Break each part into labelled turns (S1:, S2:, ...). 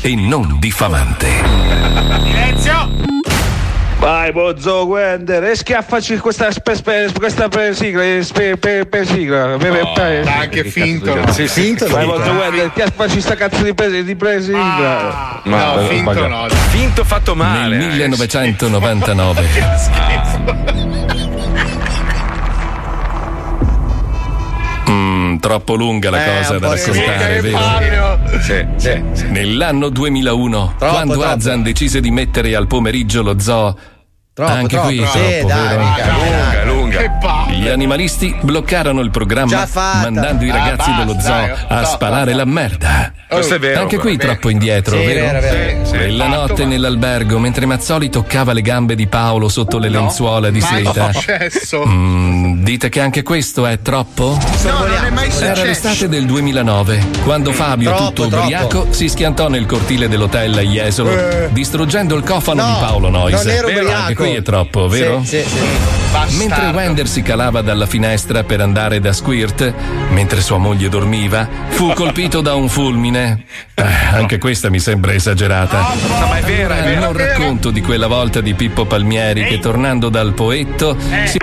S1: e non diffamante.
S2: Silenzio!
S3: Vai, Bozzo Wender, e schiaffaci questa, spe, spe, questa per sigla. eh, spe- per- per sigla. Per- per- per-
S4: anche finto.
S3: Sì, sì. Vai, Bozzo Wender, schiaffaci sta cazzo di, presi, di presi- sigla.
S2: Ah.
S1: Ma-
S4: no, finto
S1: baga-
S4: no.
S1: Finto fatto male. Nel 1999. Mm, troppo lunga la
S5: Eh,
S1: cosa
S5: un
S1: da
S5: po' sì.
S1: raccontare,
S5: Sì,
S1: vero? Nell'anno 2001, quando
S5: troppo.
S1: Azan decise di mettere al pomeriggio lo zoo. Anche
S5: troppo,
S1: qui,
S5: troppo.
S1: troppo,
S5: Sì, dai,
S1: vero?
S5: mica,
S1: lunga, lunga.
S4: Ah, Che palle.
S1: Gli animalisti bloccarono il programma
S5: Già fatta.
S1: mandando i
S4: Ah,
S1: ragazzi
S4: basta,
S1: dello zoo
S4: dai,
S1: a
S4: no,
S1: sparare la merda.
S4: Questo è vero,
S1: Anche
S4: però,
S1: qui
S4: vero.
S1: troppo indietro,
S5: Sì,
S1: vero?
S5: vero, vero.
S4: Sì, sì.
S1: Quella
S4: Fatto,
S1: notte
S4: ma-
S1: nell'albergo, mentre Mazzoli toccava le gambe di Paolo sotto le lenzuola di
S4: Mai
S1: seta.
S4: successo.
S1: Mm, dite che anche questo è troppo?
S4: No, non è mai
S1: Era
S4: successo.
S1: l'estate del 2009, quando
S2: Mm,
S1: Fabio,
S5: Troppo,
S1: tutto
S5: troppo.
S1: ubriaco, si schiantò nel cortile dell'hotel a Jesolo,
S2: Eh.
S1: distruggendo il cofano di Paolo Noise.
S5: non ero
S1: Vero?
S5: ubriaco.
S1: Anche qui è troppo, vero?
S5: Sì, sì, sì.
S1: Mentre Wender si calava dalla finestra per andare da Squirt, mentre sua moglie dormiva, fu colpito da un fulmine. Eh, anche questa mi sembra esagerata.
S2: Ma è vero, è
S1: Non
S2: vero.
S1: racconto di quella volta di Pippo Palmieri che tornando dal poetto
S2: Eh.
S1: si...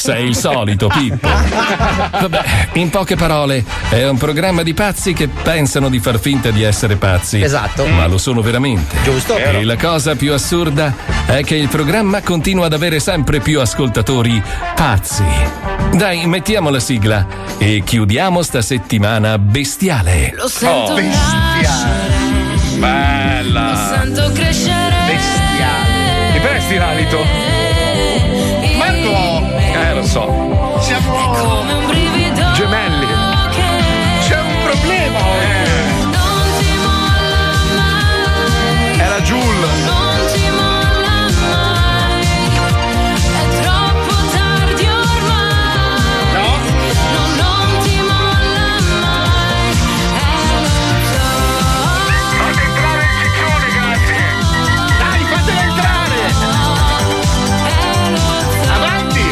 S1: Sei il solito Pippo. Vabbè, in poche parole, è un programma di pazzi che pensano di far finta di essere pazzi.
S5: Esatto.
S1: Ma lo sono veramente.
S5: Giusto.
S1: E la cosa più assurda è che il programma continua ad avere sempre più ascoltatori pazzi. Dai, mettiamo la sigla e chiudiamo sta settimana bestiale.
S6: Lo sento
S7: Oh,
S4: Oh, Bestiale.
S6: lo
S2: Bella!
S6: sento crescere.
S2: Bestiale! Mi presti l'alito?
S4: Marco,
S2: Eh, lo so.
S4: siamo.
S6: Come un brivido
S2: Gemelli.
S6: che
S4: C'è un problema eh. oggi.
S6: non ti molla mai,
S2: Era Jules.
S6: non ti molla mai. È troppo tardi ormai. No, non ti molla mai. È lo
S2: Fate entrare il ciccione, grazie. Dai, fatelo entrare.
S6: zoo, è lo zoo.
S4: Avanti.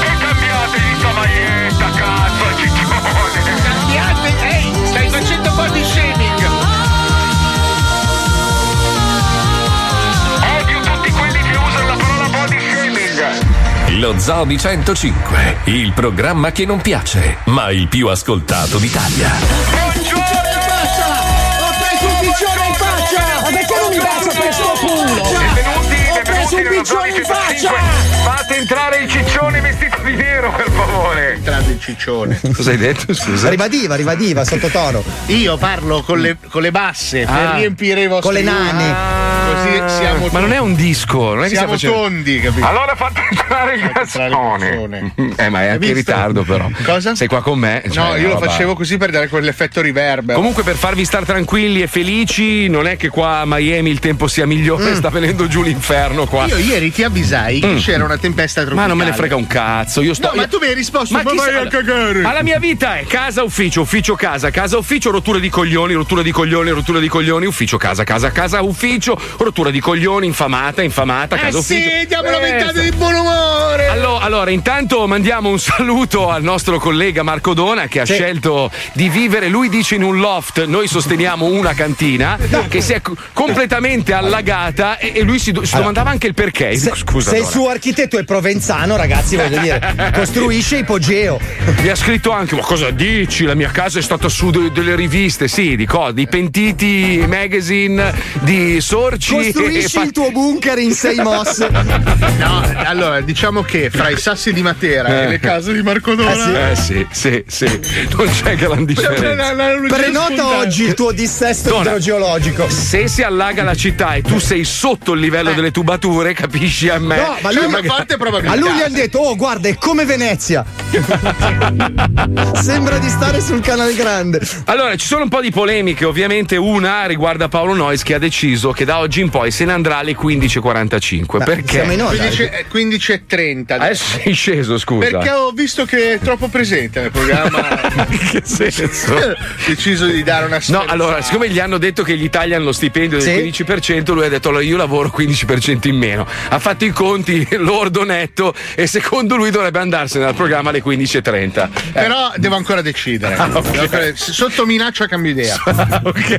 S2: E cambiate di sua maglietta, cazzo, il ciccione.
S4: Cambiate. Ehi, stai facendo body shaming.
S2: Odio tutti quelli che usano la parola body shaming.
S1: Lo Zoo di 105, il programma che non piace, ma il più ascoltato d'Italia.
S2: Benvenuti, benvenuti nella zona di 105. Fate entrare il ciccione vestito di nero, per favore.
S4: Entrate il ciccione.
S7: Cosa hai detto? Eh, Scusa.
S5: Ribadiva, ribadiva, sottotono.
S4: Io parlo con le, con le basse per
S7: Ah.
S4: riempire i vostri Ah.
S5: Con le nane.
S4: Così siamo
S7: Ma non è un disco, non è che
S4: siamo
S7: stiamo facendo.
S4: tondi, capito?
S2: Allora fate entrare il
S4: Tra le
S2: gazzone.
S4: persone.
S7: Eh, ma è anche in
S4: visto?
S7: ritardo, però.
S4: Cosa?
S7: Sei qua con me? cioè,
S4: No, io lo
S7: roba-
S4: facevo così per dare quell'effetto riverbero.
S7: Comunque, per farvi stare tranquilli e felici, non è che qua a Miami il tempo sia migliore, sta venendo giù l'inferno qua.
S4: Mm.
S7: Mm.
S4: Io ieri ti avvisai che c'era una tempesta
S7: Ma
S4: tropicale.
S7: non me ne frega un cazzo, io sto.
S4: No, ma tu mi hai risposto, ma,
S7: chi
S4: vai
S7: sa-
S4: a cagare.
S7: Ma la mia vita è casa, ufficio, ufficio, casa, casa, ufficio, rottura di coglioni, rottura di coglioni, rottura di coglioni, ufficio, casa, casa, casa, ufficio, rottura di coglioni, infamata, infamata,
S4: eh
S7: casa, ufficio.
S4: sì, diamo la
S7: Eh,
S4: ventata di buon umore.
S7: Allora, allora, intanto mandiamo un saluto al nostro collega Marco Dona che ha scelto di vivere, lui dice in un loft, noi sosteniamo una cantina che si è co- completamente allagata e, e lui si, do- si domandava anche il perché. Io
S5: Se,
S7: dico, Scusa,
S5: se il
S7: Dona,
S5: suo architetto è provenzano, ragazzi, voglio dire, costruisce ipogeo.
S7: mi ha scritto anche, ma cosa dici? La mia casa è stata su de- delle riviste, sì, di cosa? Di Pentiti Magazine, di Sorge spacci.
S5: Costruisci
S7: e fa-
S5: il tuo bunker in sei mosse.
S4: No, allora diciamo che fra i sassi di Matera e le case di Marcodona
S7: Eh sì, sì, sì. Non c'è gran
S4: Cioè,
S7: differenza.
S5: Prenota oggi il tuo dissesto
S7: Dona.
S5: idrogeologico. Eh.
S7: Se si allaga la città e tu sei sotto il livello delle tubature, capisci a me.
S5: No, ma lui-
S4: Cioè, ma fate prova
S5: A lui gli
S4: gridare.
S5: hanno detto, oh guarda, è come Venezia. Sembra di stare sul canale grande.
S7: Allora, ci sono un po' di polemiche, ovviamente una riguarda Paolo Nois che ha deciso che da oggi in poi se ne andrà alle 15.45.
S5: Ma
S7: perché?
S5: Siamo in onda.
S4: 15 eh, 15.30 adesso.
S7: Adesso sei sceso, scusa.
S4: Perché ho visto che è troppo presente
S7: Eh.
S4: nel programma.
S7: Ma in che senso?
S4: ho deciso di dare una
S7: No,
S4: scherzata.
S7: allora, siccome gli hanno detto che gli tagliano lo stipendio del 15%, lui ha detto allora io lavoro 15% in meno. Ha fatto i conti lordo netto e secondo lui dovrebbe andarsene dal programma alle 15.30. Eh,
S4: Però devo ancora decidere.
S7: Ah,
S4: Devo ancora- Sotto minaccia cambio idea.
S7: ok.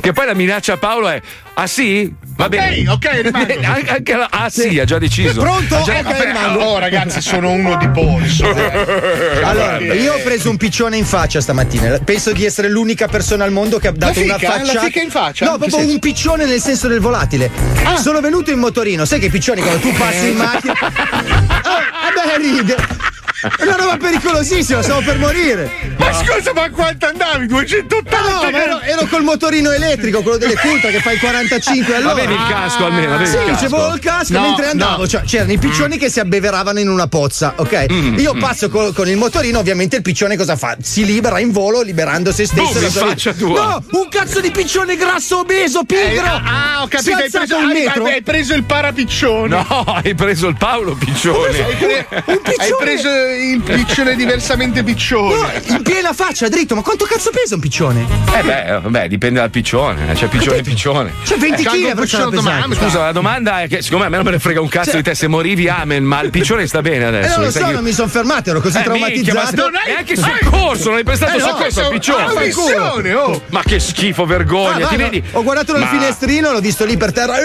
S7: Che poi la minaccia a Paolo è ah sì? Va bene.
S4: Ok, ok, rimango.
S7: An- anche la- ah sì, ha già deciso.
S5: Pronto?
S7: Ha già-
S5: Ok, rimango.
S4: Oh ragazzi, sono uno di polso. eh.
S5: Allora, io ho preso un piccione in faccia stamattina. Penso di essere l'unica persona al mondo che ha dato una
S4: fica? eh, La
S5: faccia.
S4: fica in faccia? Ah.
S5: No,
S4: In che
S5: proprio
S4: senso?
S5: un piccione nel senso del volatile. Sono venuto in motorino. Sai che i piccioni quando tu
S4: Eh.
S5: passi in macchina. Ah, vabbè, ride. È una roba pericolosissima, stavo per morire.
S4: Ma scusa, ma quanto andavi? 280?
S5: Ma no, ma ero, ero col motorino elettrico, quello delle culta che fa i 45 all'ora.
S7: Avevi il casco almeno, avevi
S5: Sì,
S7: il casco.
S5: c'avevo il casco
S4: No,
S5: mentre andavo.
S4: no.
S5: Cioè, c'erano i piccioni
S7: Mm.
S5: che si abbeveravano in una pozza, ok? Io passo col- con il motorino, ovviamente il piccione cosa fa? Si libera in volo, liberando se stesso.
S7: Boom,
S5: e la
S7: in
S5: sua vita.
S7: faccia tua.
S5: No, un cazzo di piccione grasso, obeso, pigro!
S4: Ah, ho capito,
S5: Si è
S4: hai
S5: alzato
S4: preso,
S5: un
S4: hai-
S5: metro.
S4: hai preso il parapiccione.
S7: No, Oh, hai preso il Paolo Piccione.
S5: un piccione.
S4: Hai preso il piccione diversamente
S5: No,
S4: piccione.
S5: in piena faccia, dritto, ma quanto cazzo pesa un piccione?
S7: Eh beh, vabbè, dipende dal piccione. eh. C'è piccione e piccione. Eh,
S5: Cioè, 20
S4: C'è
S5: kg
S4: anche un
S5: avrà
S4: piccione
S5: pesante.
S4: domani.
S7: Scusa, la domanda è che siccome a me non me ne frega un cazzo
S5: Cioè-
S7: di te se morivi amen, ma il piccione sta bene
S5: Eh,
S7: adesso.
S5: non lo
S7: mi sa
S5: so,
S7: che-
S5: non mi sono fermato, ero così
S7: Eh, minchia, ma
S5: traumatizzato.
S7: non hai neanche soccorso, non hai prestato
S5: Eh, no,
S7: soccorso
S5: so-
S7: al
S5: ah,
S7: piccione.
S5: fai culo.
S4: Piccione, oh.
S7: Ma che schifo, vergogna.
S5: Ah,
S7: Ti
S5: guarda,
S7: vedi?
S5: Ho guardato dal
S7: Ma-
S5: finestrino, l'ho visto lì per terra.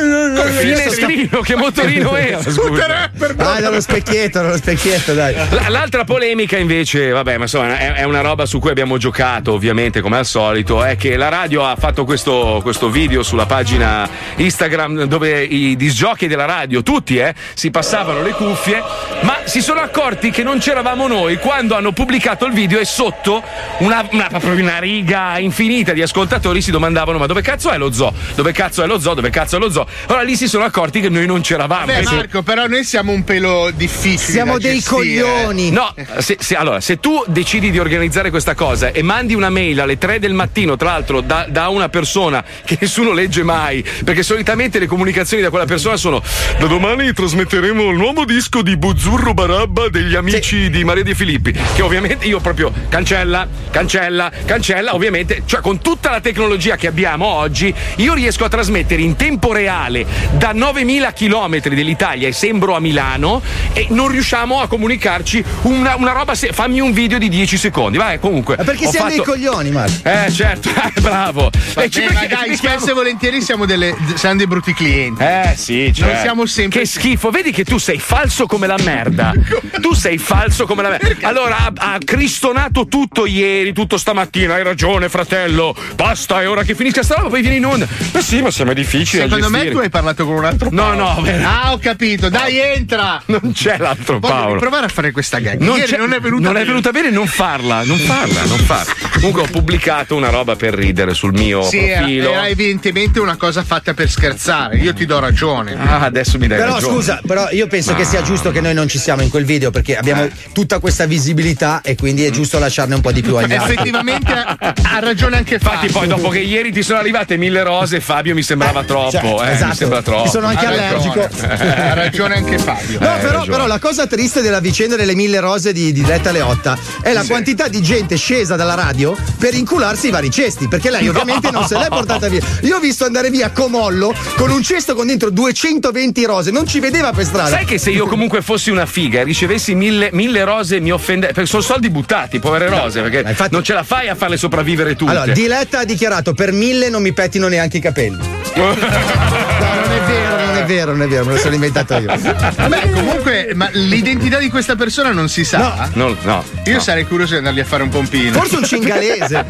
S7: Finestrino, eh, che motorino era? scusa.
S5: Ah, dallo specchietto, dallo specchietto, dai.
S7: L- L'altra polemica invece, vabbè, ma insomma, è, è una roba su cui abbiamo giocato ovviamente come al solito, è che la radio ha fatto questo, questo video sulla pagina Instagram dove i disgiochi della radio, tutti, eh, si passavano le cuffie, ma si sono accorti che non c'eravamo noi quando hanno pubblicato il video e sotto una, una- proprio una riga infinita di ascoltatori si domandavano ma dove cazzo è lo zoo? Dove cazzo è lo zoo? Dove cazzo è lo zoo? Allora lì si sono accorti che noi non c'eravamo.
S4: Beh,
S7: E su-
S4: Marco, però noi siamo un pelo difficile.
S5: Siamo
S4: da
S5: dei
S4: gestire.
S5: coglioni.
S7: No, se, se- allora, se tu decidi di organizzare questa cosa e mandi una mail alle 3 del mattino, tra l'altro, da, da una persona che nessuno legge mai, perché solitamente le comunicazioni da quella persona sono: Da domani trasmetteremo il nuovo disco di Buzzurro Barabba degli amici di Maria De Filippi. Che ovviamente io proprio cancella, cancella, cancella, ovviamente, cioè con tutta la tecnologia che abbiamo oggi, io riesco a trasmettere in tempo reale da 9000 km dell'Italia e sembro a Milano e non riusciamo a comunicarci una, una roba. se- fammi un video di 10 secondi, vai comunque.
S5: Ma perché
S7: ho
S5: siamo dei
S7: fatto-
S5: coglioni, Marco?
S7: Eh, certo, eh, bravo.
S4: Vabbè,
S7: E ci-
S4: ma
S7: perché-
S4: dai,
S7: perché-
S4: spesso e volentieri siamo, delle, siamo dei brutti clienti.
S7: Eh sì, certo.
S4: Non siamo sempre-
S7: Che schifo, vedi che tu sei falso come la merda. Tu sei falso come la merda. Allora ha, ha cristonato tutto ieri, tutto stamattina. Hai ragione, fratello. Basta, è ora che finisca sta roba, poi vieni in onda. Ma sì, ma sembra difficile. da
S4: Secondo me
S7: gestire.
S4: tu hai parlato con un altro
S7: No,
S4: Paolo.
S7: no, beh,
S4: Ah, ho capito. Dai, entra.
S7: non c'è l'altro
S4: Voglio
S7: Paolo.
S4: provare a fare questa gag.
S7: Non,
S4: Ieri
S7: c'è-
S4: non è venuta
S7: non
S4: bene.
S7: è venuta bene, non farla, non farla, non farla. Comunque ho pubblicato una roba per ridere sul mio
S4: Sì, eh, era,
S7: profilo.
S4: era evidentemente una cosa fatta per scherzare. Io ti do ragione.
S7: Ah, adesso mi dai
S5: Però
S7: ragione.
S5: scusa, però io penso che sia giusto che noi non ci siamo in quel video perché abbiamo tutta questa visibilità e quindi è giusto lasciarne un po' di più agli altri.
S4: Effettivamente ha, ha ragione anche
S7: Infatti,
S4: Fabio.
S7: poi dopo che ieri ti sono arrivate mille rose, Fabio mi sembrava troppo.
S5: Cioè,
S7: eh,
S4: esatto.
S7: Mi sembra troppo.
S5: Ci sono anche
S4: Ha ragione.
S5: allergico.
S4: Ha ragione anche Fabio.
S5: No,
S7: hai
S5: però,
S7: ragione.
S5: però la cosa triste della vicenda delle mille rose di, di Letta Leotta è la quantità di gente scesa dalla radio per incularsi i vari cesti, perché lei ovviamente non se l'è portata via. Io ho visto andare via Comollo con un cesto con dentro 220 rose, non ci vedeva per strada.
S7: Sai che se io comunque fossi una figa e ricevessi mille, mille rose mi offenderei. Perché sono soldi buttati, povere rose, perché
S5: ma infatti-
S7: non ce la fai a farle sopravvivere tutte.
S5: Allora, Diletta ha dichiarato per mille non mi pettino neanche i capelli. No, non è vero, non è è vero, non è vero, me lo sono inventato io.
S4: Vabbè, comunque, ma l'identità di questa persona non si sa.
S7: No, no.
S4: Io sarei curioso di andargli a fare un pompino.
S5: Forse un cingalese.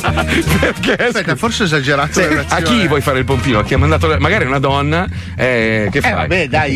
S4: Perché? Aspetta, forse ho esagerato. la
S7: A
S4: reazione.
S7: chi vuoi fare il pompino? A chi ha mandato? le- Magari una donna. eh, che
S4: Eh,
S7: fai? Eh.
S4: vabbè, dai,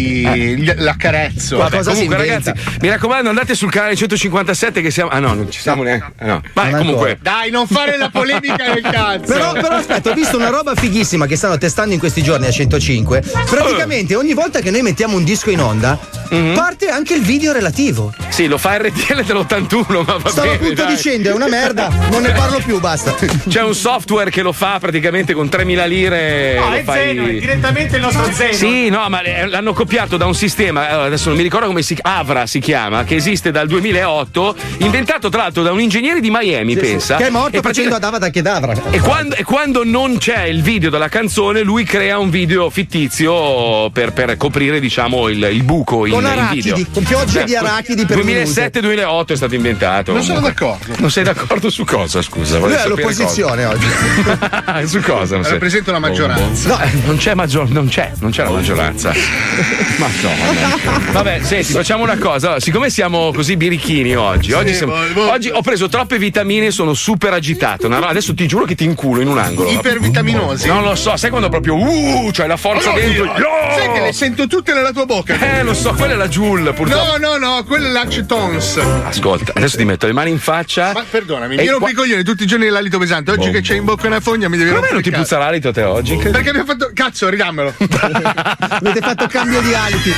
S4: gli- l'accarezzo.
S5: Ma
S7: Vabbè,
S5: cosa si
S7: comunque,
S5: inventa?
S7: ragazzi, mi raccomando, andate sul canale 157 che siamo. Ah, no, non ci siamo neanche. ah, no. Vai,
S5: Non
S7: comunque.
S4: Dai, non fare la polemica nel cazzo.
S5: Però, però aspetta, ho visto una roba fighissima che stanno testando in questi giorni a 105. Praticamente ogni volta che noi mettiamo un disco in onda,
S7: Mm-hmm.
S5: parte anche il video relativo.
S7: Sì, lo fa RTL dell'81, ma va
S5: Stavo
S7: bene.
S5: appunto
S7: dai.
S5: dicendo, è una merda, non ne parlo più, basta.
S7: C'è un software che lo fa praticamente con 3.000 lire.
S8: No,
S7: lo
S8: è
S7: fai-
S8: Zeno, è direttamente il nostro Zeno.
S7: Sì, no, ma le- l'hanno copiato da un sistema, allora, adesso non mi ricordo come si chiama, Avra si chiama, che esiste dal 2008, inventato tra l'altro da un ingegnere di Miami, pensa.
S5: Che è morto
S7: E
S5: facendo ad Avada Kedavra.
S7: E quando, e quando non c'è il video della canzone, lui crea un video fittizio per, per coprire, diciamo, il, il buco in,
S5: Con
S7: in video.
S5: arachidi, con piogge di arachidi per
S7: 2007-2008 è stato inventato.
S4: Non sono d'accordo.
S7: Non sei d'accordo su cosa, scusa?
S5: Lui
S7: Vorrei
S5: è
S7: sapere
S5: all'opposizione oggi.
S7: cosa. su cosa? non sei-
S4: Rappresento la maggioranza.
S7: No, eh, non c'è maggior, non c'è, non c'è la maggioranza. Madonna. Vabbè, senti, facciamo una cosa. Allora, siccome siamo così birichini oggi, oggi, siamo-
S4: boh, boh.
S7: oggi ho preso troppe vitamine e sono super agitato. Una roba- Adesso ti giuro che ti inculo in un angolo.
S4: Ipervitaminosi.
S7: Non lo so, sai quando proprio uh, cioè la forza dentro. No!
S4: Sai che le sento tutte nella tua bocca.
S7: Eh, lo so, quella è la Joule, purtroppo.
S4: No, no, no, quello è l'acetons.
S7: Ascolta, adesso ti metto le mani in faccia.
S4: Ma perdonami,
S7: E
S4: mi ero
S7: qua-
S4: i coglioni tutti i giorni dell'alito pesante. Oggi che c'è in bocca una fogna mi devi
S7: Come
S4: rompere
S7: non ti
S4: il cazzo.
S7: puzza l'alito a te oggi? Che-
S4: Perché abbiamo fatto. Cazzo, ridammelo.
S5: Avete fatto cambio di aliti.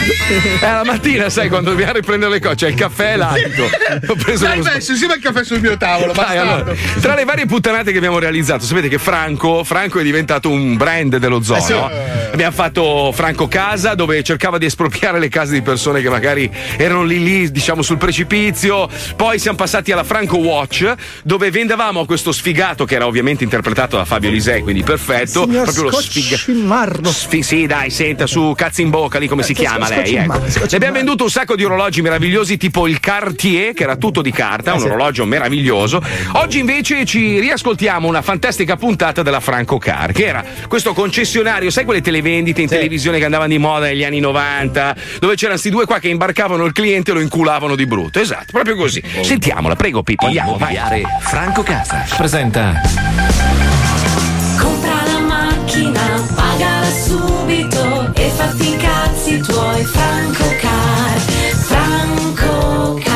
S7: Eh, la mattina, sai, quando dobbiamo riprendere le cose, c'è il caffè e l'alito. Ho preso
S4: Dai,
S7: uno
S4: messo insieme il caffè sul mio tavolo.
S7: Dai,
S4: bastardo.
S7: allora, tra le varie puttanate che abbiamo realizzato, sapete che Franco, Franco è diventato un brand dello zoo.
S4: Eh sì.
S7: no? Abbiamo fatto Franco Casa, dove cercava di espropriare le case di persone che magari erano lì lì, diciamo, sul precipizio. Poi siamo passati alla Franco Watch, dove vendevamo a questo sfigato, che era ovviamente interpretato da Fabio Lisei, quindi perfetto.
S5: Signor
S7: proprio lo sfigato.
S5: Scoccimarro.
S7: Sfi- sì, dai, senta, su cazzo in bocca lì come si chiama
S5: scocci
S7: lei.
S5: in
S7: Ecco.
S5: mano, scocci in
S7: Ne abbiamo
S5: mano.
S7: venduto un sacco di orologi meravigliosi, tipo il Cartier, che era tutto di carta, un orologio meraviglioso. Oggi invece ci riascoltiamo una fantastica puntata della Franco Car, che era questo concessionario, sai quelle televendite in televisione che andavano di moda negli anni 90, dove c'erano questi due qua che imbarcavano il cliente e lo inculavano di brutto. Esatto, proprio così. Sentiamola, prego Pippo,
S1: Oh.
S7: andiamo, vai.
S1: Immobiliare Franco Casa presenta
S7: Eh,
S6: Compra la macchina, pagala subito e fatti i cazzi tuoi. Franco Car, Franco Car.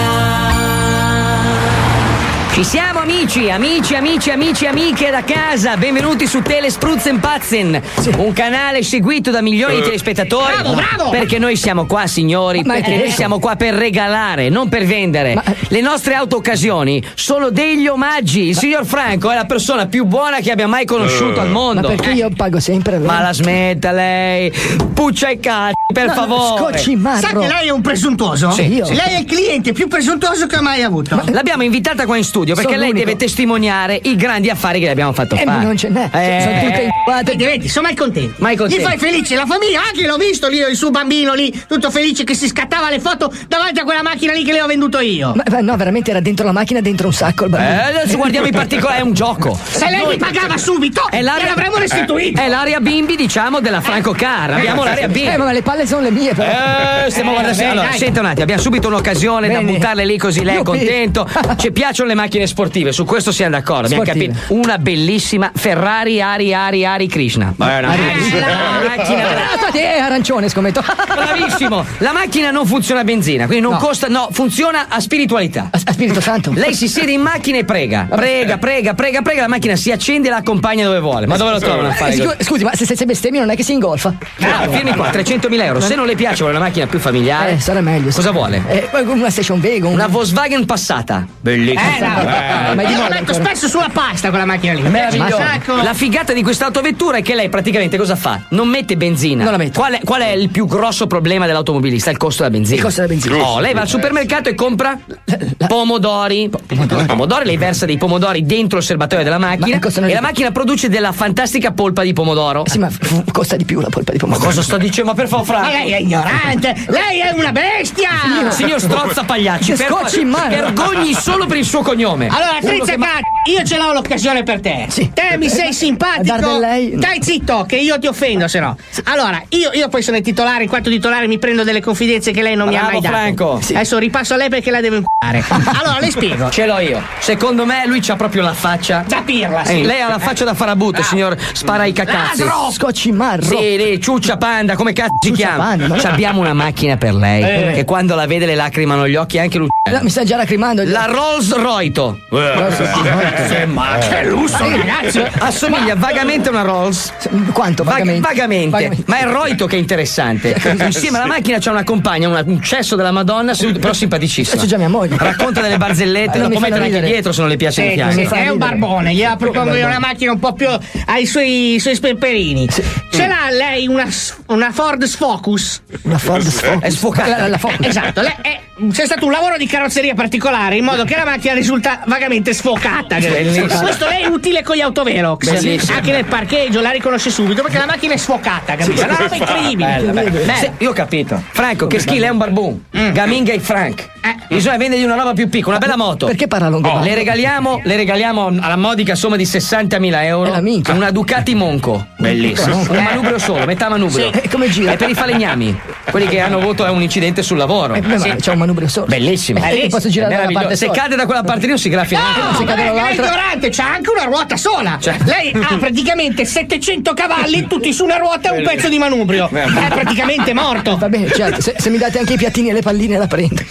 S9: Ci siamo amici, amici, amici, amici, amiche da casa, benvenuti su Telespruzzenpatzen, un canale seguito da milioni di telespettatori. Eh. Bravo, bravo! Perché noi siamo qua, signori, perché noi siamo qua per regalare, non per vendere. Le nostre auto occasioni sono degli omaggi. Il signor Franco è la persona più buona che abbia mai
S10: Eh.
S9: conosciuto al mondo. Ma perché io pago sempre Ma la smetta lei! Puccia i cazzi, per favore!
S10: Sa che lei è un presuntuoso?
S9: Sì, io.
S10: Lei è il cliente più presuntuoso che ho mai avuto.
S9: L'abbiamo invitata qua in studio perché lei deve testimoniare i grandi affari che le abbiamo fatto fare. Eh, non ce n'è. Sono tutte
S10: Vedi, vedi, sono mai contento.
S9: Mai contenti.
S10: Gli fai felice la famiglia, anche l'ho visto lì, il suo bambino lì, tutto felice che si scattava le foto davanti a quella macchina lì che le ho venduto io.
S9: no, veramente era dentro la macchina, dentro un sacco. Eh, adesso guardiamo i particolari, è un gioco.
S10: Se lei mi pagava subito,
S9: È
S10: gliel'avremmo
S9: l'area,
S10: l'avremmo restituito.
S9: è l'area bimbi, diciamo, della Franco Car. Abbiamo l'area bimbi. Eh, ma le palle sono le mie, però. stiamo
S10: Eh,
S9: guardando.
S10: vabbè,
S9: allora,
S10: dai.
S9: senta un attimo, abbiamo subito un'occasione da
S10: Bene.
S9: buttarle lì così lei è
S10: Yuppie.
S9: contento. Ci piacciono le macchine sportive, su questo siamo d'accordo. Abbiamo
S10: Sportive.
S9: capito. Una bellissima Ferrari Ari Ari Ari Krishna. Ma è una
S8: Ah.
S9: macchina.
S10: è Ah, eh, arancione, scommetto.
S9: Bravissimo! La macchina non funziona a benzina, quindi non costa, no, funziona a spiritualità.
S10: A Spirito Santo.
S9: Lei si siede in macchina e prega, prega, prega, prega, prega, la macchina si accende e la accompagna dove vuole. Ma dove
S8: Eh,
S9: lo trovano a fare? così?
S10: scusi, ma se, se bestemmi non è che si ingolfa.
S9: Bravo, firmi qua, 300.000 euro. Se non le piace, vuole una macchina più familiare.
S10: Eh, sarà meglio, sì. Eh,
S9: Cosa vuole?
S10: una station wagon.
S9: Una Volkswagen passata.
S10: Eh, no.
S9: Ma è di
S10: Io la
S9: moda
S10: metto
S9: ancora.
S10: spesso sulla pasta quella macchina lì. Ma
S9: Meravigliosa.
S10: sacco.
S9: La figata di quest'autovettura è che lei praticamente cosa fa? Non mette benzina.
S10: Non la mette.
S9: Qual è, qual è il più grosso problema dell'automobilista? Il costo della benzina.
S10: Il costo della benzina.
S9: Oh, lei va al supermercato e compra pomodori. Pomodori, lei versa dei pomodori dentro il serbatoio della macchina
S10: Ma costano
S9: e
S10: di
S9: la
S10: più.
S9: macchina produce della fantastica polpa di pomodoro.
S10: ma costa di più la polpa di pomodoro.
S9: Cosa sto dicendo? Ma per favore, Franco.
S10: Ma Ah, lei è ignorante! Lei è una bestia!
S9: Signor, signor Strozza Pagliacci,
S10: Che scocci in mano.
S9: vergogni solo per il suo cognome.
S10: Allora,
S9: Uno
S10: Trizza
S9: che ma-
S10: Cazzi, io ce l'ho l'occasione per te. Te mi sei simpatico. Dai zitto, che io ti offendo, se no. Allora, io, io poi sono il titolare, in quanto titolare mi prendo delle confidenze che lei non mi ha
S9: Bravo,
S10: mai dato.
S9: Franco. Sì.
S10: Adesso ripasso a lei perché la devo inculare. Allora, le spiego.
S9: Ce l'ho io. Secondo me lui c'ha proprio la faccia.
S10: Da pirla, sì.
S9: Eh, lei ha la faccia da
S10: Eh.
S9: farabutto, signor spara i cacazzi.
S10: Ladro!
S9: Scocci marro. Sì, lì, ciuccia panda, come cazzo ci chiama? Ci abbiamo una macchina per lei
S10: Eh.
S9: che quando la vede le lacrimano gli occhi anche lui.
S8: mi sta già lacrimando.
S9: La Rolls Royto.
S10: Eh. Ma che lusso, ragazzi!
S9: Assomiglia vagamente a una Rolls.
S8: Quanto?
S9: Vag-
S8: Vagamente.
S9: vagamente. ma è il Roito che è interessante. Insieme alla macchina c'è una compagna, una- un cesso della Madonna, seduta- però simpaticissima.
S8: C'è già mia moglie.
S9: Racconta delle barzellette,
S8: Eh,
S9: la
S8: non mi
S9: può
S8: fanno
S9: mettere anche
S8: ridere.
S9: dietro se non le piace il
S10: Senti,
S9: fianco.
S10: Eh, sì, è un barbone, gli propongo io una macchina un po' più ai suoi, suoi spemperini. Ce l'ha lei una, s- una Ford Focus?
S8: Una Ford Focus.
S9: È sfocata.
S8: La, la- la Focus.
S10: Esatto, le- è- c'è stato un lavoro di carrozzeria particolare in modo che la macchina risulta vagamente sfocata.
S9: Bellissimo.
S10: Questo lei è utile con gli autovelox.
S9: Bellissimo.
S10: Anche nel parcheggio la riconosce subito perché la macchina è sfocata, capito? È una roba incredibile.
S9: Bella, bella.
S10: Bella.
S9: Se- io ho capito. Franco, che skill è un barbun. Gaminga e Frank. Bisogna vendergli una roba più piccola, una bella moto.
S8: Perché parla
S9: Oh,
S8: longobardo?
S9: le regaliamo, le regaliamo alla modica somma di 60.000
S8: È la
S9: euro
S8: minchia.
S9: una Ducati Monco. Bellissimo. Un manubrio solo, metà manubrio.
S8: Sì. E come gira?
S9: È per i falegnami, quelli che hanno avuto un incidente sul lavoro.
S8: Eh, beh, ma c'è un manubrio solo.
S9: Bellissimo.
S8: Eh, io posso girare dalla
S9: Meraviglioso.
S8: parte
S9: Se
S8: sola.
S9: cade da quella parte lì non si graffia. neanche.
S10: No,
S8: si Certo.
S10: ma
S8: cade
S10: lei- lei è
S8: dall'altra.
S10: ignorante, c'ha anche una ruota sola.
S9: Cioè.
S10: Lei ha praticamente 700 cavalli, tutti su una ruota e un pezzo di manubrio.
S9: Eh,
S10: È praticamente morto.
S8: Va bene, certo. Se, se mi date anche i piattini e le palline la prendo.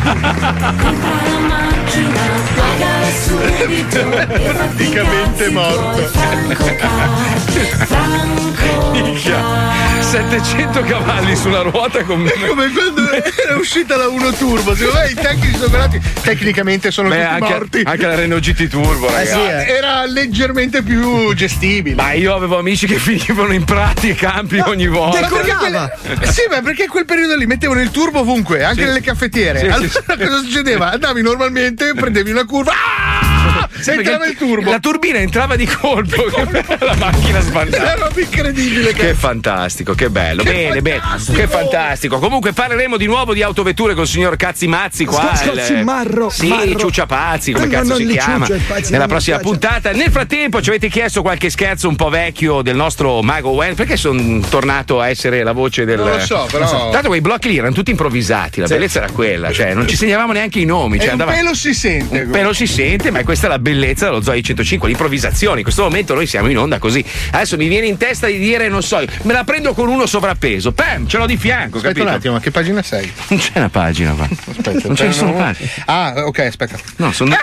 S6: Compra la macchina, pagala subito e fatti i
S4: Praticamente
S6: cazzi
S4: morto.
S6: tuoi, Franco Car, Franco Car.
S7: 700 cavalli sulla ruota con me.
S4: Come quando era uscita la 1 Turbo, secondo me i tecnici sono velati. Tecnicamente sono
S7: Beh,
S4: tutti
S7: anche,
S4: morti. Eh,
S7: anche la Renault GT Turbo, ragazzi.
S4: Era leggermente più gestibile.
S7: Ma io avevo amici che finivano in prati e campi ogni volta.
S4: Ma perché
S5: Decollava.
S4: quelle- Sì, ma perché quel periodo lì mettevano il turbo ovunque, anche nelle caffettiere. allora cosa succedeva? Andavi normalmente, prendevi una curva. Ah!
S7: Perché
S4: Entrava il turbo.
S7: La turbina entrava di colpo. la macchina
S4: Era
S7: sbandata.
S4: una roba incredibile.
S7: Che fantastico, che bello. bene, bene. Che fantastico. Comunque parleremo di nuovo di autovetture col signor Cazzi Mazzi qua.
S5: Sco- Scozzi
S7: il-
S5: Marro,
S7: Sì,
S5: Marro.
S7: Ciuccia Pazzi, come
S5: No,
S7: cazzo
S5: non
S7: si
S5: li
S7: chiama.
S5: ciuccio, i pazzi
S7: Nella
S5: non mi
S7: prossima
S5: piacciono.
S7: puntata. Nel frattempo ci avete chiesto qualche scherzo un po' vecchio del nostro mago Wen. Perché sono tornato a essere la voce del. Esatto.
S4: Non lo so, però-
S7: Eh, Tanto quei blocchi lì erano tutti improvvisati, la bellezza era quella, cioè non ci segnavamo neanche i nomi.
S4: E
S7: Cioè,
S4: Eh, un
S7: andava...
S4: pelo si sente.
S7: Un pelo si sente, ma questa è la bellezza dello Zoe 105, l'improvvisazione. In questo momento noi siamo in onda così. Adesso mi viene in testa di dire, non so, me la prendo con uno sovrappeso. Pam, ce l'ho di fianco,
S4: Aspetta un
S7: capito?
S4: attimo, ma che pagina sei?
S7: Non c'è una pagina qua.
S4: Aspetta,
S7: non c'è
S4: però-
S7: nessuna pagina.
S4: Ah, ok, aspetta.
S7: No, sono.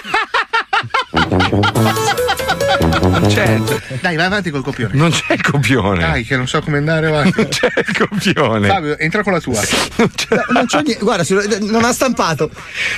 S7: Non c'è,
S4: Dai, vai avanti col copione.
S7: Certo. non c'è il copione.
S4: Dai, che non so come andare avanti.
S7: Non c'è il copione.
S4: Fabio, entra con la tua.
S7: Non c'è-
S5: Non c'ho niente, guarda, sul- non ha stampato.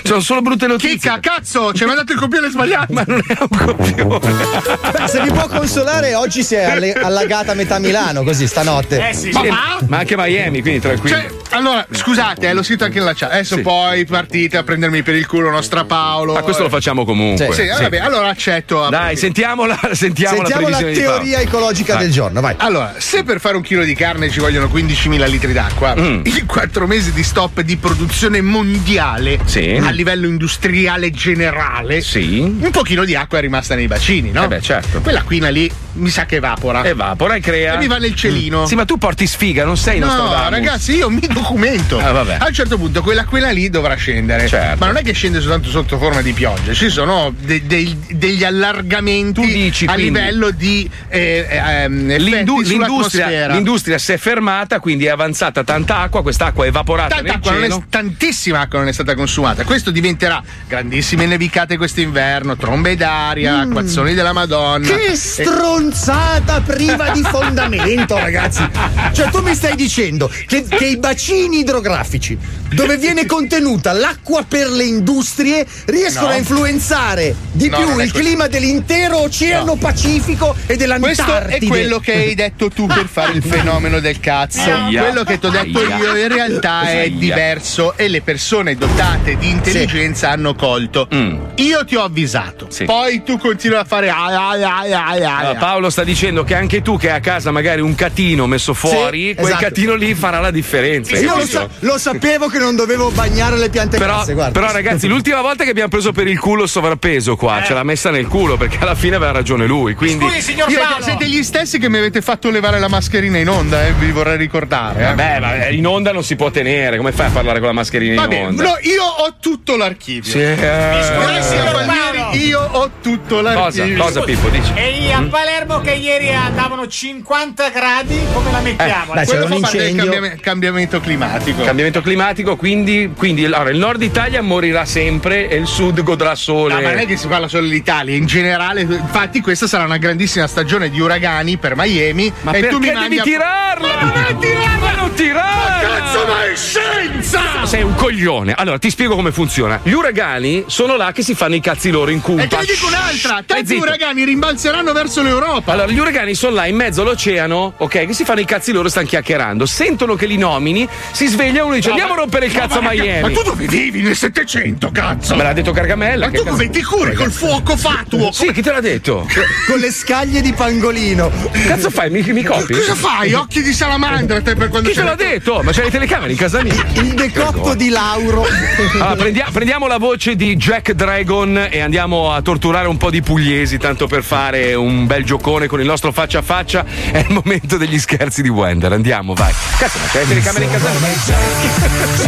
S7: Sono solo brutte notizie.
S4: Chicca, cazzo, ci hai mandato il copione sbagliato.
S7: Ma non è un copione.
S5: Beh, Ah, se vi può consolare, oggi si è alle- allagata metà Milano, così stanotte.
S4: Papà?
S7: Eh Ma anche Miami, quindi tranquillo.
S4: Cioè, allora, scusate, eh, l'ho scritto anche nella chat. Adesso poi partite a prendermi per il culo nostra Paolo.
S7: ma Ah, questo lo facciamo comunque.
S4: Sì, Ah,
S7: Sì.
S4: vabbè, allora accetto. a-
S7: Dai, sentiamola, sentiamo,
S5: Sentiamo
S7: la
S5: la
S7: previsione di Paolo.
S5: teoria ecologica del giorno, vai.
S4: Allora, se per fare un chilo di carne ci vogliono 15.000 litri d'acqua,
S7: Mm.
S4: in 4 mesi di stop di produzione mondiale
S7: Sì.
S4: a livello industriale generale,
S7: Sì.
S4: un pochino di acqua è rimasta nei bacini, no?
S7: Eh beh, certo.
S4: Quell'acquina lì mi sa che evapora.
S7: Evapora Mm. e crea.
S4: E mi va nel celino.
S7: Sì, ma tu porti sfiga, non sei
S4: No,
S7: Nostradamus.
S4: ragazzi, io mi documento.
S7: Ah, vabbè.
S4: A un certo punto quella, quella lì dovrà scendere.
S7: Certo.
S4: Ma non è che scende soltanto sotto forma di pioggia, ci sono de- dei- degli allargamenti
S7: Tu dici,
S4: a
S7: quindi,
S4: livello di eh, ehm, effetti
S7: L'indu- l'industria,
S4: sull'atmosfera.
S7: l'industria si è fermata, quindi è avanzata tanta acqua, quest'acqua è evaporata
S4: Tanta
S7: nel
S4: acqua non è-
S7: cielo.
S4: tantissima acqua non è stata consumata. Questo diventerà grandissime nevicate quest'inverno, trombe d'aria,
S7: Mm.
S4: acquazzoni della Madonna.
S5: Che stronzata priva di fondamento, ragazzi! Cioè, tu mi stai dicendo che, che i bacini idrografici dove viene contenuta l'acqua per le industrie riescono
S4: No.
S5: a influenzare di
S4: No,
S5: più
S4: non è
S5: il
S4: così.
S5: clima dell'intero oceano Pacifico e dell'Antartide.
S4: Questo è quello che hai detto tu
S7: Ah.
S4: per fare il fenomeno del cazzo.
S5: Aia.
S4: Quello che ti ho detto
S5: Aia.
S4: io in realtà è
S5: Aia.
S4: diverso e le persone dotate di intelligenza hanno colto.
S7: Mm.
S4: Io ti ho avvisato. Poi tu continui a fare ai ai ai ai ai.
S7: Allora, Paolo sta dicendo che anche tu che hai a casa magari un catino messo fuori, quel
S5: esatto.
S7: catino lì farà la differenza.
S5: Io lo,
S7: capito?
S5: sa- lo sapevo che non dovevo bagnare le piante
S7: Però,
S5: grasse, guarda.
S7: però, ragazzi, l'ultima volta che abbiamo preso per il culo il sovrappeso
S4: Eh.
S7: qua, ce l'ha messa nel culo perché alla fine aveva ragione lui. Quindi,
S4: siete, siete gli stessi che mi avete fatto levare la mascherina in onda, eh, vi vorrei ricordare. eh.
S7: Vabbè, ma in onda non si può tenere. Come fai a parlare con la mascherina in
S4: Va bene,
S7: onda?
S4: no, io ho tutto l'archivio.
S7: Sì, eh.
S4: Mi
S7: Signor
S4: scusi, Palmieri, io ho tutto l'archivio.
S7: Cosa, Pippo, dici?
S10: E lì
S8: Mm.
S10: a Palermo che ieri andavano 50 gradi, come la
S8: Eh.
S10: mettiamo?
S4: Quello fa parte del cambiamento, cambiamento climatico.
S7: Cambiamento climatico, quindi, quindi allora, il nord Italia morirà sempre e il sud godrà sole.
S4: No, ma non è che si parla solo dell'Italia, in generale, infatti questa sarà una grandissima stagione di uragani per Miami.
S7: Ma
S4: e
S7: perché
S4: tu mi
S7: devi
S4: mandi a-
S7: tirarla?
S4: Ma non è tirarla!
S7: Ma non tirarla!
S4: Ma cazzo, ma è scienza!
S7: Sei un coglione. Allora, ti spiego come funziona. Gli uragani sono là che si fanno i cazzi loro in Cuba.
S4: E te ne dico un'altra, tanti
S7: zitto.
S4: uragani rimbalzeranno verso l'Europa.
S7: Allora, gli uragani sono là in mezzo all'oceano, ok? Che si fanno i cazzi loro, stanno chiacchierando. Sentono che li nomini, si sveglia uno e dice:
S4: No,
S7: Andiamo
S4: ma-
S7: a rompere il
S4: no,
S7: cazzo a
S4: ma-
S7: Miami.
S4: Ma tu dove vivi nel 700, cazzo?
S7: Me l'ha detto Cargamella.
S4: Ma
S7: che
S4: tu
S7: cazzo-
S4: come ti curi col fuoco fatuo?
S7: Sì, chi te l'ha detto?
S5: Con le scaglie di pangolino.
S7: Cazzo fai? Mi, mi copi?
S4: Cosa fai? Occhi di salamandra te per quando
S7: Chi te l'ha detto? Ma c'è le telecamere in casa mia.
S5: Il decotto di Lauro.
S7: Allora, prendia- prendiamo la voce di Jack Dragon e andiamo a torturare un po' di pugliesi, tanto per fare un bel giocone con il nostro faccia a faccia. È il momento degli scherzi di Wender. Andiamo, vai. Cazzo, ma c'è le telecamere Eh, in casa mia?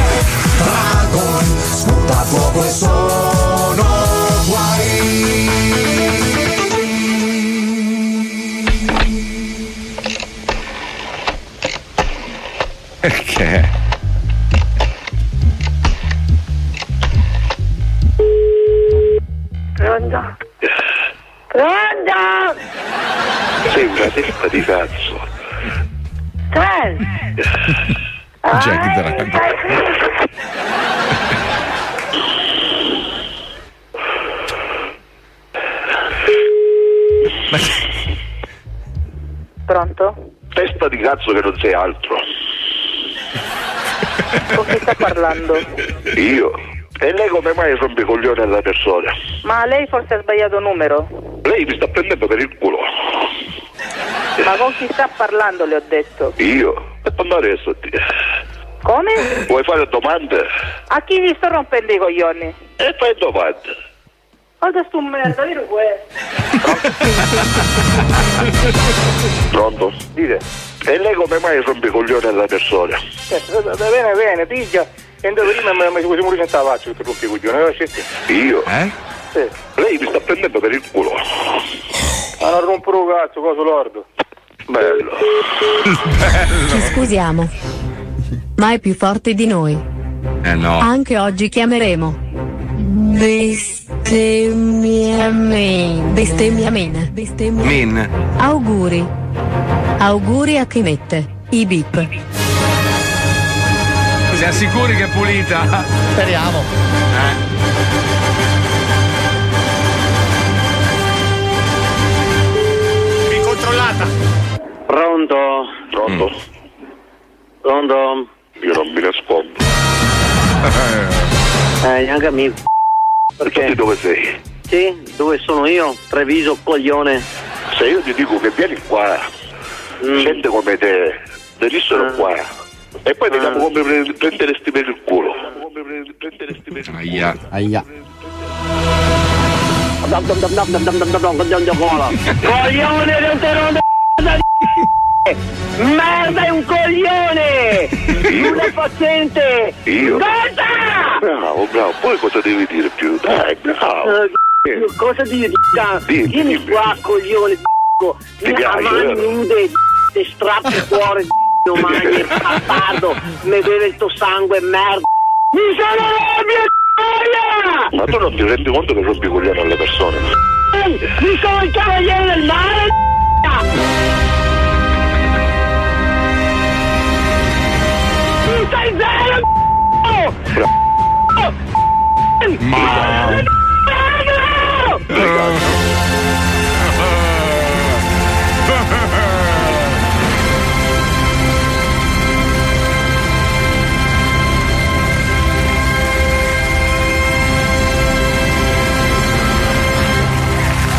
S2: Sputa fuoco e sono guai.
S7: Perché?
S11: Pronto? Pronto?
S12: Sei una testa di cazzo.
S11: Tre?
S7: Jack Dragon.
S11: Pronto?
S12: Testa di cazzo che non sei altro.
S11: Con chi sta parlando?
S12: Io. E lei come mai rompe i coglioni alla persona?
S11: Ma lei forse ha sbagliato numero.
S12: Lei mi sta prendendo per il culo.
S11: Ma con chi sta parlando le ho detto.
S12: Io? E poi adesso ti...
S11: Come?
S12: Vuoi fare domande?
S11: A chi gli sto rompendo i coglioni?
S12: E fai domande.
S11: Cosa sto merda, vero questo?
S12: Pronto? Dite. E lei come mai rompe i coglioni alla persona?
S13: Bene, bene, piglia. Entro prima mi mi siamo riusciti a faccia che rompi i coglioni, allora scendi.
S12: Io?
S7: Eh?
S13: Sì.
S12: Lei mi sta prendendo per il culo.
S13: Ma Ah, non rompo un cazzo, coso lordo.
S12: Bello.
S14: Ci scusiamo. Ma è più forte di noi. Ah.
S7: Eh no.
S14: Anche oggi chiameremo. Bestemmiamen. Bestemmiamen.
S7: Min.
S14: Auguri. Auguri a chi mette i bip.
S7: Siamo sicuri che è pulita?
S5: Speriamo.
S13: Ricontrollata. Pronto?
S12: Pronto?
S13: Pronto?
S12: Io non mi nascondo.
S13: Eh, anche a me.
S12: Perché? Di dove sei?
S13: Sì, dove sono io? Treviso, coglione. Mm.
S12: Se io ti dico che vieni qua, gente come te, devi
S13: Ah.
S12: sono qua. E poi vediamo come pre- prenderesti per il culo.
S7: Aia.
S5: Aia.
S2: Coglione del terone Merda è un coglione! Una facente!
S12: Io?
S2: Guarda!
S12: Bravo, bravo. Poi cosa devi dire più? Dai, bravo.
S2: Eh, Cosa dire di
S12: Dimmi,
S2: Vieni qua, coglione di c***o!
S12: Ti
S2: Mi- A
S12: piace,
S2: mani
S12: vero?
S2: nude di c***o, te strappi il cuore di c***o, mani, bastardo! Mi beve il tuo sangue, merda! Mi sono la mia gioia!
S12: Ma tu non ti rendi conto che rompi i coglioni alle persone?
S2: Mi sono il cavaliere del mare! Mi stai zero! Ma.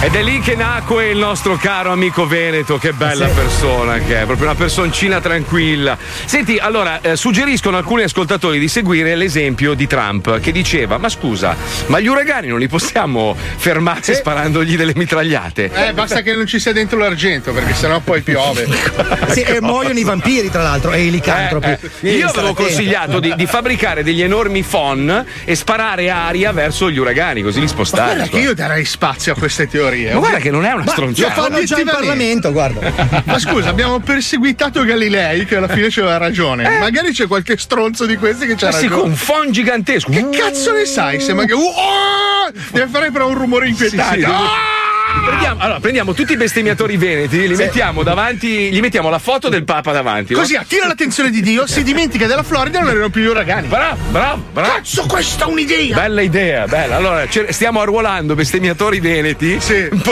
S7: Ed è lì che nacque il nostro caro amico Veneto, che bella persona che è, proprio una personcina tranquilla. Senti, allora, eh, suggeriscono alcuni ascoltatori di seguire l'esempio di Trump, che diceva, ma scusa, ma gli uragani non li possiamo fermare sparandogli delle mitragliate?
S4: Eh, basta che non ci sia dentro l'argento, perché sennò poi piove.
S5: Sì, e muoiono i vampiri, tra l'altro, e i licantropi.
S7: Eh, eh.
S5: Devi
S7: Io
S5: stare
S7: avevo
S5: attento.
S7: consigliato di, di fabbricare degli enormi fon e sparare aria verso gli uragani, così li
S4: Ma
S7: spostare.
S4: guarda che io darei spazio a queste teorie.
S7: Ma guarda che non è una
S4: Ma
S7: stronzata.
S4: lo fanno già in Parlamento,
S5: guarda.
S4: Cioè, Ma scusa, abbiamo perseguitato Galilei che alla fine c'aveva ragione. Magari c'è qualche stronzo di questi che c'ha
S7: Eh. Ma sì,
S4: ragione.
S7: con un fon gigantesco.
S4: Che cazzo ne sai? Sembra che. Uh, oh! deve fare però un rumore inquietante.
S7: Sì, sì,
S4: Ah!
S7: Prendiamo, allora, prendiamo tutti i bestemmiatori veneti, li mettiamo davanti, gli mettiamo la foto del Papa davanti. oh. no?
S4: Così attira l'attenzione di Dio, si dimentica della Florida e non erano più gli uragani.
S7: Bravo, bravo, bravo.
S4: Cazzo, questa è
S5: eh.
S4: un'idea!
S7: Bella idea, bella. Allora, ce- stiamo arruolando bestemmiatori veneti,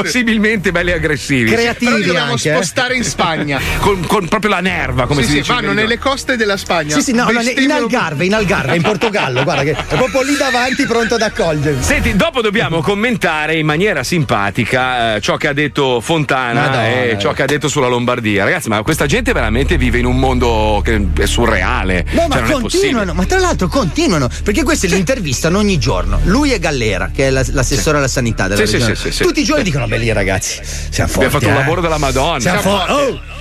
S7: possibilmente belli aggressivi.
S4: Però li dobbiamo
S5: eh.
S4: spostare in Spagna.
S7: eh. con, con proprio la nerva, come
S4: sì,
S7: si
S4: sì,
S7: dice. in
S4: vanno
S7: verità.
S4: nelle coste della Spagna.
S5: Sì, sì, no, no, in
S4: Bestemmiano-
S5: Algarve, in Algarve, in Portogallo, guarda che è proprio lì davanti pronto ad accogliervi.
S7: Senti, dopo dobbiamo commentare in maniera simpatica eh, ciò che ha detto Fontana
S5: Madonna,
S7: e
S5: eh.
S7: ciò che ha detto sulla Lombardia. Ragazzi, ma questa gente veramente vive in un mondo che è surreale.
S5: No,
S7: Cioè,
S5: ma
S7: non è possibile.
S5: continuano, ma tra l'altro continuano, perché questi li intervistano ogni giorno. Lui e Gallera, che è la- l'assessore alla sanità della
S7: Sì, sì,
S5: regione.
S7: sì, sì, sì.
S5: Tutti i giorni dicono, beh lì ragazzi, siamo forti.
S7: Abbiamo fatto un
S5: eh.
S7: lavoro della Madonna.
S5: Siamo
S7: Siamo
S5: forti. Oh!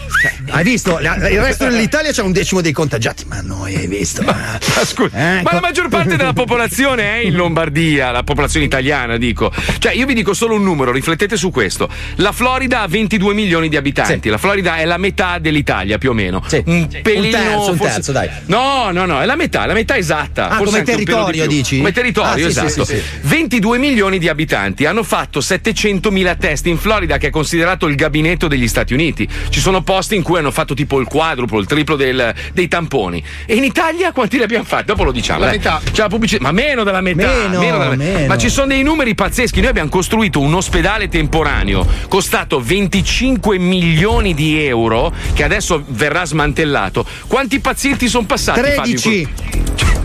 S5: Hai visto? La- Il resto dell'Italia c'è un decimo dei contagiati, ma noi hai visto. Eh? Ma,
S7: scusa, Ma la maggior parte della popolazione è in Lombardia, la popolazione italiana, dico. Cioè, io vi dico solo un numero, riflettete su questo. La Florida ha 22 milioni di abitanti. La Florida è la metà dell'Italia, più o meno. Un
S5: Un
S7: pelino.
S5: terzo, un
S7: forse-
S5: terzo, dai.
S7: No, no, no, è la metà, la metà esatta.
S5: Ah,
S7: anche
S5: come
S7: un pelo di
S5: territorio,
S7: più.
S5: dici?
S7: Come territorio,
S5: Ah, sì, sì,
S7: esatto.
S5: sì, sì.
S7: 22 milioni di abitanti hanno fatto 700 mila test in Florida, che è considerato il gabinetto degli Stati Uniti. Ci sono posti in cui hanno fatto tipo il quadruplo, il triplo del- dei tamponi. E in Italia quanti li abbiamo fatti? Dopo lo diciamo.
S4: La
S7: dai.
S4: metà.
S7: C'è la pubblicità, ma meno della metà.
S4: Meno,
S7: della-
S4: meno.
S7: Ma ci sono dei numeri pazzeschi. Noi abbiamo costruito un ospedale temporaneo costato 25 milioni di euro, che adesso verrà smantellato. Quanti pazienti sono passati? Fabio, in quel-
S5: 13.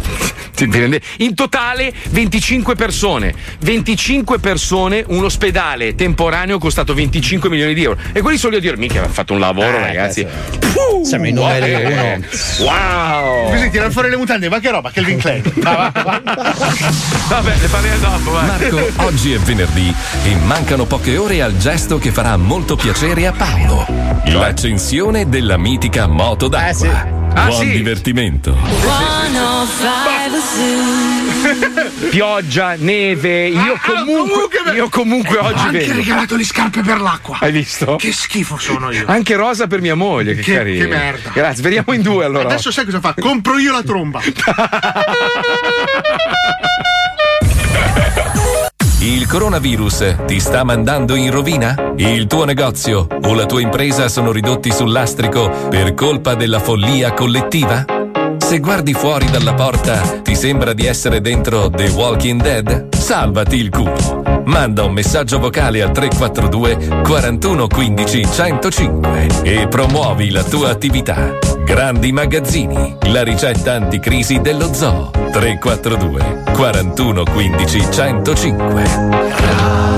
S7: ti prende- In totale 25 persone. 25 persone, un ospedale temporaneo costato 25 milioni di euro. E quelli sono lì a dire: Mica, ha fatto un
S4: Eh,
S7: lavoro, ragazzi. Eh, Siamo in
S4: numeri uno.
S7: Wow!
S4: Così tirano fuori le mutande, ma che roba, Calvin Klein.
S7: Vabbè, le parliamo dopo. vai.
S1: Marco, oggi è venerdì e mancano poche ore al gesto che farà molto piacere a Paolo.
S7: Cioè?
S1: L'accensione della mitica moto d'acqua.
S7: Ah,
S1: Buon
S7: sì.
S1: divertimento.
S7: Pioggia, neve, io comunque, io comunque
S15: Ho
S7: oggi
S15: Ah, anche
S7: vedo.
S15: regalato le scarpe per l'acqua.
S7: Hai visto?
S15: Che schifo sono io.
S7: Anche rosa per mia moglie, che,
S15: Che-
S7: carino.
S15: che merda.
S7: Grazie, vediamo in due allora.
S4: Adesso sai cosa fa? Compro io la tromba.
S1: Il coronavirus ti sta mandando in rovina? Il tuo negozio o la tua impresa sono ridotti sul lastrico per colpa della follia collettiva? Se guardi fuori dalla porta, ti sembra di essere dentro The Walking Dead? Salvati il culo! Manda un messaggio vocale al 342 41 15 105 e promuovi la tua attività. Grandi magazzini, la ricetta anticrisi dello zoo. 342 41 15 105
S2: Grandi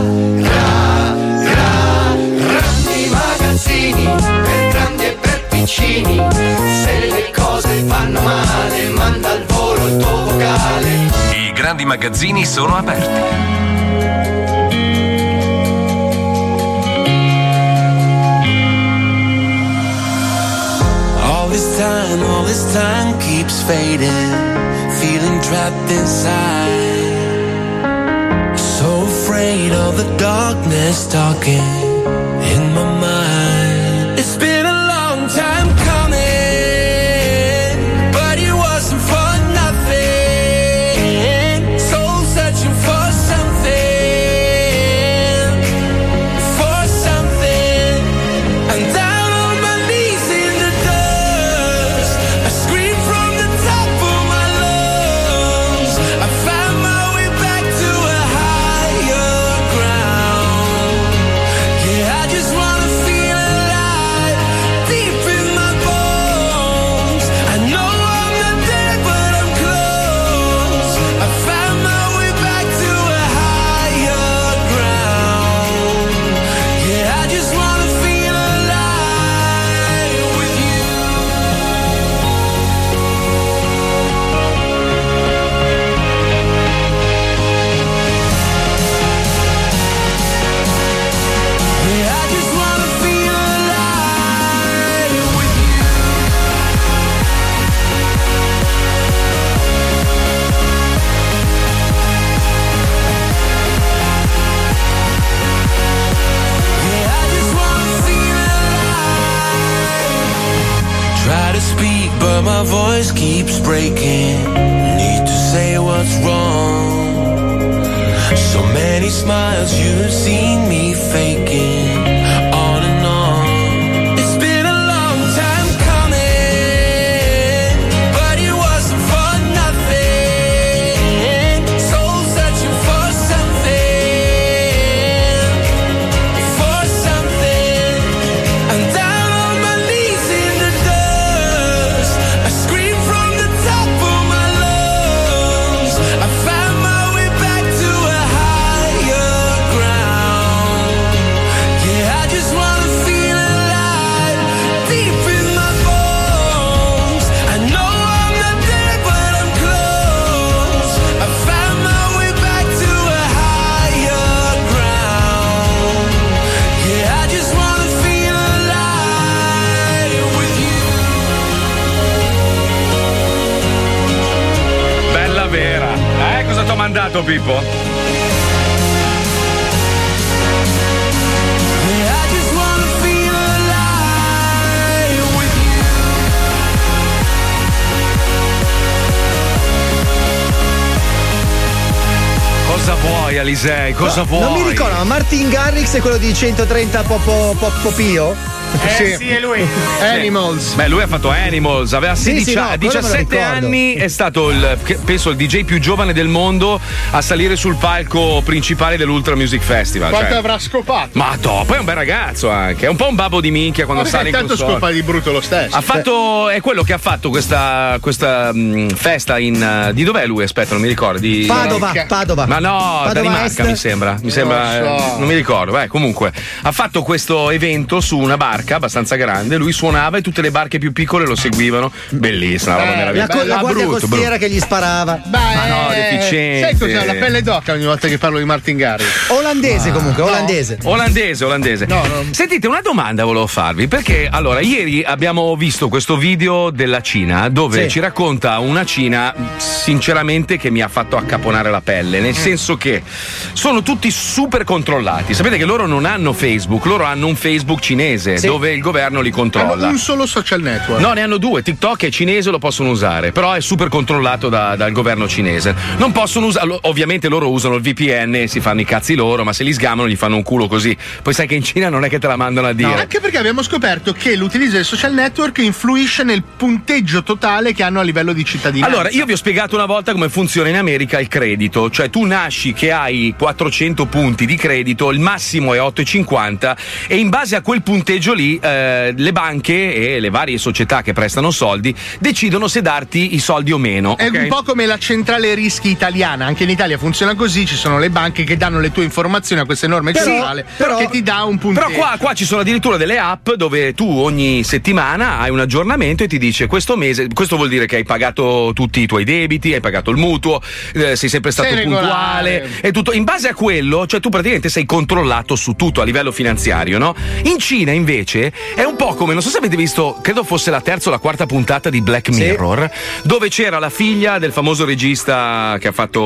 S2: magazzini, per grandi e per piccini. Se le cose fanno male, manda al volo il tuo vocale.
S1: I grandi magazzini sono aperti.
S2: All this time, all this time keeps fading. Feeling trapped inside. So afraid of the darkness talking in my mind. It's been a long time coming, but it wasn't for nothing. Soul searching for something, for something. I'm down on my knees in the dust. I scream from the top of my lungs. I find my voice keeps breaking. Need to say what's wrong. So many smiles you've seen me faking. On and on. It's been a long time coming. But it wasn't for nothing. Soul searching for something. For something. I'm down on my knees in the dust. I scream from the top of my lungs. I found my way back to a higher ground. Yeah, I just wanna feel alive deep in my bones. I know I'm not there, but I'm close. I found my way back to a higher ground. Yeah, I just wanna feel alive with you.
S16: Bella vera. Eh, cosa ti ho mandato, Pippo?
S2: Yeah, I just wanna feel alive with you.
S7: Cosa vuoi, Alisei? Cosa
S5: No,
S7: vuoi?
S5: Non mi ricordo, ma Martin Garrix è quello di 130 Popo, Pop- Popio?
S4: Eh,
S5: Eh
S7: lui.
S4: Animals.
S7: Beh, lui ha fatto Animals, aveva
S5: Sì,
S7: 16
S5: sì, no,
S7: a
S5: quello me lo
S7: 17
S5: ricordo.
S7: anni, è stato il, che- penso il DJ più giovane del mondo a salire sul palco principale dell'Ultra Music Festival.
S4: Quanto
S7: cioè.
S4: avrà scopato?
S7: Ma top, poi è un bel ragazzo anche, è un po' un babbo di minchia
S5: Eh,
S7: quando
S4: Vabbè,
S7: sale in
S4: tanto
S7: console.
S4: scopa di brutto lo stesso.
S7: Ha fatto, è quello che ha fatto questa, questa mh, festa in. eh, di dov'è lui? Aspetta, non mi ricordo. Di,
S5: Padova, Padova.
S7: Ma no,
S5: Padova
S7: Danimarca
S5: Est.
S7: mi sembra. Mi sembra. eh,
S5: lo
S7: Non,
S5: so.
S7: mi ricordo. Beh, comunque, ha fatto questo evento su una barca abbastanza grande. Lui suonava e tutte le barche più piccole lo seguivano. Bellissima, una roba
S5: Eh, La, co-
S7: meravigliosa.
S5: la
S7: Ah,
S5: guardia
S7: brutto,
S5: costiera
S7: brutto.
S5: che gli sparava.
S7: Ma no, deficiente.
S4: Sai cos'è? La pelle d'oca ogni volta che parlo di Martin Garrix. Ah.
S5: Olandese comunque, olandese.
S7: Olandese, olandese. Sentite, una domanda volevo farvi, perché allora ieri abbiamo visto questo video della Cina dove
S5: Sì.
S7: ci racconta una Cina sinceramente che mi ha fatto accaponare la pelle,
S4: Mm.
S7: nel senso che sono tutti super controllati. Sapete che loro non hanno Facebook, loro hanno un Facebook cinese
S4: Sì.
S7: dove il governo li controlla.
S4: Hanno un solo social network.
S7: No, ne hanno due. TikTok è cinese, lo possono usare, però è super controllato da- dal governo cinese. Non possono usarlo. Ovviamente loro usano il VPN, e si fanno i cazzi loro, ma se li sgamano gli fanno un culo così. Poi sai che in Cina non è che te la mandano a dire.
S4: Anche perché abbiamo scoperto che l'utilizzo dei social network influisce nel punteggio totale che hanno a livello di cittadinanza.
S7: Allora, io vi ho spiegato una volta come funziona in America il credito, cioè tu nasci che hai 400 punti di credito, il massimo è 8,50 e in base a quel punteggio lì eh, le banche e le varie società che prestano soldi decidono se darti i soldi o meno.
S4: È
S7: ok?
S4: un po' come la centrale rischi italiana, anche in Italia funziona così, ci sono le banche che danno le tue informazioni a questa enorme
S7: Però-
S4: centrale che ti dà un punteggio.
S7: Però qua, qua ci sono addirittura delle app dove tu ogni settimana hai un aggiornamento e ti dice questo mese, questo vuol dire che hai pagato tutti i tuoi debiti, hai pagato il mutuo, eh, sei sempre stato
S4: Sei regolare.
S7: puntuale e tutto. In base a quello, cioè tu praticamente sei controllato su tutto a livello finanziario, no? In Cina invece è un po' come, non so se avete visto, credo fosse la terza o la quarta puntata di Black Mirror, dove c'era la figlia del famoso regista che ha fatto,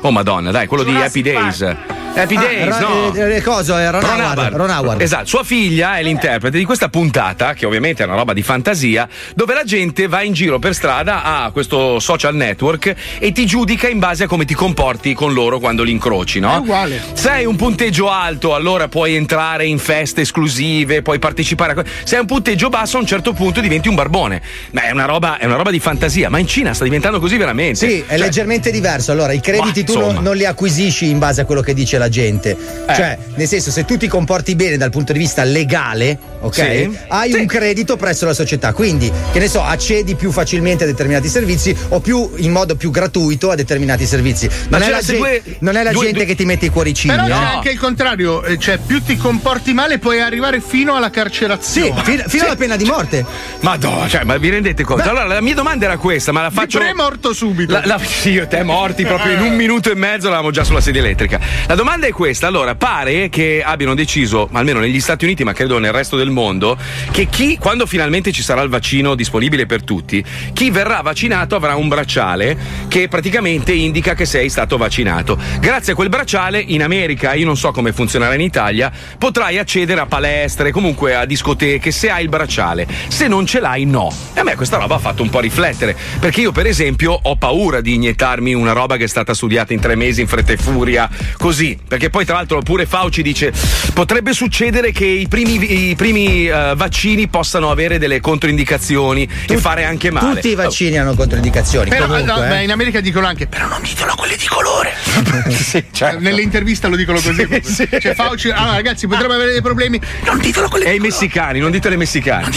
S7: oh madonna, dai, quello di Happy Days. Happy
S5: Ah,
S7: Days,
S5: Ra-
S7: no?
S5: eh, eh, cosa? eh, Ron,
S7: Ron
S5: Howard.
S7: Howard.
S5: Ron Howard. Eh.
S7: Esatto, sua figlia è l'interprete di questa puntata, che ovviamente è una roba di fantasia, dove la gente va in giro per strada a questo social network e ti giudica in base a come ti comporti con loro quando li incroci,
S5: Eh,
S7: no?
S4: È uguale.
S7: Se hai un punteggio alto, allora puoi entrare in feste esclusive, puoi partecipare a. co- Se hai un punteggio basso, a un certo punto diventi un barbone. Ma è una roba, è una roba di fantasia, ma in Cina sta diventando così veramente.
S5: Sì, è
S7: Cioè-
S5: leggermente diverso. Allora, i crediti
S7: Ma,
S5: tu non,
S7: insomma.
S5: non li acquisisci in base a quello che dice la gente. Cioè, nel senso, se tu ti comporti bene dal punto di vista legale, ok?
S2: Sì.
S5: Hai un credito presso la società. Quindi, che ne so, accedi più facilmente a determinati servizi o più in modo più gratuito a determinati servizi.
S4: Ma
S5: Non è
S4: c'era
S5: la,
S4: se
S5: gen-
S4: due-
S5: non è la
S4: due-
S5: gente
S4: due-
S5: che ti mette i cuoricini.
S4: Però
S5: eh.
S4: c'è anche il contrario, eh, cioè più ti comporti male puoi arrivare fino alla carcerazione.
S5: Sì, fino- fino alla pena di morte.
S7: Madonna, cioè, ma vi rendete conto?
S4: Beh.
S7: allora, la mia domanda era questa, ma la faccio.
S4: pre-morto subito. Eh.
S7: La, la- sì, io e te morti proprio in un minuto e mezzo eravamo già sulla sedia elettrica. La domanda domanda è questa. Allora, pare che abbiano deciso, almeno negli Stati Uniti, ma credo nel resto del mondo, che chi, quando finalmente ci sarà il vaccino disponibile per tutti, chi verrà vaccinato avrà un bracciale che praticamente indica che sei stato vaccinato. Grazie a quel bracciale, in America, io non so come funzionerà in Italia, potrai accedere a palestre, comunque a discoteche, se hai il bracciale. Se non ce l'hai, no. E a me questa roba ha fatto un po' riflettere, perché io per esempio ho paura di iniettarmi una roba che è stata studiata in tre mesi in fretta e furia, così, perché poi tra l'altro pure Fauci dice potrebbe succedere che i primi, i primi, eh, vaccini possano avere delle controindicazioni e fare anche male.
S5: Tutti i vaccini hanno controindicazioni.
S4: Però
S5: comunque,
S4: no,
S5: eh. Esatto.
S4: beh, in America dicono anche, però non ditelo a quelli di colore. Nell'intervista lo dicono così. proprio. Cioè, Fauci, allora ragazzi, potremmo avere dei problemi. Non ditelo a quelli
S7: E ai messicani, non ditelo ai messicani.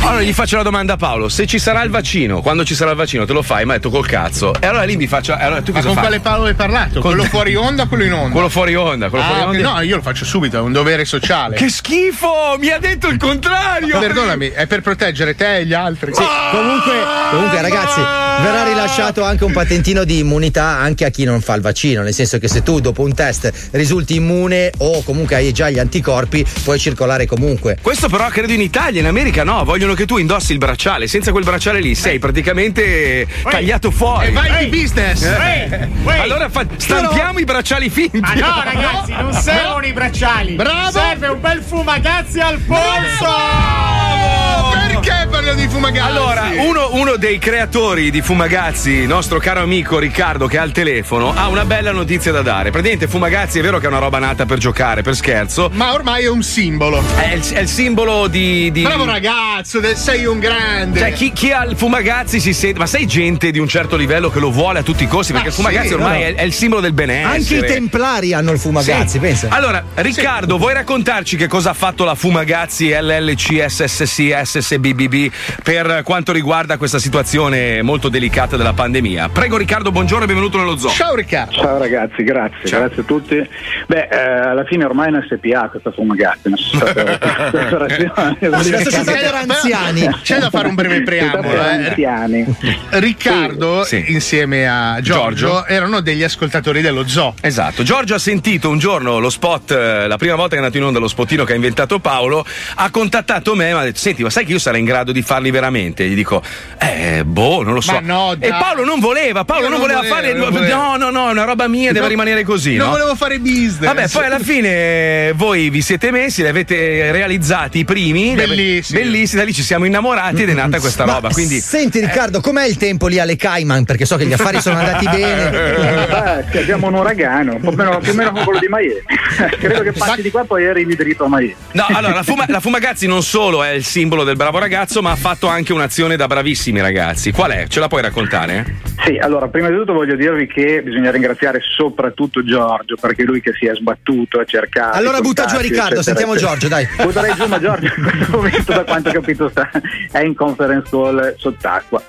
S7: Allora gli faccio la domanda a Paolo: se ci sarà il vaccino, quando ci sarà il vaccino, te lo fai? Mi ha detto col cazzo. E allora lì mi faccio. e Allora, tu
S4: Ma
S7: cosa
S4: con
S7: fai?
S4: quale Paolo hai parlato?
S7: Con-
S4: Quello fuori onda o quello in onda?
S7: Quello fuori onda, quello
S4: Ah,
S7: fuori onda.
S4: ok, No, io lo faccio subito, è un dovere sociale.
S7: Che schifo! Mi ha detto il contrario!
S4: Perdonami, è per proteggere te e gli altri.
S5: Sì, comunque, comunque, ragazzi, verrà rilasciato anche un patentino di immunità anche a chi non fa il vaccino. Nel senso che se tu dopo un test risulti immune o comunque hai già gli anticorpi, puoi circolare comunque.
S7: Questo però credo in Italia, in America no, vogliono che tu indossi il bracciale, senza quel bracciale lì sei praticamente tagliato fuori.
S4: E vai di business.
S7: Eh.
S15: Ehi.
S7: Allora fa- stampiamo i bracciali finti.
S15: Ma no, ragazzi, non servono i bracciali.
S4: Bravo.
S15: Serve un bel fumagazzi al polso.
S4: Perché parlo di fumagazzi?
S7: Allora, uno, uno dei creatori di Fumagazzi, nostro caro amico Riccardo che ha il telefono, ha una bella notizia da dare. Praticamente Fumagazzi è vero che è una roba nata per giocare, per scherzo.
S4: Ma ormai è un simbolo.
S7: È il, è il simbolo di, di-
S4: Bravo ragazzo, de- sei un grande.
S7: Cioè, chi, chi ha il Fumagazzi si sente. Ma sei gente di un certo livello che lo vuole a tutti i costi? Perché
S5: Ma
S7: il Fumagazzi
S5: sì,
S7: ormai
S5: no, no.
S7: è, è il simbolo del benessere.
S5: Anche i templari hanno il fumagazzi,
S7: Eh, Sì.
S5: pensa.
S7: Allora, Riccardo, vuoi raccontarci che cosa ha fatto la Fumagazzi LLC SSC SSBBB per quanto riguarda questa situazione molto delicata della pandemia? Prego Riccardo, buongiorno e benvenuto nello zoo.
S4: Ciao Riccardo.
S17: Ciao ragazzi, grazie, grazie a tutti. Beh, eh, alla fine ormai è una SPA questa fumagazzi, una società
S4: Una società per anziani. C'è da fare un breve preambolo,
S17: Per
S4: eh.
S17: anziani.
S4: Riccardo, insieme a Giorgio,
S7: Giorgio.
S4: erano degli ascoltatori dello zoo.
S7: Esatto, Giorgio ha sentito un giorno lo spot, eh, la prima volta che è andato in onda lo spottino che ha inventato Paolo, ha contattato me e mi ha detto, senti, ma sai che io sarei in grado di farli veramente? Gli dico, eh, boh, non lo so.
S4: Ma no, dai.
S7: e Paolo non voleva, Paolo
S4: Io
S7: non,
S4: non
S7: voleva,
S4: volevo,
S7: fare,
S4: non volevo.
S7: no, no, no, è una roba mia, deve
S4: No,
S7: rimanere così.
S4: Non
S7: no?
S4: volevo fare business.
S7: Vabbè, poi alla fine eh, voi vi siete messi, li avete realizzati i primi, li ave-
S5: Bellissimi.
S7: bellissimi, da lì ci siamo innamorati ed è nata questa
S5: Ma
S7: roba. Quindi, Eh.
S5: Senti Riccardo, com'è il tempo lì alle Cayman? Perché so che gli affari sono andati bene.
S17: Beh, Eh, abbiamo un uragano, un po' meno- più o meno come quello di Miami. Credo che passi di qua poi arrivi dritto a Miami.
S7: No, allora, la, Fuma- la Fumagazzi non solo è il simbolo del bravo ragazzo, ma ha fatto anche un'azione da bravissimi ragazzi. Qual è? Ce la puoi raccontare?
S17: Sì, allora prima di tutto voglio dirvi che bisogna ringraziare soprattutto Giorgio perché è lui che si è sbattuto, ha cercato.
S5: Allora
S17: i
S5: butta
S17: contatti,
S5: giù a Riccardo,
S17: eccetera,
S5: sentiamo
S17: eccetera.
S5: Giorgio, dai.
S17: Butterei giù, ma Giorgio in questo momento, da quanto ho capito, sta, è in conference call sott'acqua.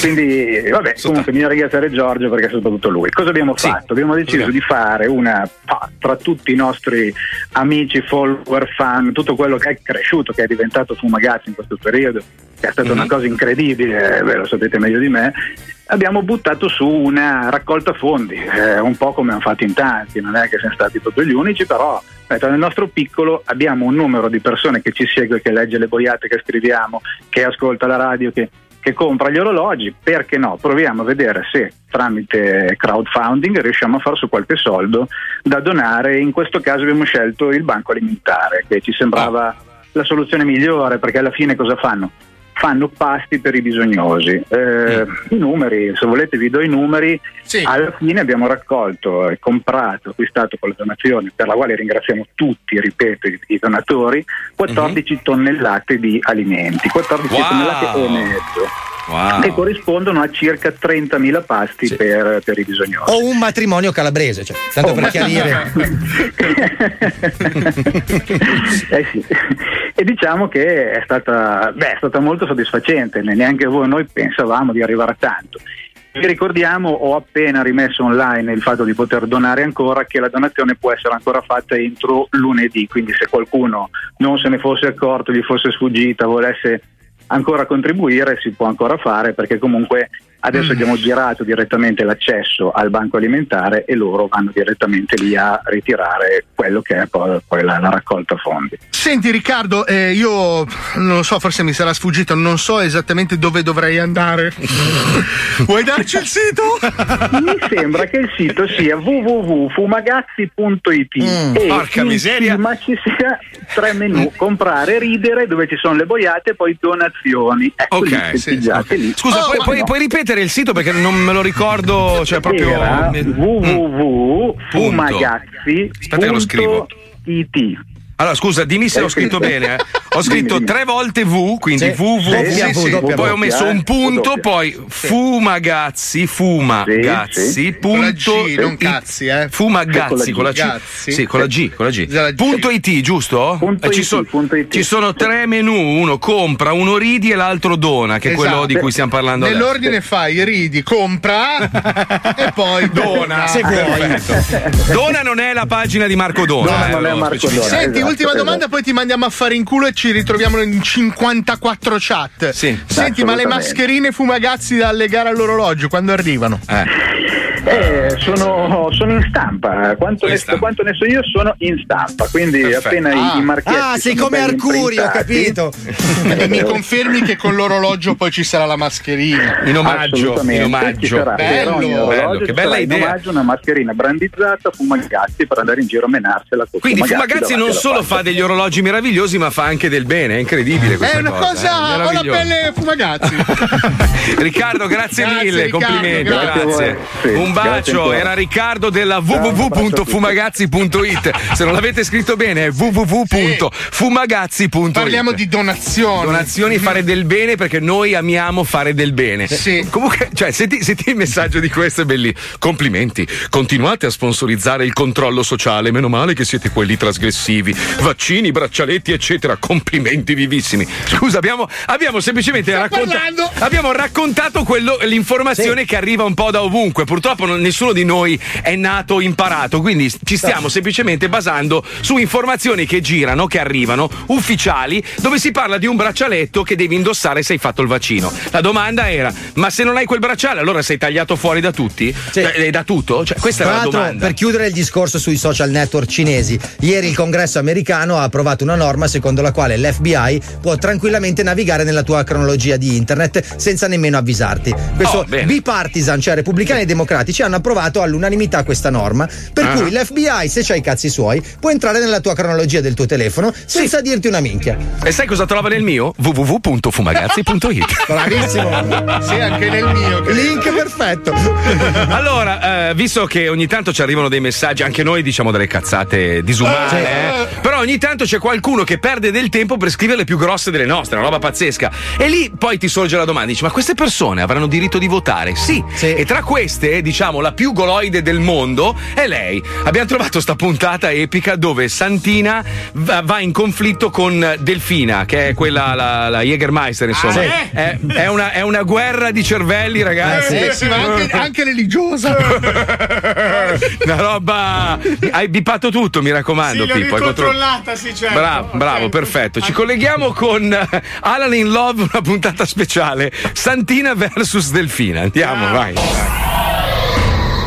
S17: Quindi, vabbè, comunque bisogna ringraziare Giorgio perché è soprattutto lui. Cosa abbiamo fatto? Abbiamo deciso di fare una fa- tra tutti i nostri amici, follower, fan, tutto quello che è cresciuto, che è diventato Fumagazzi in questo periodo, che è stata una cosa incredibile, eh, ve lo sapete meglio di me. Abbiamo buttato su una raccolta fondi, eh, un po' come hanno fatto in tanti, non è che siamo stati proprio gli unici, però aspetta, nel nostro piccolo abbiamo un numero di persone che ci segue, che legge le boiate che scriviamo, che ascolta la radio, che, che compra gli orologi, perché no? Proviamo a vedere se tramite crowdfunding riusciamo a far su qualche soldo da donare. In questo caso abbiamo scelto il banco alimentare, che ci sembrava la soluzione migliore, perché alla fine cosa fanno? Fanno pasti per i bisognosi. Eh, I numeri, se volete vi do i numeri, alla fine abbiamo raccolto, eh, comprato, acquistato con la donazione, per la quale ringraziamo tutti, ripeto, i, i donatori, 14 tonnellate di alimenti, 14
S7: Wow.
S17: tonnellate e mezzo, che
S7: Wow.
S17: corrispondono a circa 30.000 pasti per, per i bisognosi.
S5: O un matrimonio calabrese, cioè, tanto
S17: Oh,
S5: per
S17: ma-
S5: chiarire.
S17: Eh sì. E diciamo che è stata, beh, è stata molto soddisfacente, ne- neanche voi noi pensavamo di arrivare a tanto. Vi ricordiamo, ho appena rimesso online il fatto di poter donare ancora, che la donazione può essere ancora fatta entro lunedì, quindi se qualcuno non se ne fosse accorto, gli fosse sfuggita, volesse ancora contribuire, si può ancora fare perché comunque Adesso abbiamo girato direttamente l'accesso al banco alimentare e loro vanno direttamente lì a ritirare quello che è poi, poi la, la raccolta fondi.
S4: Senti Riccardo, eh, io non lo so, forse mi sarà sfuggito, non so esattamente dove dovrei andare. Vuoi darci il sito?
S17: Mi sembra che il sito sia www.fumagazzi.it
S4: Mm,
S17: e
S4: porca
S17: in
S4: miseria. Mm.
S17: cima ci sia tre menu, comprare, ridere, dove ci sono le boiate e poi donazioni. Ecco
S7: Ok,
S17: lì,
S7: sì, sì,
S17: schiacciate lì.
S7: Scusa,
S17: Oh,
S7: puoi,
S17: ma
S7: puoi-
S17: no.
S7: puoi ripetere il sito perché non me lo ricordo, cioè proprio
S17: Era
S7: www.fumagazzi. Aspetta che lo scrivo. Allora, scusa, dimmi se
S17: Hai
S7: ho scritto
S17: scritto?
S7: bene. eh. Ho scritto
S17: Dimmi, dimmi.
S7: tre volte V, quindi
S17: Sì,
S7: www.
S17: sì, sì, doppia
S7: Poi ho
S17: V,
S7: messo
S17: eh,
S7: un punto,
S17: doppia.
S7: poi fumagazzi, fumagazzi, punto.
S4: Con la G, non
S7: it.
S4: cazzi, eh.
S7: Fumagazzi con la C.
S4: Gazzi.
S7: Sì, con la G, con la G. Punto IT, giusto? Eh, ci,
S4: IT,
S7: sono-
S4: punto IT.
S7: ci sono tre menu, uno compra, uno ridi e l'altro dona, che è quello
S4: Esatto.
S7: di cui stiamo parlando adesso.
S4: Nell'ordine fai ridi, compra e poi dona.
S7: Se vuoi. Ah, Dona non è la pagina di Marco Dona. eh, lo specifico.
S4: Senti, ultima domanda, poi ti mandiamo a fare in culo e ci ritroviamo in 54 chat. Senti, ma le
S17: Assolutamente.
S4: mascherine fumagazzi da allegare all'orologio quando arrivano?
S17: Eh, sono, sono in stampa. Quanto, ne, quanto ne so io sono in stampa. Quindi
S4: Perfetto.
S17: appena
S4: Ah.
S17: i, i marchetti.
S4: Ah, sei
S17: sono
S4: come
S17: ben Eh,
S4: Arcuri, ho
S17: imprintati-
S4: E mi confermi che con l'orologio poi ci sarà la mascherina.
S17: In omaggio, Assolutamente, in omaggio. ci sarà. Però in
S4: Bello,
S17: orologio ci sarà in omaggio una mascherina brandizzata Fumagazzi per andare in giro a menarsela con
S7: Quindi Fumagazzi non solo fa degli orologi meravigliosi, ma fa anche del bene, è incredibile questa
S4: È una
S7: eh,
S4: cosa, ho la
S7: meravigliosa.
S4: pelle fumagazzi.
S7: Riccardo, grazie,
S4: Grazie,
S7: mille,
S4: Riccardo,
S7: complimenti,
S4: grazie.
S7: grazie.
S4: Grazie a voi. Sì,
S7: Un
S4: grazie
S7: bacio,
S4: ancora.
S7: era Riccardo della
S4: Ciao, un abbraccio a tutti.
S7: www.fumagazzi.it. Se non l'avete scritto bene è www.fumagazzi.it.
S4: Parliamo di donazioni.
S7: Donazioni, fare del bene perché noi amiamo fare del bene.
S4: Sì.
S7: Comunque, cioè, senti, senti il messaggio di questo è bellissimo. Complimenti, continuate a sponsorizzare il controllo sociale. Meno male che siete quelli trasgressivi. Vaccini, braccialetti, eccetera. Complimenti vivissimi. Scusa, abbiamo, abbiamo semplicemente racconta-
S4: parlando-
S7: abbiamo raccontato quello- l'informazione che arriva un po' da ovunque. Purtroppo non- nessuno di noi è nato imparato, quindi ci stiamo semplicemente basando su informazioni che girano, che arrivano, ufficiali, dove si parla di un braccialetto che devi indossare se hai fatto il vaccino. La domanda era: ma se non hai quel bracciale, allora sei tagliato fuori da tutti? Eh, Da tutto? Cioè, questa
S5: Tra
S7: era la
S5: l'altro,
S7: domanda.
S5: per chiudere il discorso sui social network cinesi, ieri il congresso americano ha approvato una norma secondo la quale l'FBI può tranquillamente navigare nella tua cronologia di internet senza nemmeno avvisarti. Questo
S18: Oh, bene.
S5: bipartisan, cioè repubblicani e democratici, hanno approvato all'unanimità questa norma, per
S18: Ah.
S5: cui l'FBI, se c'hai i cazzi suoi, può entrare nella tua cronologia del tuo telefono senza dirti una minchia.
S7: E sai cosa trova nel mio? www.fumagazzi.it
S5: Bravissimo.
S4: sì, anche nel mio. Ah,
S5: Link perfetto.
S7: Allora, eh, visto che ogni tanto ci arrivano dei messaggi, anche noi diciamo delle cazzate disumane, eh, però ogni tanto c'è qualcuno che perde del tempo per scrivere le più grosse delle nostre, una roba pazzesca. E lì poi ti sorge la domanda, dici, ma queste persone avranno diritto di votare? Sì. E tra queste, diciamo, la più goloide del mondo è lei. Abbiamo trovato sta puntata epica dove Santina va va in conflitto con Delfina, che è quella, la, la Jägermeister, insomma.
S4: Ah,
S7: è, è una, è una guerra di cervelli, ragazzi.
S4: Eh, sì, ma anche, anche religiosa.
S7: Una roba. Hai bippato tutto, mi raccomando,
S15: Sì, l'ho
S7: Pippo. hai contro-
S15: ricontrollata, sì, certo.
S7: Bravo, bravo, perfetto. Ci colleghiamo con eh, Alan in Love, una puntata speciale. Santina versus Delfina. Andiamo, vai. Eh,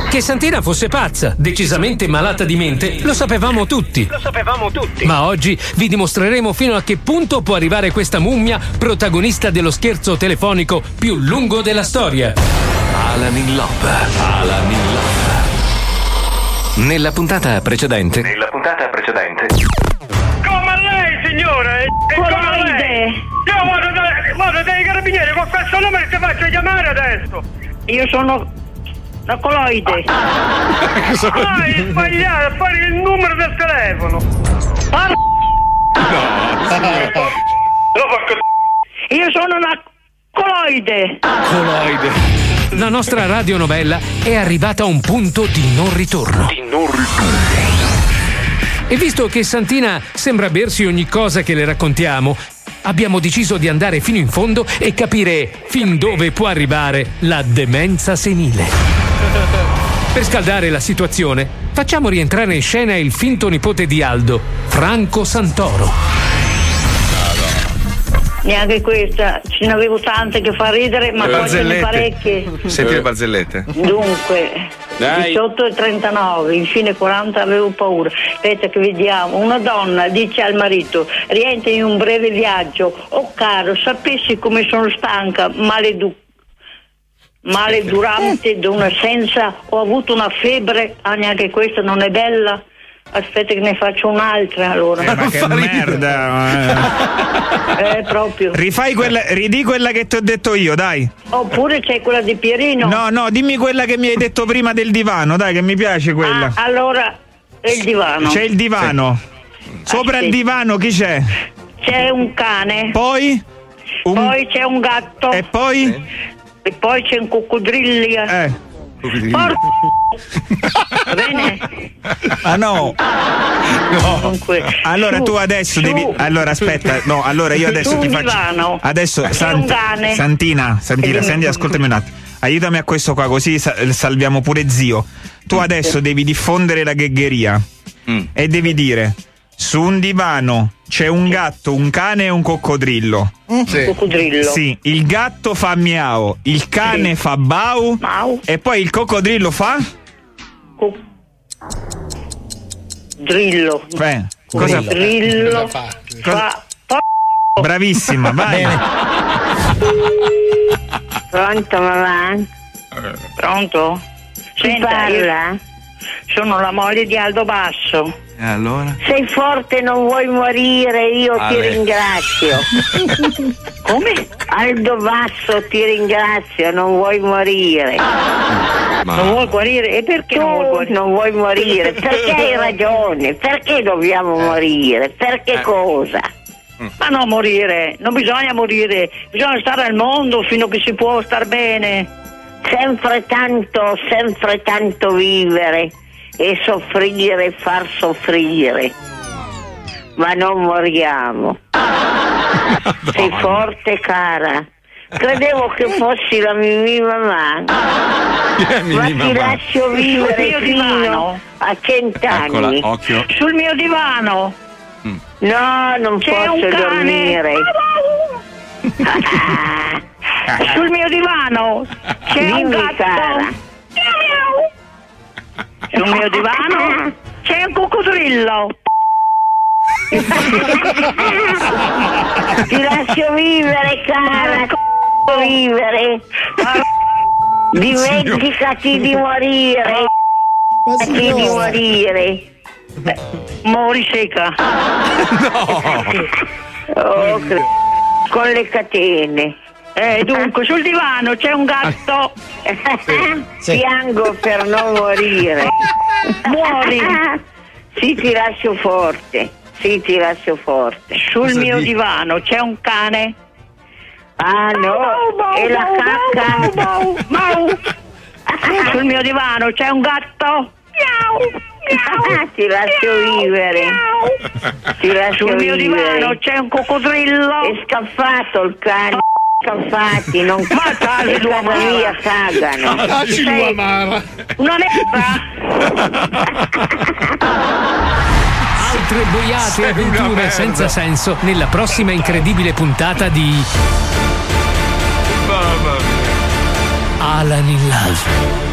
S19: Che Santina fosse pazza, decisamente malata di mente, lo sapevamo tutti.
S20: Lo sapevamo tutti.
S19: Ma oggi vi dimostreremo fino a che punto può arrivare questa mummia, protagonista dello scherzo telefonico più lungo della storia.
S1: Alan in Love. Alan in Love. Nella puntata precedente. Nella puntata precedente.
S20: Come lei, signore? E come lei? Io vado, da, vado dai carabinieri con questo numero e ti faccio chiamare adesso. Io sono... La coloide. Hai Ah, sbagliato, fare Ah, il numero del telefono. Ah, Parla. Io sono una coloide.
S19: Coloide. La nostra radionovella è arrivata a un punto di non ritorno. Di non ritorno. E visto che Santina sembra bersi ogni cosa che le raccontiamo, abbiamo deciso di andare fino in fondo e capire fin dove può arrivare la demenza senile. Per scaldare la situazione, facciamo rientrare in scena il finto nipote di Aldo, Franco Santoro.
S11: neanche questa. Ce ne avevo tante che fa ridere, ma poi ce ne parecchie.
S7: Senti le barzellette.
S11: Dunque,
S7: Dai.
S11: 18 e 39, infine 40 avevo paura. Aspetta che vediamo. Una donna dice al marito, rientri in un breve viaggio. Oh caro, sapessi come sono stanca, maledu- male
S20: Eh.
S11: durante d'un'assenza, ho avuto una febbre, ah neanche questa non è bella. Aspetta che ne faccio un'altra allora.
S20: Eh, ma che merda!
S11: Eh, proprio.
S20: Rifai quella, ridi quella che ti ho detto io, dai.
S11: Oppure c'è quella di Pierino.
S20: No, no, dimmi quella che mi hai detto prima del divano, dai, che mi piace quella.
S11: Ah, Allora, è il divano. Ah,
S20: C'è il divano. Sopra il divano chi c'è?
S11: C'è un cane.
S20: Poi?
S11: Poi c'è un gatto. E
S20: poi?
S11: E poi c'è un coccodrillo.
S20: Eh.
S11: Va bene?
S20: Ah no. Allora
S11: su,
S20: tu adesso
S11: su.
S20: devi Allora aspetta, no, allora io adesso
S11: Su
S20: ti
S11: un
S20: faccio
S11: divano.
S20: Adesso
S11: C'è
S20: Sant-
S11: un cane.
S20: Santina, Santina,
S11: Dimmi.
S20: senti, ascoltami un attimo. Aiutami a questo qua così sa- salviamo pure zio. Tu adesso devi diffondere la ghegheria e devi dire su un divano c'è un gatto, un cane e un coccodrillo.
S11: Sì. Un Mm. coccodrillo.
S20: Sì, il gatto fa miau, il cane fa bau e poi il coccodrillo fa
S11: Drillo.
S20: Beh, cosa fa?
S11: Drillo. Fa-
S20: Bravissima, vai.
S11: Pronto, mamma? Pronto? Senta,
S2: parla?
S11: io sono la moglie di Aldo Basso.
S20: E Eh, allora?
S2: Sei forte, non vuoi morire, io
S11: Ah,
S2: ti
S11: beh.
S2: ringrazio. Come? Aldo Basso, ti ringrazio, non vuoi morire.
S11: Non vuoi guarire? E perché non vuoi guarire?
S2: Non vuoi morire, perché hai ragione, perché dobbiamo morire, perché cosa?
S11: Ma no, morire, non bisogna morire, bisogna stare al mondo fino a che si può star bene.
S2: Sempre tanto, sempre tanto vivere e soffrire, far soffrire. Ma non moriamo. Sei forte, cara. Credevo
S11: Eh.
S2: che fossi la mia mamma. Ma ti lascio vivere
S11: Sul mio
S2: fino
S11: divano.
S2: a
S11: Eccola,
S2: cent'anni.
S11: occhio. Mm. Sul mio divano.
S2: No, non
S11: C'è
S2: posso
S11: un cane.
S2: dormire.
S11: Sul mio divano c'è un
S2: Dimmi,
S11: gatto.
S2: cara.
S11: Sul mio divano c'è un coccodrillo.
S2: Ti lascio vivere, cara. c***o Vivere. Dimenticati di morire. Dimenticati di
S11: signora.
S2: morire.
S11: Mori seca.
S2: Oh, cre- con le catene.
S11: Eh, dunque, sul divano c'è un gatto.
S2: Piango per non morire. Muori. Sì, ti lascio forte. Sì, ti lascio forte.
S11: Sul mio divano c'è un cane.
S2: Ah no, e la cacca.
S11: Sul mio divano c'è un gatto.
S2: ti lascio vivere. Ti lascio
S11: Sul mio
S2: vivere.
S11: divano c'è un coccodrillo.
S2: È scaffato il cane. Scaffati, non
S11: Ma tagli
S2: Vanno
S11: l'uomo
S2: via, cagano.
S11: Tagli
S2: Sei-
S11: l'uomo. Una merda.
S19: Altre boiate e avventure senza senso nella prossima incredibile puntata di Alan in Live.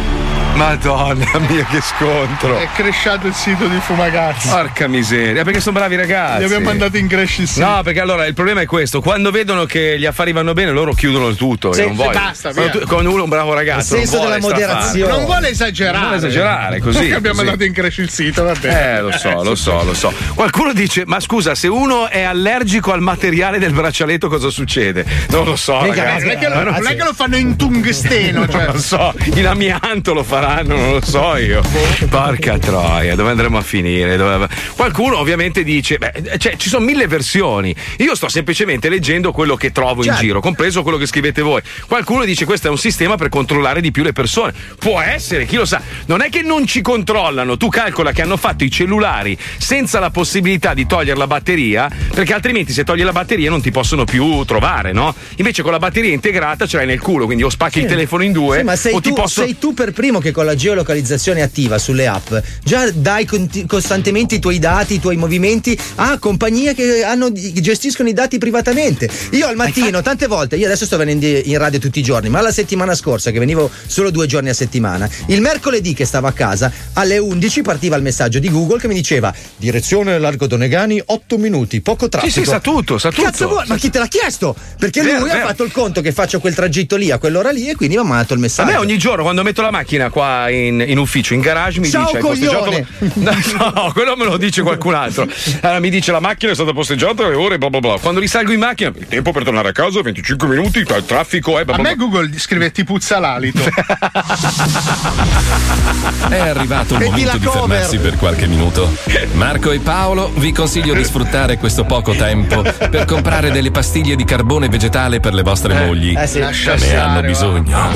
S7: Madonna mia, che scontro!
S4: È cresciato il sito di Fumagazzi.
S7: Porca miseria, perché sono bravi ragazzi.
S4: Li abbiamo mandati in crescita.
S7: No, perché allora il problema è questo: quando vedono che gli affari vanno bene, loro chiudono il tutto.
S4: Sì,
S7: e non
S4: sì,
S7: vogliono.
S4: basta,
S7: Quando
S4: via.
S7: tu- quando uno è un bravo ragazzo, non vuole sta affare.
S4: Non vuole esagerare.
S7: Non vuole esagerare, così,
S4: Perché abbiamo
S7: così.
S4: mandato in crescita il sito, va bene.
S7: Eh, lo so, lo so, lo so. Qualcuno dice: Ma scusa, se uno è allergico al materiale del braccialetto, cosa succede? Non lo so.
S4: Mica,
S7: ragazzi.
S4: non, è che lo,
S7: Ma non-
S4: non è che lo fanno in tungsteno, cioè.
S7: non lo so, in amianto lo faranno, non lo so io. Porca troia, dove andremo a finire? Dove- Qualcuno ovviamente dice: beh, cioè, ci sono mille versioni. Io sto semplicemente leggendo quello che trovo
S21: Certo.
S7: in giro, compreso quello che scrivete voi. Qualcuno dice: questo è un sistema per controllare di più le persone. Può essere, chi lo sa. Non è che non ci controllano, tu calcola che hanno fatto i cellulari senza la possibilità di togliere la batteria, perché altrimenti se togli la batteria non ti possono più trovare, no? Invece con la batteria integrata ce l'hai nel culo, quindi o spacchi il telefono in due
S5: Sì, ma sei
S7: o ti
S5: tu,
S7: posso
S5: sei tu per primo che con la geolocalizzazione attiva sulle app già dai conti- costantemente i tuoi dati, i tuoi movimenti a compagnie che hanno- che gestiscono i dati privatamente. Io al mattino, tante volte, io adesso sto venendo in radio tutti i giorni, ma la settimana scorsa che venivo solo due giorni a settimana, il mercoledì che stavo a casa, alle 11 partiva il messaggio di Google che mi diceva direzione Largo Donegani, 8 minuti, poco traffico.
S7: sì, sa tutto, sa tutto.
S5: Cazzo vuoi? Ma chi te l'ha chiesto? Perché
S7: Vero,
S5: lui
S7: vero.
S5: ha fatto il conto che faccio quel tragitto lì a quell'ora lì e quindi mi ha mandato il
S7: A
S5: messaggio.
S7: me ogni giorno quando metto la macchina qua in, in ufficio, in garage, mi
S5: Ciao,
S7: dice: "Hai posteggiato
S5: coglione!"
S7: No, no, quello me lo dice qualcun altro. Allora, mi dice: La macchina è stata posteggiata alle ore, bla bla bla. Quando risalgo in macchina, il tempo per tornare a casa: 25 minuti, il traffico è. Bla,
S4: A
S7: bla,
S4: me
S7: bla."
S4: Google scrive ti puzza l'alito.
S1: È arrivato il
S4: Metti
S1: momento
S4: la
S1: di
S4: cover.
S1: fermarsi per qualche minuto. Marco e Paolo vi consiglio di sfruttare questo poco tempo per comprare delle pastiglie di carbone vegetale per le vostre mogli.
S7: eh sì. Lascia
S1: Ne
S7: stare,
S1: hanno
S7: va.
S1: bisogno.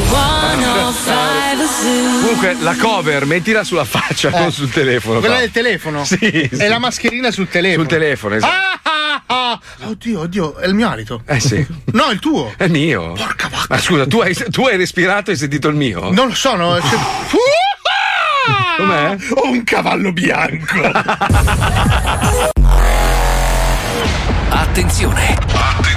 S7: Comunque, la cover, mettila sulla faccia, non sul telefono.
S4: Eh. Quella
S7: no.
S4: del telefono?
S7: Sì,
S4: È
S7: sì.
S4: la mascherina sul telefono.
S7: Sul telefono, esatto.
S4: Ah, ah, ah. Oddio, oddio, è il mio alito.
S7: Eh sì.
S4: No, il tuo.
S7: È mio. Porca vacca. Ma scusa, tu hai, tu hai respirato e hai sentito il mio?
S4: Non lo so, no. se- Ah!
S7: Com'è?
S4: Ho un cavallo bianco.
S1: Attenzione! Attenzione!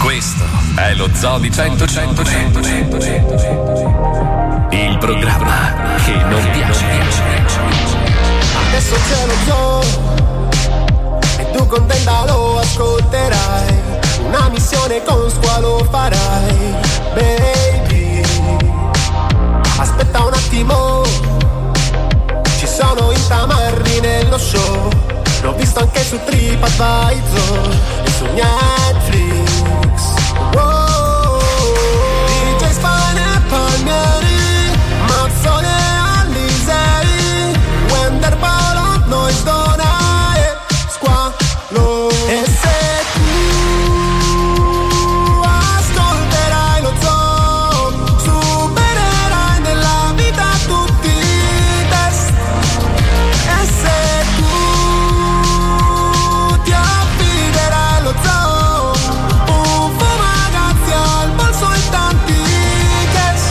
S1: Questo è lo Zoo di 100 100 100 100 Il programma che non piace.
S2: Adesso c'è lo zoo e tu contenta lo ascolterai. Una missione con squalo farai, baby. Aspetta un attimo, ci sono i tamarri nello show. L'ho visto anche su TripAdvisor e su Netflix. Wow. DJ Spine e Palmieri, Mazzone e Alisei, Wender Paolo, noi Dona e Squalo. E se tu ascolterai lo zoo, supererai nella vita tutti i test. E se tu ti affiderai allo zoo, un ragazzi al polso in tanti cash.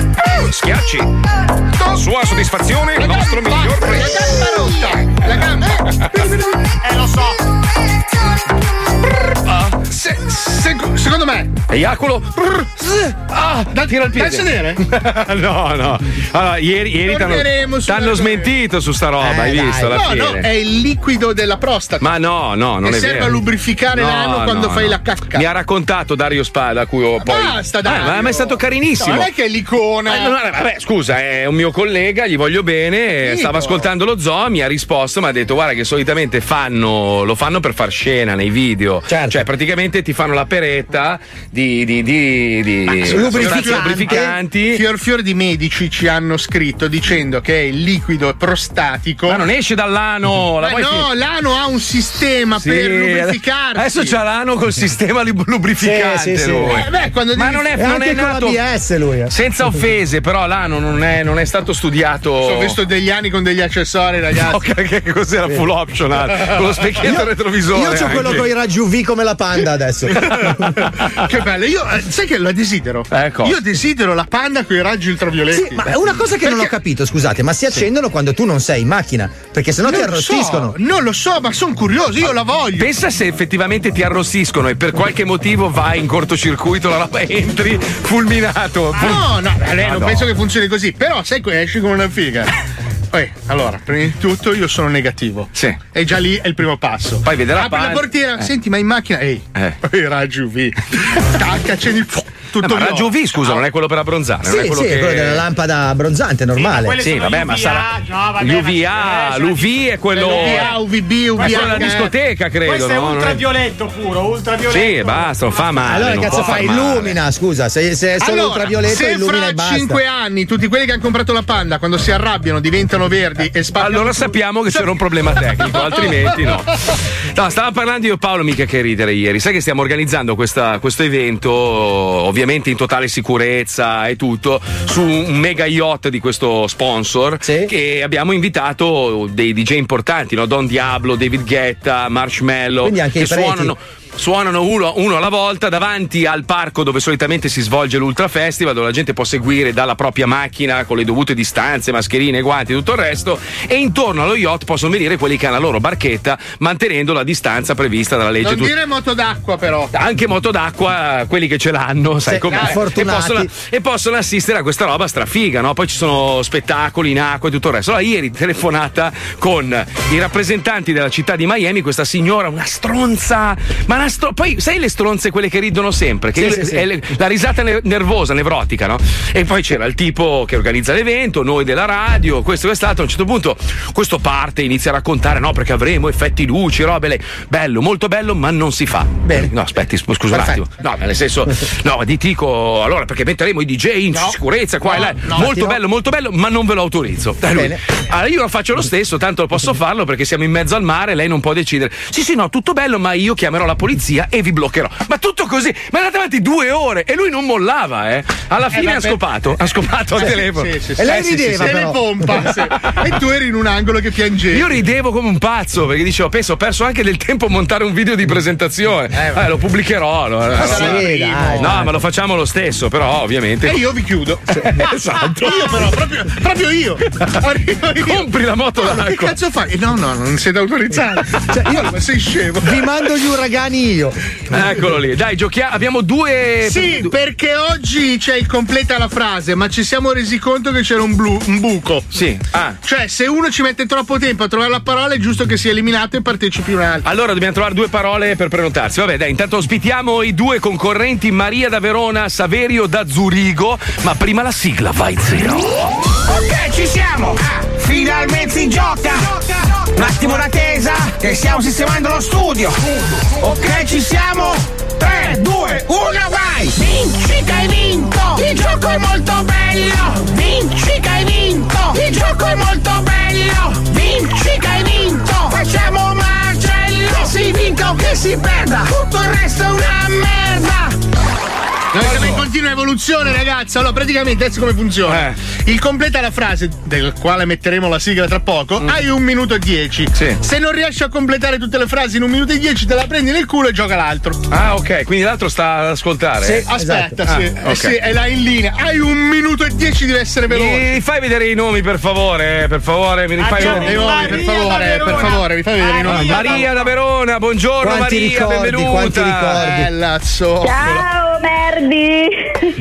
S2: Eh,
S7: Schiacci. Sua soddisfazione, il nostro miglior premio. La gamba.
S4: Eh, lo so. Se- se- secondo me,
S7: Eiaculo.
S4: Ah, da,
S7: Tira il piede.
S4: da sedere?
S7: no, no. Allora, ieri, ieri
S4: Torneremo
S7: t'hanno,
S4: sulla
S7: t'hanno
S4: cosa.
S7: smentito su sta roba, hai
S4: Eh,
S7: visto?
S4: dai.
S7: Alla
S4: no,
S7: fine.
S4: no, è il liquido della prostata.
S7: Ma no, no, non
S4: Che
S7: è
S4: serve
S7: vero.
S4: a lubrificare
S7: No,
S4: l'ano quando
S7: no,
S4: fai
S7: no.
S4: la cacca.
S7: Mi ha raccontato Dario Spada, a cui ho poi.
S4: Basta,
S7: Eh,
S4: Dario.
S7: ma- ma è stato carinissimo.
S4: No, non è che è l'icona.
S7: Eh, no, no, vabbè, scusa, è un mio collega, gli voglio bene. eh,
S4: Figo.
S7: Stava ascoltando lo zoo, mi ha risposto, mi ha detto: Guarda, che solitamente fanno, lo fanno per far scena nei video.
S4: Certo.
S7: Cioè, praticamente ti fanno la peretta di. di, di, di
S4: Eh,
S7: sostanze Eh, lubrificanti.
S4: Fior fior di medici ci hanno scritto dicendo che è il liquido prostatico. Ma
S7: non esce dall'ano. la
S4: Ma
S7: vuoi
S4: no,
S7: fi-
S4: l'ano ha un sistema
S7: Sì,
S4: Ah,
S7: eh,
S4: per lubrificarsi.
S7: Adesso c'ha l'ano col sistema lib- lubrificante.
S4: Sì, sì, sì.
S7: lui.
S4: Eh, beh, quando
S7: Ma
S4: devi-
S7: non è,
S4: E
S7: non
S4: anche
S7: è
S4: con la
S7: nato
S4: BS lui, eh.
S7: Senza offese, però l'ano non è, non è stato studiato.
S4: Ho visto degli anni con degli accessori, Cioè, ragazzi.
S7: No, che, che cos'era full optional? Con lo specchietto
S4: Io-
S7: retrovisore.
S4: io c'ho
S7: anche.
S5: Quello con i raggi UV come la panda adesso.
S4: che bello, io eh, sai che la desidero.
S5: Ecco.
S4: Io desidero la panda con i raggi ultravioletti.
S5: Sì, ma è una cosa che non ho capito, scusate, ma si accendono quando tu non sei in macchina, perché sennò ti
S4: Non lo so,
S5: arrostiscono.
S4: non lo so, ma sono curioso, io la voglio.
S7: Pensa se effettivamente ti arrossiscono e per qualche motivo vai in cortocircuito, la roba entri fulminato.
S4: Ah, No,
S7: Ah,
S4: no, beh, lei non
S7: Madonna.
S4: penso che funzioni così. Però sai che esci come una figa. Poi, allora, prima di tutto io sono negativo. Sì. E già lì è il primo passo. Poi
S7: vede la
S4: Apri la
S7: pan-
S4: portiera,
S7: eh.
S4: senti, ma in macchina. Ehi, i raggi UV. Tacca, accendi il fu- tutto Ah.
S7: Eh, ma
S4: viola.
S7: raggio V, scusa, non è quello per abbronzare,
S5: Sì,
S7: non è
S5: sì,
S7: quello
S5: è
S7: che
S5: quello della lampada abbronzante, normale.
S7: Sì, vabbè, ma sarà
S22: no, vabbè, ma-
S7: l'UVA,
S22: eh,
S7: l'UV è quello
S22: l'UVA,
S4: UVB,
S7: Ma è
S22: UVH,
S7: quello della discoteca, credo,
S22: Questo è
S7: no? Non è-
S22: ultravioletto puro, ultravioletto.
S7: Sì, basta, non fa male.
S5: Allora,
S7: non
S5: cazzo
S7: può
S5: fai?
S7: far male.
S5: Illumina, scusa, se, se è solo
S4: Allora,
S5: ultravioletto,
S4: se
S5: illumina e
S4: fra
S5: basta.
S4: 5 anni tutti quelli che hanno comprato la panda quando si arrabbiano diventano verdi e spaccano
S7: Allora sappiamo che c'era un problema tecnico, altrimenti no. No, stava parlando io e Paolo, mica che ridere ieri. Sai che stiamo organizzando questa- questo evento, ovviamente in totale sicurezza e tutto, su un mega yacht di questo sponsor. Che abbiamo invitato dei DJ importanti, no? Don Diablo, David Guetta, Marshmallow,
S5: Quindi anche
S7: che
S5: i preti.
S7: suonano. Suonano uno, uno alla volta davanti al parco dove solitamente si svolge l'Ultra Festival, dove la gente può seguire dalla propria macchina con le dovute distanze, mascherine, guanti e tutto il resto. E intorno allo yacht possono venire quelli che hanno la loro barchetta, mantenendo la distanza prevista dalla legge.
S4: Non
S7: Tu-
S4: dire moto d'acqua però.
S7: Anche moto d'acqua, quelli che ce l'hanno, sai
S4: Sì,
S5: ah,
S7: com'è.
S4: dai,
S7: E
S4: fortunati.
S7: possono, e possono assistere a questa roba strafiga, no? Poi ci sono spettacoli in acqua e tutto il resto. Allora, ieri telefonata con i rappresentanti della città di Miami, questa signora, una stronza, ma una stro- poi sai le stronze quelle che ridono sempre, che
S2: Sì,
S7: io-
S2: sì, sì.
S7: è le- la risata ne- nervosa, nevrotica, no? E poi c'era il tipo che organizza l'evento, noi della radio, questo e quest'altro. A un certo punto, questo parte, inizia a raccontare, no? Perché avremo effetti luci, robe. Lei, bello, molto bello, ma non si fa. Bene. No, aspetti, sp- scusa
S2: Perfetto.
S7: un attimo. No, ma nel senso, no, ti dico allora perché metteremo i DJ in sicurezza qua e là. molto bello, molto bello, ma non ve lo autorizzo. Dai, lui. Allora io lo faccio lo stesso, tanto posso farlo perché siamo in mezzo al mare, lei non può decidere. Sì, sì, no, tutto bello, ma io chiamerò la polizia e vi bloccherò. Ma tutto così, ma è andata avanti due ore e lui non mollava, eh. Alla fine
S4: vabbè.
S7: ha scopato, ha scopato il telefono. Eh, sì, sì, sì.
S4: Se le pompa. sì. E tu eri in un angolo che piangevi.
S7: Io ridevo come un pazzo perché dicevo, penso, ho perso anche del tempo a montare un video di presentazione. Eh, lo pubblicherò. allora.
S4: Ma sarà
S7: No,
S4: il primo.
S7: no, ma lo facciamo lo stesso, però ovviamente.
S4: E io vi chiudo.
S7: esatto.
S4: Ah, Io però, proprio, proprio io. Arrivo io.
S7: Compri la moto
S4: Ma che
S7: d'acqua.
S4: cazzo fai? Eh, No, no, non siete autorizzati. Cioè, io ma sei scemo.
S5: Vi mando gli uragani io.
S7: Eccolo lì. Dai, giochiamo. Abbiamo due.
S4: Sì, perché oggi c'è il completa la frase, ma ci siamo resi conto che c'era un, blu- un buco.
S7: Sì. Ah.
S4: Cioè, se uno ci mette troppo tempo a trovare la parola, è giusto che sia eliminato e partecipi un altro.
S7: Allora dobbiamo trovare due parole per prenotarsi. Vabbè, dai, intanto ospitiamo i due concorrenti Maria da Verona, Saverio da Zurigo, ma prima la sigla vai zero.
S2: Ok, ci siamo! Ah, finalmente si gioca! Un attimo d'attesa, che stiamo sistemando lo studio! Ok, ci siamo! 3, 2, 1, vai! Vinci che hai vinto! Il gioco è molto bello! Vinci che hai vinto! Il gioco è molto bello! Vinci che hai vinto! Facciamo marcello! Che si vinca o che si perda! Tutto il resto è una merda!
S4: Noi siamo in continua evoluzione, ragazzi. Allora, praticamente adesso come funziona?
S7: Eh.
S4: Il completa la frase, del quale metteremo la sigla tra poco,
S7: Mm.
S4: hai un minuto e dieci. Se non riesci a completare tutte le frasi in un minuto e dieci, te la prendi nel culo e gioca l'altro.
S7: Ah, ok, quindi l'altro sta ad ascoltare.
S4: Sì,
S7: eh?
S4: aspetta,
S7: Ah,
S4: sì.
S7: ok.
S4: Eh, sì, è là in linea. Hai un minuto e dieci, deve essere veloce.
S7: Mi fai vedere i nomi, per favore, eh, per favore, mi rifai
S4: Abbiamo
S7: vedere i nomi,
S4: Ah, Maria
S7: per
S4: da
S7: favore,
S4: Verona.
S7: per favore, mi fai vedere i nomi.
S4: Maria da-
S7: Maria da Verona, buongiorno
S4: Quanti
S7: Maria,
S4: ricordi,
S7: benvenuta.
S4: quanti ricordi. Bella zoccola. Ciao,
S16: merdi!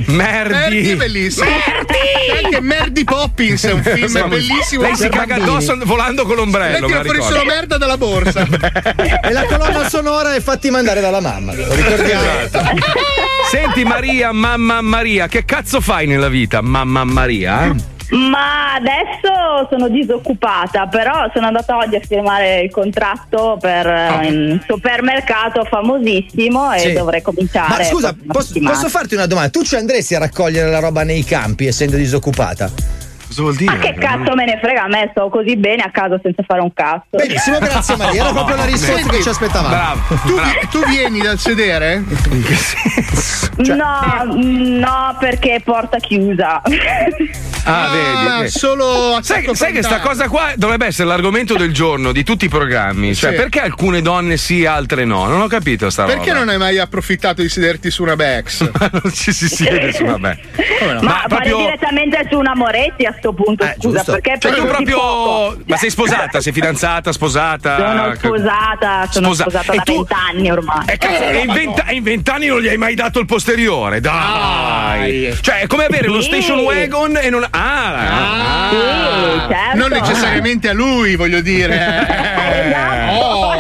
S7: Merdi.
S4: Merdi è bellissimo. Merdi! Anche Merdi Poppins è un film
S7: Siamo-
S4: bellissimo.
S7: Lei si
S4: Per
S7: caga
S4: bambini.
S7: addosso volando con
S4: Lei
S7: l'ombrello. me
S4: tira
S7: la
S4: fuori
S7: ricordo.
S4: solo merda dalla borsa.
S11: E la colonna sonora è fatti mandare dalla mamma. Lo ricordiamo.
S7: Senti Maria, mamma Maria, che cazzo fai nella vita, mamma Maria?
S16: Ma adesso sono disoccupata, però sono andata oggi a firmare il contratto per eh, un supermercato famosissimo e
S11: Sì.
S16: dovrei cominciare.
S11: Ma Ah, scusa,
S16: prossima
S11: posso,
S16: settimana.
S11: posso farti una domanda? Tu ci andresti a raccogliere la roba nei campi essendo disoccupata?
S7: Cosa vuol dire?
S16: Ma che cazzo me ne frega, a me sto così bene a casa senza fare un cazzo.
S11: Benissimo, grazie Maria, era proprio la risposta
S4: Senti,
S11: che ci aspettavamo.
S4: Tu, vi- tu vieni dal sedere?
S16: No, mm, no, perché porta chiusa.
S7: Ah, vedi. ok.
S4: solo
S7: Sai,
S16: attacco
S7: sai che sta
S16: frontale.
S7: cosa qua dovrebbe essere l'argomento del giorno di tutti i programmi. Cioè,
S4: Sì.
S7: perché alcune donne sì, altre no? Non ho capito sta
S4: Perché
S7: roba.
S4: non hai mai approfittato di sederti su una Bex?
S7: non ci si siede su una Bex.
S4: no?
S16: Ma, fare direttamente su una Moretti a sto punto, scusa, perché
S7: Cioè,
S16: per
S7: tu
S16: tutti
S7: proprio.
S16: poco.
S7: Ma sei sposata? Sei fidanzata? Sposata?
S16: Sono sposata, sono
S7: Sposa-
S16: sposata
S7: E
S16: da
S7: tu-
S16: vent'anni ormai.
S7: Eh, cazzo, e in, vent- e in vent'anni non gli hai mai dato il posteriore, dai! Cioè, è come avere lo
S16: Sì.
S7: station wagon e non. Ah, ah,
S16: Sì, certo.
S4: Non necessariamente a lui, voglio dire.
S16: Esatto.
S4: Oh,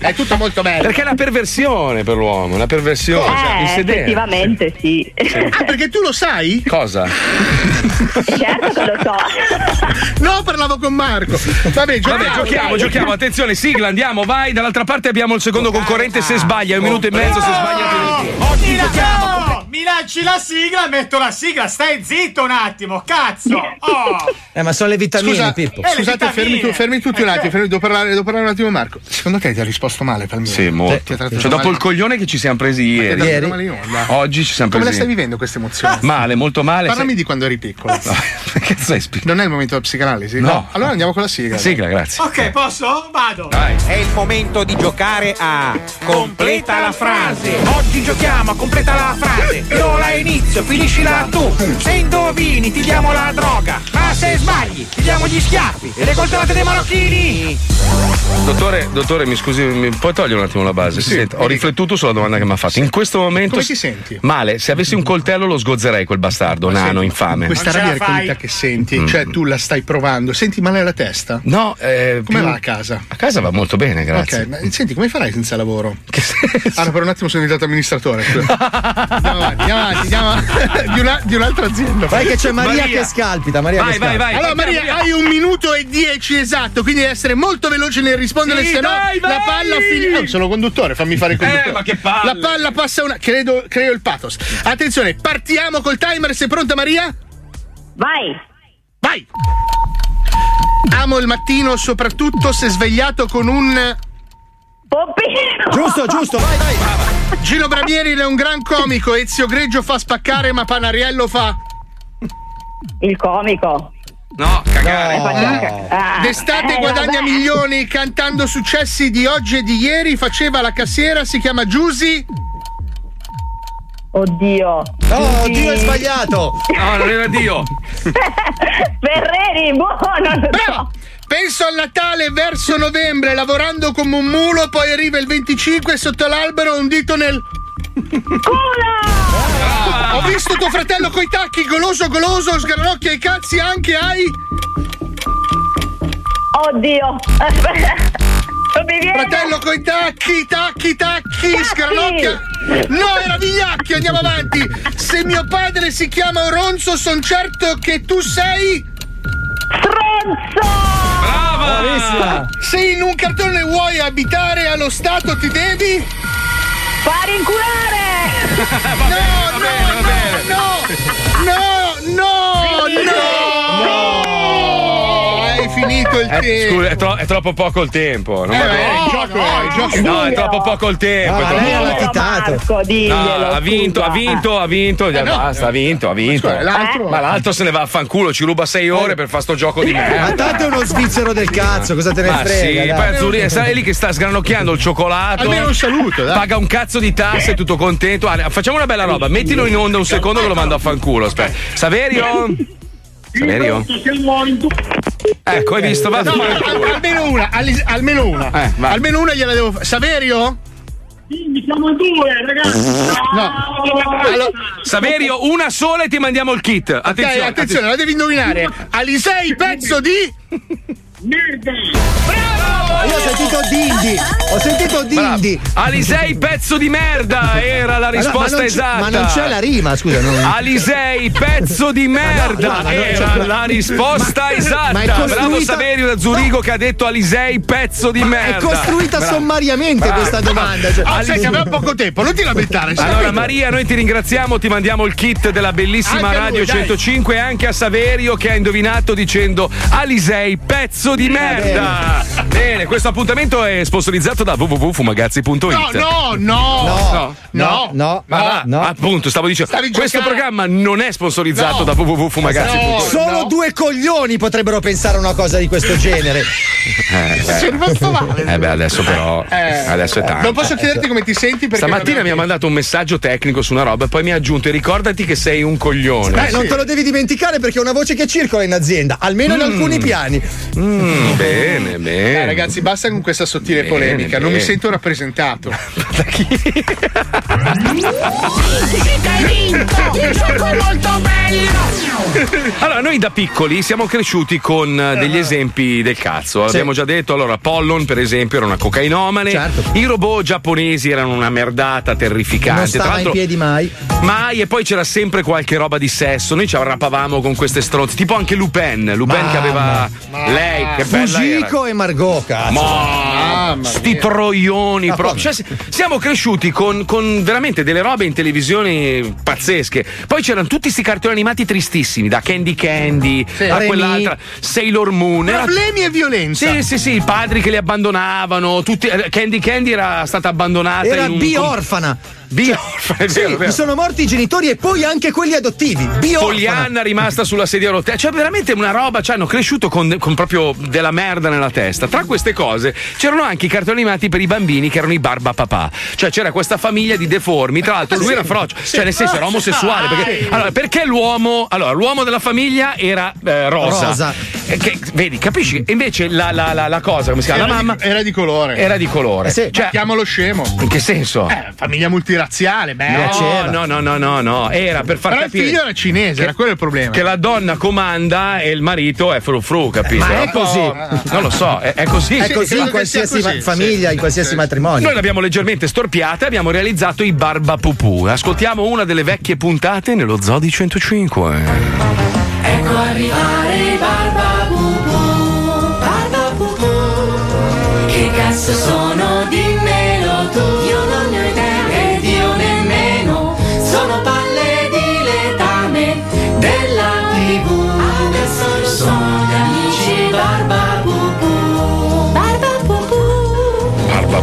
S4: è tutto molto bello.
S7: Perché è una perversione per l'uomo, una perversione. cioè, il sedere.
S16: Eh, effettivamente sì.
S4: Ah, perché tu lo sai?
S7: Cosa?
S16: certo che lo so.
S4: No, parlavo con Marco. Vabbè, giochiamo,
S7: Vabbè, giochiamo, giochiamo, attenzione, sigla, andiamo, vai. Dall'altra parte abbiamo il secondo concorrente. Se sbaglia, è un minuto e mezzo. Se sbaglia, te ne-
S17: Oggi Mi lanci la sigla, metto la sigla, stai zitto un attimo, cazzo! Oh!
S11: Eh, ma sono le vitamine,
S4: Scusa,
S11: Pippo.
S4: eh, scusate, fermi, tu- fermi tutti un attimo. fermi- devo, parlare, devo parlare un attimo, Marco. Secondo te ti ha risposto male, Palmieri?
S7: Sì, molto.
S4: Ti ha trattato
S7: Cioè, dopo
S4: male?
S7: il coglione che ci siamo presi
S4: ti ha
S7: ieri,
S4: dato una mala in onda.
S7: oggi ci siamo
S4: Come la
S7: presi.
S4: stai vivendo questa emozione?
S7: Male, molto male.
S4: Parlami di quando eri piccolo.
S7: che
S4: Non è il momento della psicanalisi?
S7: No.
S4: Allora andiamo con la sigla.
S7: Sigla, grazie.
S17: Oh, Ok, posso? Vado!
S5: È il momento di giocare a Completa la frase. Oggi giochiamo a Completa la frase. Io la inizio, finiscila tu. Se indovini ti diamo la droga. Ma se sbagli ti diamo gli schiaffi e le coltellate dei marocchini.
S7: Dottore, dottore, mi scusi, mi puoi togliere un attimo la base? Si sente? ho riflettuto sulla domanda che mi ha fatto. In questo momento.
S4: Come ti senti?
S7: Male, se avessi un coltello lo sgozzerei quel bastardo, nano, infame.
S4: Questa rabbia alcolica che senti, cioè tu la stai provando, senti male la testa?
S7: Mm. No, eh,
S4: come
S7: più-
S4: va a casa?
S7: A casa va molto
S11: Eh,
S7: bene, grazie.
S4: Ok, ma eh, senti, come farai senza lavoro? Allora, per un attimo sono diventato amministratore. scusa. andiamo avanti, andiamo avanti, andiamo avanti. Di, una- di un'altra azienda.
S11: Vai che c'è Maria, che scalpita. Maria che scalpita.
S4: Allora, Maria, hai un minuto e dieci esatto, quindi devi essere molto veloce nel rispondere,
S7: Sì,
S4: se no
S7: dai, vai!
S4: la palla finisce. Oh, sono conduttore, fammi fare il conduttore.
S7: Eh, ma che palle!
S4: La palla passa una. Credo, creo il pathos. Attenzione, partiamo col timer. Sei pronta, Maria?
S16: Vai!
S4: Vai! Amo il mattino, soprattutto se svegliato con un.
S16: Pompino!
S11: Giusto, giusto, vai, vai!
S4: Gino Bramieri è un gran comico, Ezio Greggio fa spaccare, ma Panariello fa.
S16: Il comico.
S7: No, cagare.
S4: D'estate
S16: eh,
S4: guadagna
S16: vabbè.
S4: milioni cantando successi di oggi e di ieri. Faceva la cassiera, si chiama Giusy.
S16: Oddio.
S11: No, oddio, è sbagliato.
S7: No, Ah, non era Dio.
S16: Ferreri, buono!
S4: Bravo! Penso al Natale verso novembre, lavorando come un mulo, poi arriva il 25 sotto l'albero un dito nel. Ah, Ho visto tuo fratello coi tacchi, goloso goloso, sgranocchia i cazzi anche ai.
S16: Oddio!
S4: Fratello coi tacchi, tacchi, tacchi, sgranocchia. No, era vigliacchi, andiamo avanti. Se mio padre si chiama Oronzo, son certo che tu sei.
S7: Brava!
S4: Se in un cartone vuoi abitare allo Stato ti devi.
S16: Far inculare!
S4: no, no, no, no, no, no, Hai finito il
S7: Eh,
S4: tempo.
S7: scusa, è, tro- è troppo poco il tempo. Non
S4: Eh,
S7: va
S4: beh,
S7: bene.
S4: il gioco è- il gioco è-
S7: Eh, No, è troppo poco il tempo. è
S4: Ah,
S7: troppo
S4: lei
S7: poco.
S4: l'ha titato.
S16: Marco, diglielo,
S7: No, ha vinto, ha
S16: scusa.
S7: vinto, ha vinto.
S4: Eh, no.
S7: Basta, ha vinto, ha vinto.
S4: scusa, l'altro- Eh.
S7: Ma l'altro se ne va a fanculo, ci ruba sei ore per fare sto gioco di merda.
S11: Ma tanto è uno svizzero del cazzo, cosa te ne
S7: Eh. Ma
S11: frega?
S7: sì,
S11: dai.
S7: poi Azzurri sta lì che sta sgranocchiando il cioccolato.
S4: Almeno un eh. saluto, dai.
S7: Paga un cazzo di tasse, tutto contento. Ah, facciamo una bella roba, mettilo in onda un secondo che lo mando a fanculo. Aspetta. Saverio? Saverio? Ecco, hai visto? Va
S4: No, al- almeno una, al- almeno una.
S7: Eh, vai.
S4: almeno una gliela devo fare. Saverio?
S20: Quindi siamo due, ragazzi.
S7: Allora, Saverio, una sola e ti mandiamo il kit. Attenzione,
S4: attenzione, la devi indovinare. Alisei, pezzo di.
S5: Io ho sentito Dindi, ho sentito Dindi.
S7: Alisei, pezzo di merda, era la
S5: Ma no,
S7: risposta
S5: ma non c'è-
S7: esatta.
S5: ma non c'è la rima, scusa, non-
S7: Alisei, pezzo di merda,
S5: no, cioè, ma non
S7: era
S5: c'è-
S7: la risposta
S5: Ma-
S7: esatta.
S5: ma è
S7: Bravo
S5: costruita-
S7: Saverio da Zurigo che ha detto Alisei, pezzo di
S5: Ma
S7: merda.
S5: è costruita
S7: Bravo.
S5: sommariamente
S7: Bravo.
S5: questa domanda. Cioè,
S7: Ah, senti, abbiamo
S4: poco tempo, non ti lamentare.
S7: Allora Maria, noi ti ringraziamo, ti mandiamo il kit della bellissima
S4: Anche a lui,
S7: Radio
S4: dai.
S7: 105 e anche a Saverio che ha indovinato dicendo Alisei, pezzo di merda. Bene, questo appuntamento è sponsorizzato da www.fumagazzi.it.
S4: No, no, no.
S7: No, no, no, ma va, appunto, stavo dicendo,
S5: Stavi
S7: questo
S5: giocando.
S7: programma non è sponsorizzato
S5: No.
S7: Esatto, da www.fumagazzi.it.
S5: Solo due coglioni potrebbero pensare a una cosa di questo genere.
S7: Eh, beh.
S5: Sono rimasto male.
S7: Eh beh, adesso però,
S4: Eh.
S7: adesso è tanto.
S4: Non posso chiederti come ti senti perché.
S7: Stamattina mi ha mandato un messaggio tecnico su una roba e poi mi ha aggiunto ricordati che sei un coglione.
S5: Beh, Eh, non te lo devi dimenticare perché è una voce che circola in azienda, almeno in alcuni piani.
S7: Mm, bene, bene.
S4: Dai, ragazzi, basta con questa sottile
S7: Bene,
S4: polemica. Non
S7: bene.
S4: mi sento rappresentato. Cioè,
S3: Il gioco è molto bello.
S7: Allora, noi da piccoli siamo cresciuti con eh, degli esempi del cazzo. Abbiamo già detto, allora, Pollon, per esempio, era una cocainomane. I robot giapponesi erano una merdata terrificante.
S5: Certo.
S7: Tra
S5: non stava in
S7: l'altro,
S5: piedi mai.
S7: mai, e poi c'era sempre qualche roba di sesso. Noi ci arrappavamo con queste stronze, tipo anche Lupin. Lupin che aveva lei, che bella era.
S5: Fujiko e Margot, cazzo.
S7: Ma sti troioni proprio. Cioè, si- siamo cresciuti con, con veramente delle robe in televisione pazzesche. Poi c'erano tutti sti cartoni animati tristissimi, da Candy Candy a
S4: Remy.
S7: quell'altra Sailor Moon. era-
S4: Problemi e violenza.
S7: Sì, sì, sì, i padri che li abbandonavano, tutti- eh, Candy Candy era stata abbandonata
S5: Era
S7: in un
S5: bi-orfana.
S7: Bi-orfana, è
S5: Sì,
S7: vero, è vero.
S5: mi sono morti i genitori e poi anche quelli adottivi. Biorfana.
S7: Foglianna rimasta sulla sedia a rotella, cioè veramente una roba, cioè hanno cresciuto con, con proprio della merda nella testa. Tra queste cose c'erano anche i cartoni animati per i bambini che erano i barba papà, cioè c'era questa famiglia di deformi, tra l'altro lui era frocio, cioè nel senso era omosessuale, perché, allora, perché l'uomo, allora l'uomo della famiglia era eh, rosa,
S5: Rosa.
S7: Eh, che- vedi, capisci? E Invece la, la- la- la cosa, come si chiama?
S4: Era
S7: la
S4: di-
S7: Cioè, mamma
S4: era di colore.
S7: era di colore.
S4: Eh sì,
S7: Cioè-
S4: ma chiamalo scemo.
S7: in che senso?
S4: Eh, famiglia multiraziale, beh.
S7: Eh, No, no, no, no, no, no, era per far
S4: Però il
S7: capire.
S4: figlio era cinese,
S7: che-
S4: era quello il problema.
S7: Che la donna comanda e il marito è fru fru, capito?
S5: Ma è così.
S7: Non lo so, è, è così.
S5: È così in qualsiasi ma- famiglia, in qualsiasi matrimonio.
S7: Noi l'abbiamo leggermente storpiata e abbiamo realizzato i Barba Pupù. Ascoltiamo una delle vecchie puntate nello Zoo di 105.
S3: Ecco arrivare i Barbapupù, Barbapupù. Che cazzo sono, dimmelo tu. Io non ne ho idea ed io nemmeno. Sono palle di letame della tv. Adesso sono gli amici Barbapupù, Barbapupù.
S7: Barba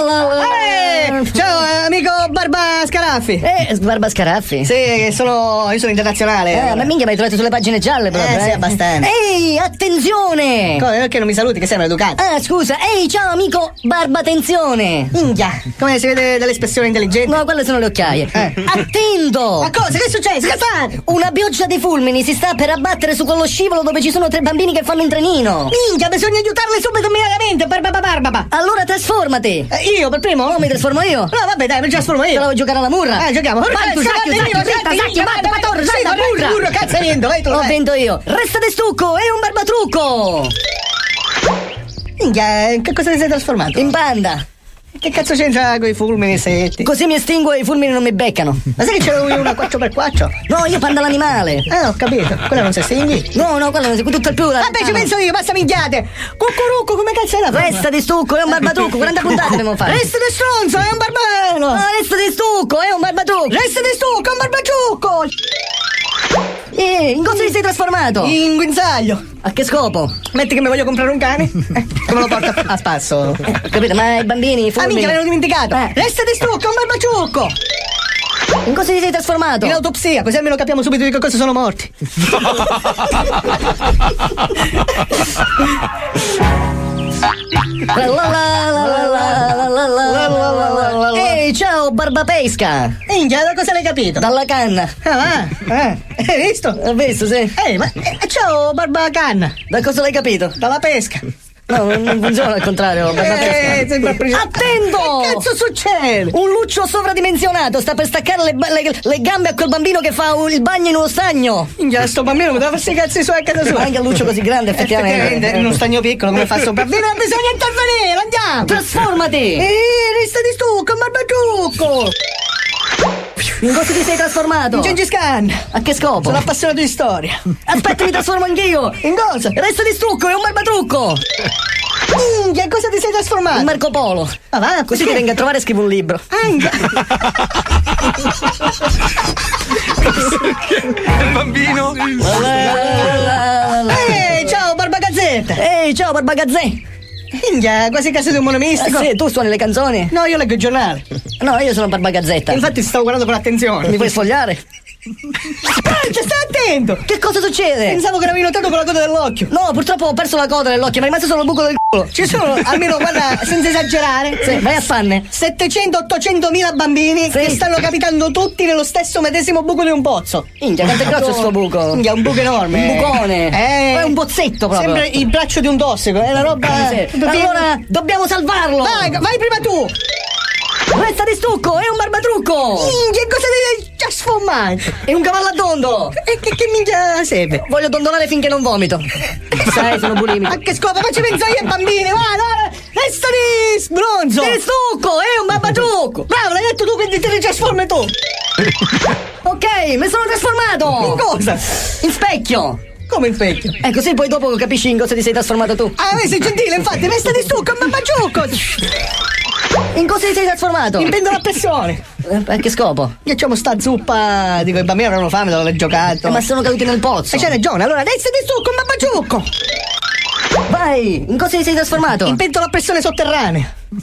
S8: Eh, Ciao eh, amico Barba Scaraffi
S23: Eh, Barba Scaraffi?
S8: Sì, sono, io sono internazionale
S23: Eh, ma minchia, mi hai trovato sulle pagine gialle proprio,
S8: Eh, sì,
S23: eh.
S8: abbastanza
S23: Ehi, attenzione!
S8: Cosa, perché non mi saluti che sei maleducato?
S23: Ah, scusa, ehi, ciao amico, barba attenzione! Minchia!
S8: Come si vede dall'espressione intelligente?
S23: No, quelle sono le occhiaie. Attendo!
S8: Ma cosa? Che è successo? Che fa?
S23: Una pioggia di fulmini si sta per abbattere su quello scivolo dove ci sono tre bambini che fanno in trenino.
S8: Minchia, bisogna aiutarle subito immediatamente Barba Barba Barba
S23: Allora trasformati!
S8: Eh, Io per primo?
S23: No, mi trasformo io!
S8: No, vabbè, dai, mi trasformo io
S23: Te la vuoi giocare alla murra?
S8: Eh, giochiamo
S23: Vai tu, sacchio, sacchio, zitta, sacchio, vada, patorra, santa, burra!
S8: burro, cazzo, hai vinto, vai tu
S23: Ho
S8: vai.
S23: vinto io! Resta di stucco, è un barbatrucco!
S8: Minchia, in che cosa ti sei trasformato?
S23: In panda!
S8: Che cazzo c'entra con i fulmini e setti?
S23: Così mi estingo e i fulmini non mi beccano.
S8: Ma sai che c'era una 4x4?
S23: No, io panda l'animale.
S8: Eh, ho capito. Quella non si estinghi?
S23: No, no, quello non si può tutto il più. Ah.
S8: Vabbè, ci penso io, basta minchiate! Cucurucco, come cazzo è la forma?
S23: Resta di stucco, è un barbatrucco, 40 puntate dobbiamo fare.
S8: Resta di stronzo, è un barbano!
S23: No, resta di stucco, è un barbatrucco.
S8: Resta di stucco, è un barbaciucco!
S23: Eh, in cosa ti sei trasformato?
S8: In guinzaglio!
S23: A che scopo?
S8: Metti che mi voglio comprare un cane? Eh, come lo porto a, a spasso?
S23: Eh, Capito, ma i bambini, i
S8: Ah,
S23: fulmini...
S8: minchia, me l'ho dimenticato!
S23: Eh.
S8: Resta di stucco, è un barbaciucco!
S23: In cosa ti sei trasformato?
S8: In autopsia, così almeno capiamo subito di che cosa sono morti.
S23: La la la la la la la la la la la. Ehi, ciao, barbapesca!
S8: Minchia, da cosa l'hai capito?
S23: Dalla canna.
S8: Ah, ah, eh. Hai visto? Ho visto, sì. Ehi, ma eh, ciao, Barbacanna. Da cosa l'hai capito? Dalla pesca. No, non non funziona al contrario, per la
S10: Eh,
S8: pesca.
S10: sembra preciso.
S8: Attendo! Che cazzo succede?
S10: Un luccio sovradimensionato sta per staccare le, ba- le- le gambe a quel bambino che fa un- il bagno in uno stagno.
S8: Minchia, sto bambino poteva farsi i cazzi suoi a casa sua.
S10: Anche un luccio così grande, effettivamente.
S8: In uno stagno piccolo, come fa a sopravvivere? Bisogna intervenire, andiamo! Trasformati! Eh, resta di stucco, barbatrucco!
S10: In cosa ti sei trasformato?
S8: In Gengis Khan!
S10: A che scopo?
S8: Sono appassionato di storia!
S10: Aspetta, mi trasformo anch'io!
S8: In cosa?
S10: Resto di strucco, è un barbatrucco!
S8: Minchia, in cosa ti sei trasformato?
S10: In Marco Polo!
S8: Ma va,
S10: Così ti
S8: perché? Ah,
S10: venga a trovare e scrivo un libro.
S7: Il bambino.
S8: Eh, Ehi, eh, ciao, Barbagazzetta!
S10: Ehi, ciao, Barbagazzè!
S8: Minchia, quasi casa di un monomistico!
S10: Ah, sì, tu suoni le canzoni?
S8: No, io leggo il giornale!
S10: No, io sono Barbagazzetta.
S8: Infatti ti stavo guardando con attenzione!
S10: Mi puoi sfogliare?
S8: Francia, stai attento!
S10: Che cosa succede?
S8: Pensavo che l'avevi notato con la coda dell'occhio!
S10: No, purtroppo ho perso la coda nell'occhio, mi è rimasto solo il buco del culo.
S8: Ci sono, almeno guarda, senza esagerare,
S10: Sì, vai a fanne.
S8: 700-800 mila bambini che stanno capitando tutti nello stesso medesimo buco di un pozzo.
S10: Minchia, quanto è grosso sto buco?
S8: Minchia, è un buco enorme.
S10: Un bucone.
S8: Eh.
S10: Poi è un pozzetto proprio.
S8: Sembra il braccio di un tossico, è una roba...
S10: Eh, sì.
S8: Dobbiamo-
S10: Allora, dobbiamo salvarlo.
S8: Vai, vai prima tu!
S10: Resta di stucco, è un barbatrucco.
S8: Minchia, cosa devi già sfumare?
S10: È un cavallo a dondo.
S8: E che, che minchia serve?
S10: Voglio dondolare finché non vomito. Sai, sono bulimico.
S8: A che scopo? Facci pensare ai bambini, va, no, resta di sbronzo!
S10: Di stucco, è un barbatrucco.
S8: Bravo, l'hai detto tu, quindi te ne trasformi tu!
S10: Ok, mi sono trasformato.
S8: In cosa?
S10: In specchio.
S8: Come il vecchio?
S10: E così poi dopo capisci in cosa ti sei trasformato tu.
S8: Ah, eh, sei gentile, infatti, resta di stucco, mamma
S10: In cosa ti sei trasformato?
S8: Mi prendo la pressione!
S10: Eh, A che scopo?
S8: Facciamo sta zuppa, dico, i bambini avranno fame dopo aver giocato.
S10: Eh, Ma sono caduti nel pozzo.
S8: E c'è ragione, allora resta di stucco, mamma
S10: Vai, in cosa ti sei trasformato?
S8: In pentola a pressione sotterranea!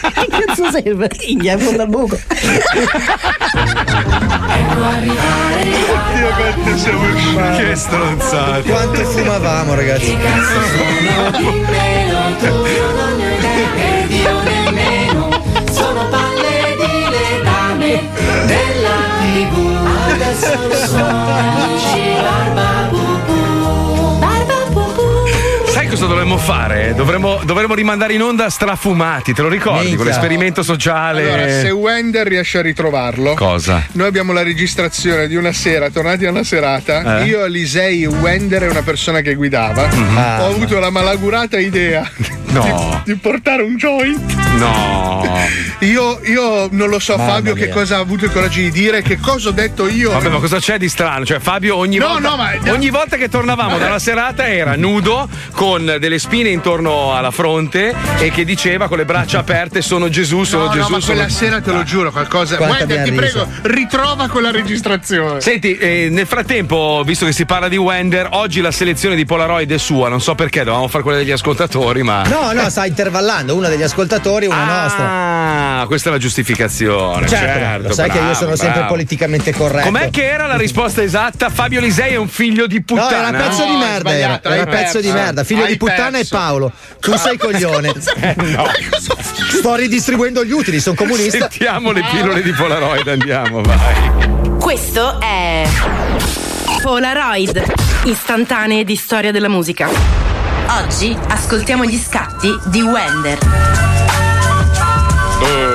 S10: che cazzo serve?
S8: Minchia, in fondo al buco!
S7: Che stronzate.
S5: Quanto fumavamo, ragazzi?
S24: Dimmelo tu, io non ne ho idea ed io nemmeno Sono palle di letame della tv Adesso sono amici barbabubu Barbabubu
S7: Sai cosa dovremmo fare? Dovremmo, dovremmo rimandare in onda strafumati, te lo ricordi?
S4: Minchia.
S7: Quell'esperimento sociale.
S4: Allora, se Wender riesce a ritrovarlo,
S7: Cosa?
S4: noi abbiamo la registrazione di una sera, tornati a una serata.
S7: Eh?
S4: Io, Alisei, Wender e una persona che guidava.
S7: Ah.
S4: Ho avuto la malagurata idea
S7: No.
S4: di portare un joint.
S7: No.
S4: Io, io non lo so,
S7: Mamma
S4: Fabio, che
S7: mia.
S4: cosa ha avuto il coraggio di dire, che cosa ho detto io.
S7: Vabbè, ma cosa c'è di strano? Cioè, Fabio, ogni,
S4: No,
S7: volta,
S4: no, ma-
S7: ogni volta che tornavamo dalla serata era nudo, con delle spine intorno alla fronte e che diceva con le braccia aperte: Sono Gesù, sono
S4: No, no,
S7: Gesù.
S4: ma
S7: sono... Ah.
S4: quella sera te lo giuro qualcosa.
S7: Quanta
S4: Wender, ti
S7: abbiamo
S4: prego, ritrova quella registrazione.
S7: Senti, eh, nel frattempo, visto che si parla di Wender, oggi la selezione di Polaroid è sua. Non so perché, dovevamo fare quella degli ascoltatori, ma.
S5: No, no, sta intervallando una degli ascoltatori e una nostra.
S7: Ah, questa è la giustificazione.
S5: Certo,
S7: Certo,
S5: lo sai che io
S7: bravo,
S5: sono sempre
S7: bravo.
S5: politicamente corretto.
S7: Com'è che era la risposta esatta? Fabio Lisei è un figlio di
S5: No,
S7: puttana.
S5: era un pezzo di
S4: No,
S5: merda.
S4: hai
S5: Era,
S4: sbagliato,
S5: era
S4: hai
S5: un pezzo di
S4: perso.
S5: merda. Figlio
S4: Hai
S5: di puttana
S4: perso.
S5: e Paolo. Tu sei coglione.
S7: Ah, Eh, no.
S5: Sto ridistribuendo gli utili, sono comunista.
S7: Sentiamo le pillole di Polaroid, andiamo, vai.
S14: Questo è Polaroid, istantanee di storia della musica. Oggi ascoltiamo gli scatti di Wender.
S7: Eh.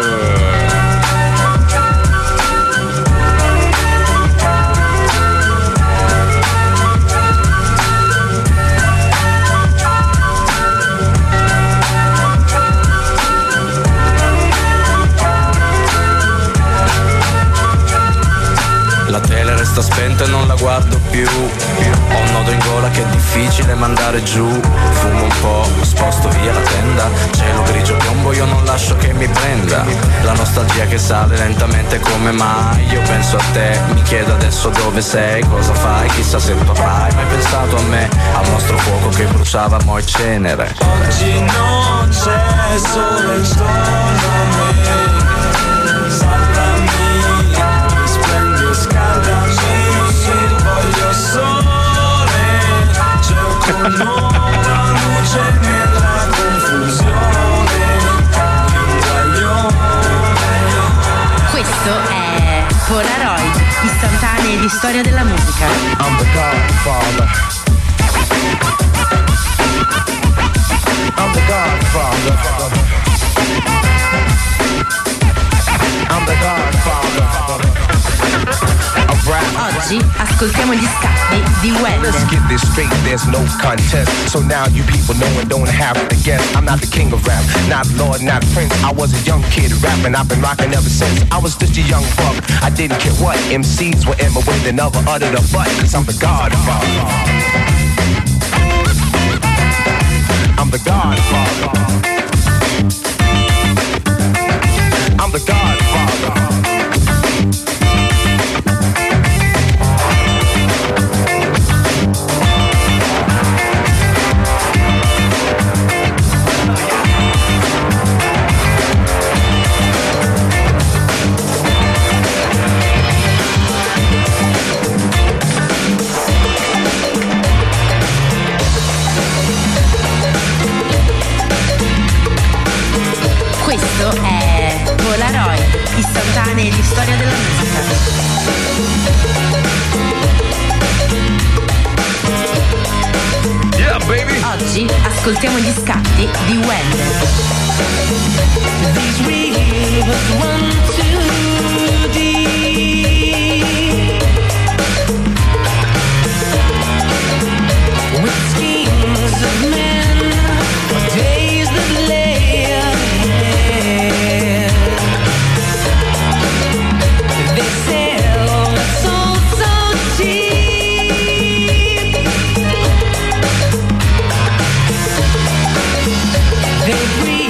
S25: La tele resta spenta e non la guardo più Ho un nodo in gola che è difficile mandare giù Fumo un po', sposto via la tenda Cielo grigio piombo, io non lascio che mi prenda La nostalgia che sale lentamente come mai Io penso a te, mi chiedo adesso dove sei Cosa fai, chissà se tornerai Mai pensato a me, al nostro fuoco che bruciava mo' cenere
S2: Oggi non c'è sole intorno a me Salvami, spegni e scaldami Voglio sole, cerco nuova luce nella confusione
S14: Questo è Polaroid, istantanee istantanee di storia della musica.
S3: I'm the Godfather. I'm the Godfather.
S14: Oggi ascoltiamo gli scatti di Wes.
S2: Let's get this straight, there's no contest. So now you people know and don't have to guess. I'm not the king of rap, not Lord, not Prince. I was a young kid rapping, I've been rocking ever since. I was just a young buck, I didn't care what. MCs were in my way, they never uttered a butt, cause I'm the godfather. I'm the godfather. I'm the godfather.
S14: Questo è Polaroid, istantanee di storia della musica.
S7: Yeah, baby!
S14: Oggi ascoltiamo gli scatti di Wes.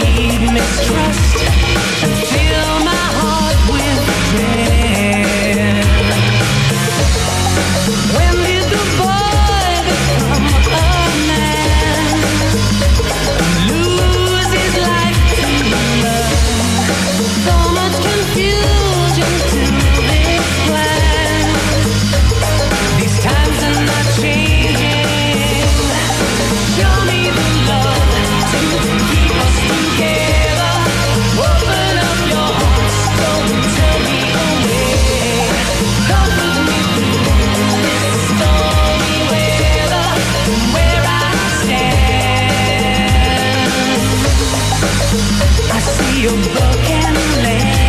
S3: Mistrust and fill my heart with dread. When did the boy become a man? Lose his life to love. So much confusion to this plan. These times are not changing. Show me the love to keep us together. Open up your hearts, don't turn me away. Comfort me through this stormy weather, where I stand. I see a broken land.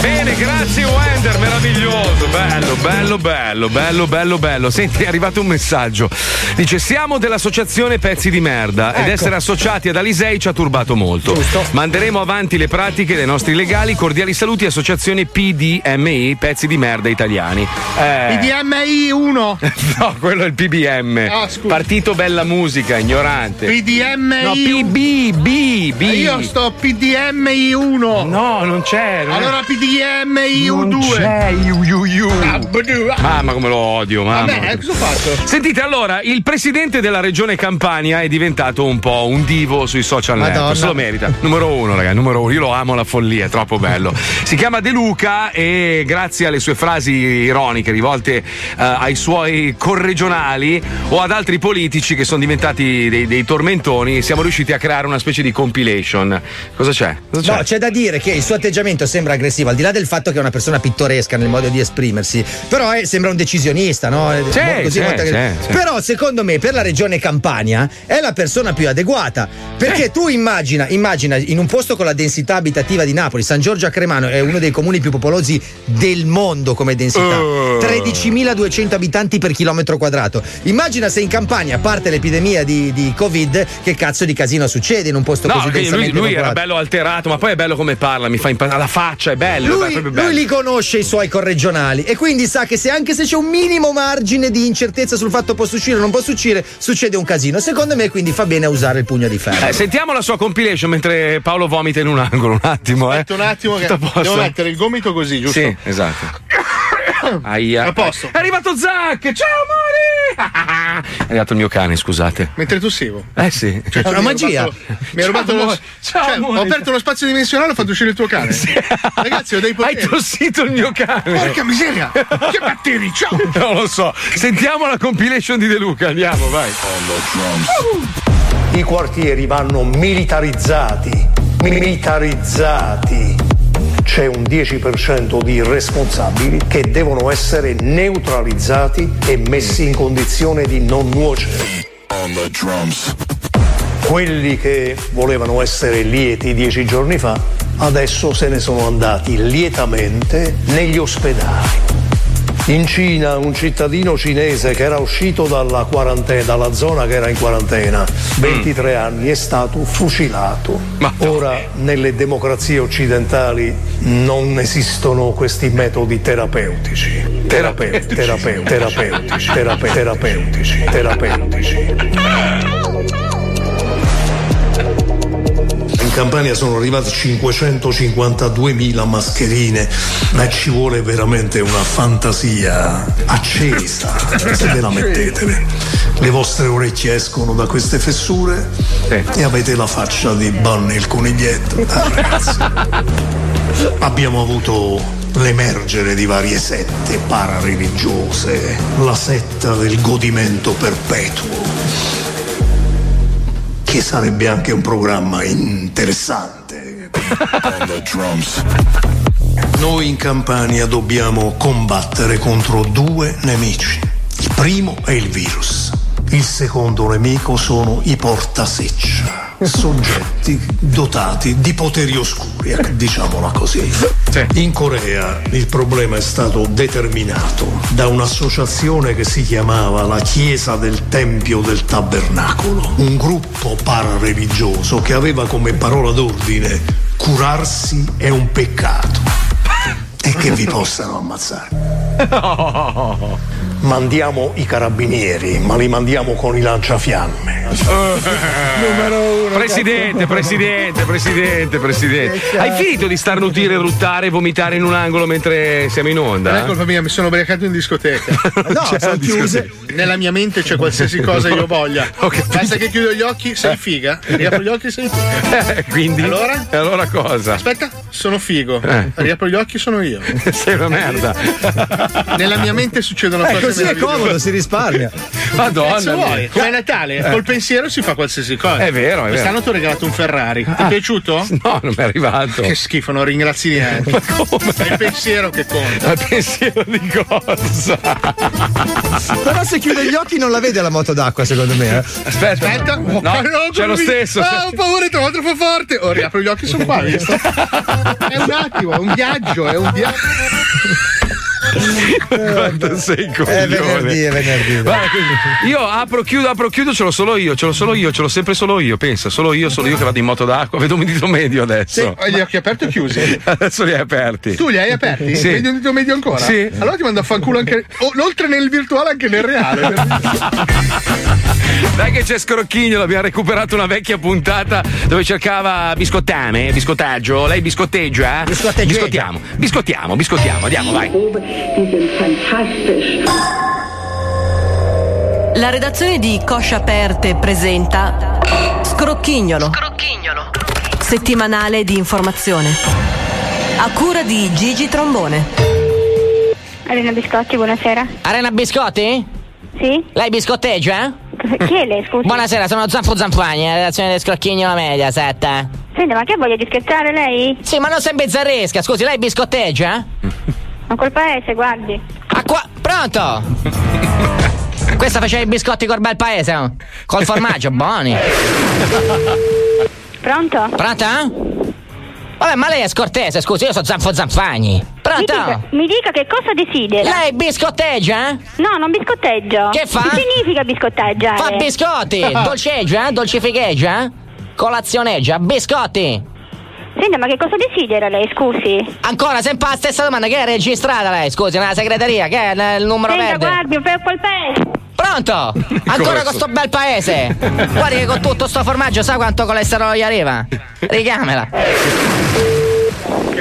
S7: Bene, grazie Wender, meraviglioso, bello, bello, bello, bello, bello, bello. Senti, è arrivato un messaggio. Dice, siamo dell'associazione Pezzi di Merda ed
S1: Ecco.
S7: essere associati ad Alisei ci ha turbato molto. Manderemo avanti le pratiche dei nostri legali. Cordiali saluti, associazione PDMI, Pezzi di Merda Italiani. Eh,
S4: PDMI 1.
S7: No, quello è il PBM.
S4: Ah, scusa.
S7: Partito Bella Musica, ignorante.
S4: PDMI.
S7: No, PB, B, B.
S4: Eh, Io sto PDMI 1.
S7: No, non c'è. non è-
S4: allora PDMI U2. Non
S7: c'è U, U, U.
S4: Ah,
S7: Mamma come lo odio, mamma.
S4: Vabbè, eh, cosa ho fatto?
S7: Sentite, allora, il presidente della regione Campania è diventato un po' un divo sui social
S1: Madonna.
S7: network. Se lo merita. Numero uno, ragazzi, numero uno. Io lo amo la follia, è troppo bello. Si chiama De Luca e grazie alle sue frasi ironiche rivolte eh, ai suoi corregionali o ad altri politici che sono diventati dei, dei tormentoni, siamo riusciti a creare una specie di compilation. Cosa c'è? Cosa c'è?
S5: No, c'è da dire che il suo atteggiamento sembra aggressivo, al di là del fatto che è una persona pittoresca nel modo di esprimersi, però è- sembra un decisionista, no? Eh,
S1: Sì,
S5: Mo-
S1: sì,
S5: molto-
S1: sì, sì.
S5: Però secondo me per la regione Campania è la persona più adeguata, perché
S7: Eh.
S5: tu immagina, immagina in un posto con la densità abitativa di Napoli, San Giorgio a Cremano è uno dei comuni più popolosi del mondo come densità,
S7: Oh.
S1: Eh.
S5: 13.200 abitanti per chilometro quadrato. Immagina se in Campania parte l'epidemia di, di Covid, che cazzo di casino succede in un posto
S7: No,
S5: così
S7: perché lui,
S5: densamente
S7: lui
S5: popolato.
S7: era bello alterato, ma poi è bello come parla, mi fa impazzire. La faccia è bello, è
S5: Lui,
S7: proprio bello.
S5: lui li conosce i suoi corregionali e quindi sa che se anche se c'è un minimo margine di incertezza sul fatto posso uscire o non posso uscire, succede un casino. Secondo me quindi fa bene a usare il pugno di ferro.
S7: Eh, sentiamo la sua compilation mentre Paolo vomita in un angolo. Un attimo, eh.
S4: Aspetta un attimo che
S7: Tutto a posto?
S4: devo mettere il gomito così, giusto?
S7: Sì, esatto. Aia.
S4: A posto.
S7: È arrivato Zac! Ciao amore! È arrivato il mio cane, scusate.
S4: Mentre tossivo.
S7: Eh sì.
S4: Cioè, tu mi hai rubato- mi ha rubato lo, cioè, ho aperto uno spazio dimensionale e ho fatto uscire il tuo cane. Ragazzi, ho dei poteri. Hai
S7: tossito il mio cane.
S4: Porca miseria! che batteri, ciao!
S7: Non lo so. Sentiamo la compilation di De Luca, andiamo, vai.
S6: I quartieri vanno militarizzati, militarizzati. c'è un 10% di responsabili che devono essere neutralizzati e messi in condizione di non nuocere. Quelli che volevano essere lieti dieci giorni fa, adesso se ne sono andati lietamente negli ospedali. In Cina un cittadino cinese che era uscito dalla quarantena, dalla zona che era in quarantena, 23 anni, è stato fucilato. Ora nelle democrazie occidentali non esistono questi metodi terapeutici. Terapeutici, terapeutici, terapeutici, terape- terapeutici, terapeutici. In Campania sono arrivate 552.000 mascherine, ma ci vuole veramente una fantasia accesa, se ve la mettetene. Le vostre orecchie escono da queste fessure e avete la faccia di Bunny il coniglietto. Ah, ragazzi. Abbiamo avuto l'emergere di varie sette parareligiose, la setta del godimento perpetuo, che sarebbe anche un programma interessante. Noi in Campania dobbiamo combattere contro due nemici. Il primo è il virus. Il secondo nemico sono i portaseccia, soggetti dotati di poteri oscuri, ecco, diciamola così. In Corea il problema è stato determinato da un'associazione che si chiamava la Chiesa del Tempio del Tabernacolo, un gruppo parareligioso che aveva come parola d'ordine curarsi è un peccato e che vi possano ammazzare. Mandiamo i carabinieri, ma li mandiamo con i lanciafiamme.
S16: Presidente, presidente, presidente, presidente. Hai finito di starnutire, ruttare e vomitare in un angolo mentre siamo in
S4: Non è
S16: onda?
S4: colpa mia, mi sono ubriacato in discoteca.
S5: No,
S16: C'è sono la chiuse.
S4: Nella mia mente c'è qualsiasi cosa io voglia. Basta che chiudo gli occhi, sei figa.
S7: Eh.
S4: Riapro gli occhi, sei figa.
S16: Quindi?
S4: Allora?
S16: E allora cosa?
S4: Aspetta, sono figo.
S16: Eh.
S4: Riapro gli occhi, sono io.
S16: Sei una merda.
S4: Nella mia mente succedono
S5: Eh,
S4: cose
S5: così è
S4: meravigliose.
S5: comodo, si risparmia.
S4: Eh, se vuoi, come Natale,
S5: Eh.
S4: col pensiero si fa qualsiasi cosa.
S5: È vero, è vero.
S4: Quest'anno ti ho regalato un Ferrari. Ti è piaciuto?
S16: No, non mi è arrivato.
S4: Che schifo, non ringrazi niente. Ma
S16: come?
S4: È il pensiero che conta.
S16: Ma pensiero di cosa?
S5: Però se chiude gli occhi non la vede la moto d'acqua, secondo me. eh.
S16: Aspetta,
S4: Aspetta,
S5: No,
S4: Oh, no,
S5: c'è lo
S4: mi-
S5: stesso.
S4: Ah, ho paura, trovo troppo forte. Oh, riapro gli occhi, sono qua. hai visto? è un attimo, è un viaggio, è un viaggio.
S16: Quanto sei coglione.
S5: È venerdì, è venerdì.
S16: Guarda, quindi, io apro, chiudo, apro, chiudo, ce l'ho solo io, ce l'ho solo io, ce l'ho sempre solo io, pensa, solo io, solo io che vado in moto d'acqua, vedo un dito medio adesso.
S4: Ho gli occhi aperti o chiusi?
S16: Adesso li hai aperti.
S4: Tu li hai aperti?
S16: Sì.
S4: Vedi un dito medio ancora?
S16: Sì.
S4: Allora ti mando a fanculo anche. o- oltre nel virtuale, anche nel reale.
S16: Dai che c'è Scrocchigno, l'abbiamo recuperato una vecchia puntata dove cercava biscottame, biscottaggio, lei biscotteggia? eh?
S12: Biscotteggia.
S16: Biscottiamo, biscottiamo, biscottiamo, andiamo, vai.
S12: Oben, die sind fantastisch.
S14: La redazione di Coscia Aperte presenta Scrocchignolo. Settimanale di informazione. A cura di Gigi Trombone.
S17: Arena Biscotti, buonasera.
S26: Arena Biscotti?
S17: Sì.
S26: Lei biscotteggia?
S17: Chi è lei, scusi?
S26: Buonasera, sono Zampo Zampagni, la redazione del Scrocchigno La Media, setta.
S17: Senta, ma che voglia di scherzare lei?
S26: Sì, ma non sei bizzarresca, scusi, lei biscotteggia?
S17: Ma colpa è se guardi.
S26: Ah, qua, pronto! Questa faceva i biscotti col bel paese, no? col formaggio, buoni.
S17: Pronto?
S26: Pronta? Vabbè, ma lei è scortese, scusi, io sono Zanfo Zanfagni.
S17: Mi
S26: Pronto?
S17: dica, mi dica che cosa desidera.
S26: Lei biscotteggia? eh?
S17: No, non biscotteggio.
S26: Che fa?
S17: Che significa biscotteggiare?
S26: Fa biscotti, dolceggia, eh? dolcificheggia, colazioneggia, biscotti.
S17: Senta, ma che cosa desidera lei, scusi?
S26: Ancora, sempre la stessa domanda, che è registrata lei? Scusi, nella segreteria, che è l- il numero
S17: Senta,
S26: verde?
S17: guardi, un po' il paese.
S26: Pronto? Ancora con
S17: sto-
S26: sto bel paese! Guardi che con tutto sto formaggio sa quanto colesterolo gli arriva? Richiamela!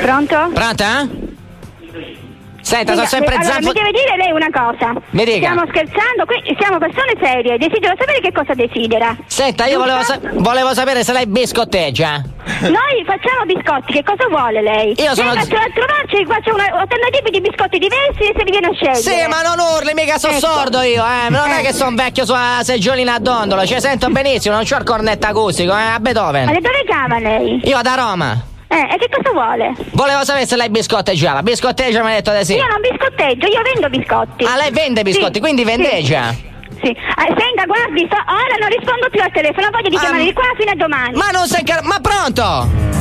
S17: Pronto?
S26: Pronta? Senta, sono
S17: Senta,
S26: sempre
S17: allora,
S26: zanfo...
S17: mi deve dire lei una cosa.
S26: Mi dica.
S17: Stiamo scherzando, qui siamo persone serie. Desidero sapere che cosa desidera.
S26: Senta, io volevo, sa- volevo sapere se lei biscotteggia.
S17: Noi facciamo biscotti, che cosa vuole lei?
S26: Io sono-
S17: Venga a trovarci, qua c'è una alternativa di biscotti diversi e se li viene a scegliere.
S26: Sì, ma non urli, mica sono
S2: Certo.
S17: Ecco.
S26: sordo io, eh. Non è che sono vecchio sulla seggiolina a dondolo, ci sento benissimo, non c'ho il cornetto acustico, eh, a eh, Beethoven.
S17: Ma da dove chiama lei?
S26: Io da Roma.
S2: Eh, e che cosa vuole?
S26: Volevo sapere se lei biscotteggiava. Biscotteggia mi ha detto di sì.
S2: Io non biscotteggio, io vendo biscotti.
S26: Ah, lei vende biscotti,
S2: Sì,
S26: quindi
S2: sì.
S26: vendeggia.
S2: Sì. Eh, senta, guardi, sto- ora non rispondo più al telefono, voglio di
S26: Ah,
S2: chiamare
S26: ma-
S2: di qua fino a domani.
S26: Ma non sei car- Ma pronto?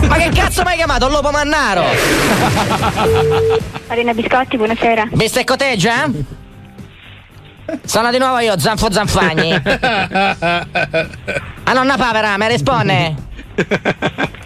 S26: Ma che cazzo mi hai chiamato? Lopo Mannaro?
S2: Marina Biscotti, buonasera.
S26: Bisteccoteggia? eh? Sono di nuovo io, Zanfo Zanfagni. A nonna Pavera, mi risponde?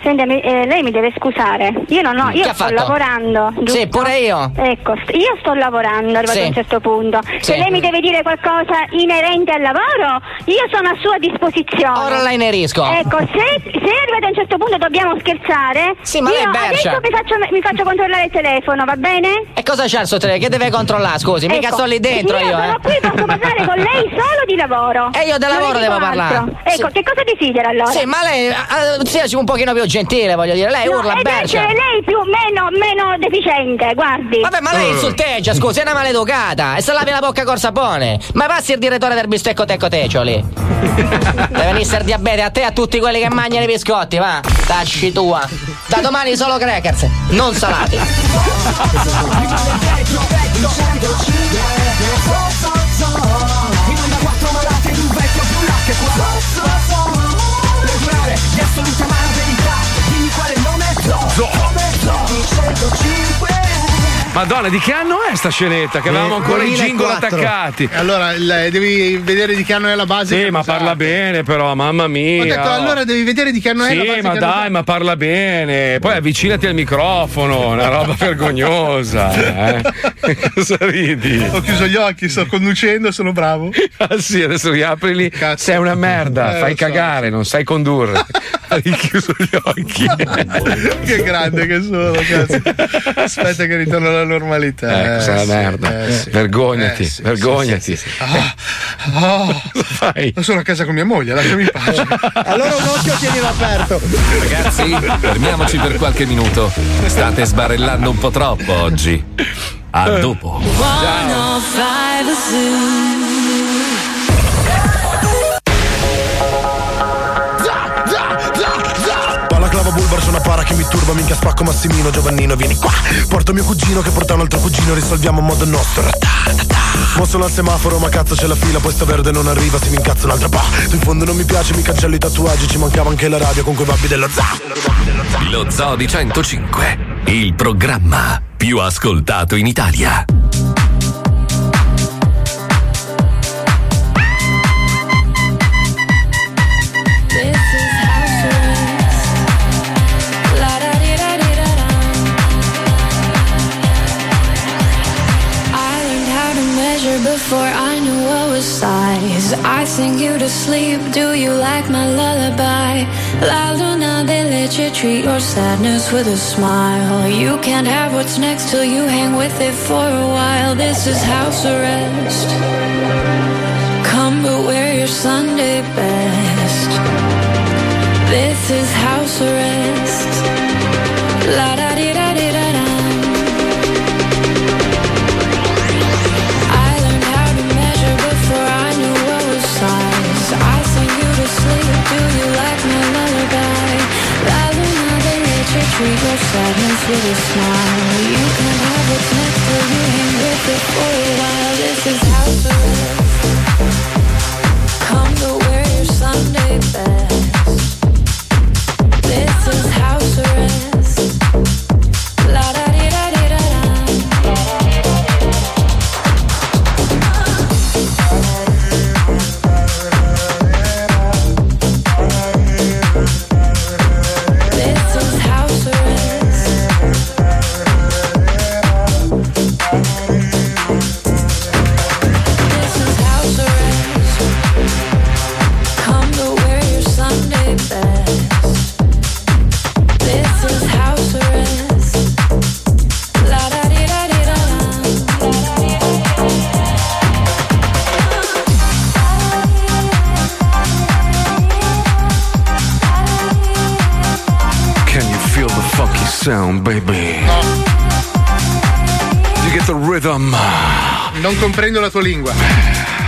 S2: Senta, mi- eh, lei mi deve scusare. Io non ho,
S26: Che
S2: io
S26: ha
S2: sto
S26: fatto?
S2: lavorando. Giusto?
S26: Sì, pure io.
S2: Ecco, st- io sto lavorando arrivato
S26: Sì.
S2: a un certo punto. Se
S26: Sì.
S2: lei mi deve dire qualcosa inerente al lavoro, io sono a sua disposizione.
S26: Ora la inerisco.
S2: Ecco, se, se arrivate a un certo punto dobbiamo scherzare,
S26: Sì, ma
S2: io
S26: lei è bercia.
S2: adesso mi faccio, mi faccio controllare il telefono, va bene?
S26: E cosa c'è il suo tele? Che deve controllare, scusi? Mica
S2: Ecco,
S26: sto lì dentro
S2: io
S26: io,
S2: sono
S26: eh.
S2: qui, posso parlare con lei solo di lavoro.
S26: E Eh, io del
S2: Non
S26: lavoro
S2: le dico
S26: devo parlare.
S2: altro. Ecco, che cosa desidera allora?
S26: Sì, ma lei eh, sia un pochino più gentile, voglio dire. Lei
S2: No,
S26: urla
S2: e invece
S26: bercia.
S2: lei più meno, meno deficiente, guardi.
S26: Vabbè, ma lei insulteggia, scusi, è una maleducata. E se lavi la bocca col sapone. Ma passi il direttore del bistecco tecco teccioli. Deve venisse il diabete a te e a tutti quelli che mangiano i biscotti, va. Tacci tua. Da domani solo crackers, non salati.
S7: Madonna, di che anno è sta scenetta? Che avevamo ancora i jingle attaccati.
S4: Allora, il- devi vedere di che anno è la base.
S7: Sì, ma parla bene, però, mamma mia.
S4: Esatto. Ho detto, allora devi vedere di che anno è la base.
S7: Sì, ma
S4: che hanno fatto.
S7: dai, ma parla bene. Poi avvicinati al microfono, una roba vergognosa. eh. Cosa ridi?
S4: Ho chiuso gli occhi, sto conducendo, sono bravo.
S7: Ah sì, adesso riaprili. Sei una merda,
S4: Eh,
S7: fai
S4: lo so.
S7: cagare, non sai condurre. Hai chiuso gli occhi.
S4: che grande che sono, cazzo. Aspetta che ritorno alla normalità.
S7: Eh, sei una merda. vergognati,
S4: Eh,
S7: vergognati. Ah.
S4: Sono a casa con mia moglie, lasciami in pace.
S8: allora un occhio tienilo aperto.
S1: Ragazzi, fermiamoci per qualche minuto. State sbarellando un po' troppo oggi. A dopo.
S27: 105
S3: Balaclava Bulbar c'è una para che mi turba Minchia spacco Massimino Giovannino vieni qua Porto mio cugino che porta un altro cugino Risolviamo a modo nostro Mo sono al semaforo ma cazzo c'è la fila Poi sta verde non arriva se mi incazzo un'altra pa Tu in fondo non mi piace mi cancello i tatuaggi Ci mancava anche la radio con quei babbi dello za
S1: Lo Zoo di 105, il programma più ascoltato in Italia.
S27: I learned how to measure before I knew what was size. I sing you to sleep. Do you like my lullaby? La luna, they let you treat your sadness with a smile. You can't have what's next till you hang with it for a while. This is house arrest. Come but wear your Sunday best. This is house arrest. La da di da di da da. I learned how to measure before I knew what was size. I sing you to sleep. Do you like my lullaby? La luna, they let you treat your sadness with a smile. You can have what's next till you hang with it for a while. This is house arrest. Come to wear your Sunday best. This is house arrest. La da di da di da da. This is house arrest. This is house arrest. Come to wear your Sunday best. This is house arrest. La da di da di da da.
S7: Can you feel the fucking sound, baby? You get the rhythm.
S4: Non comprendo la tua lingua.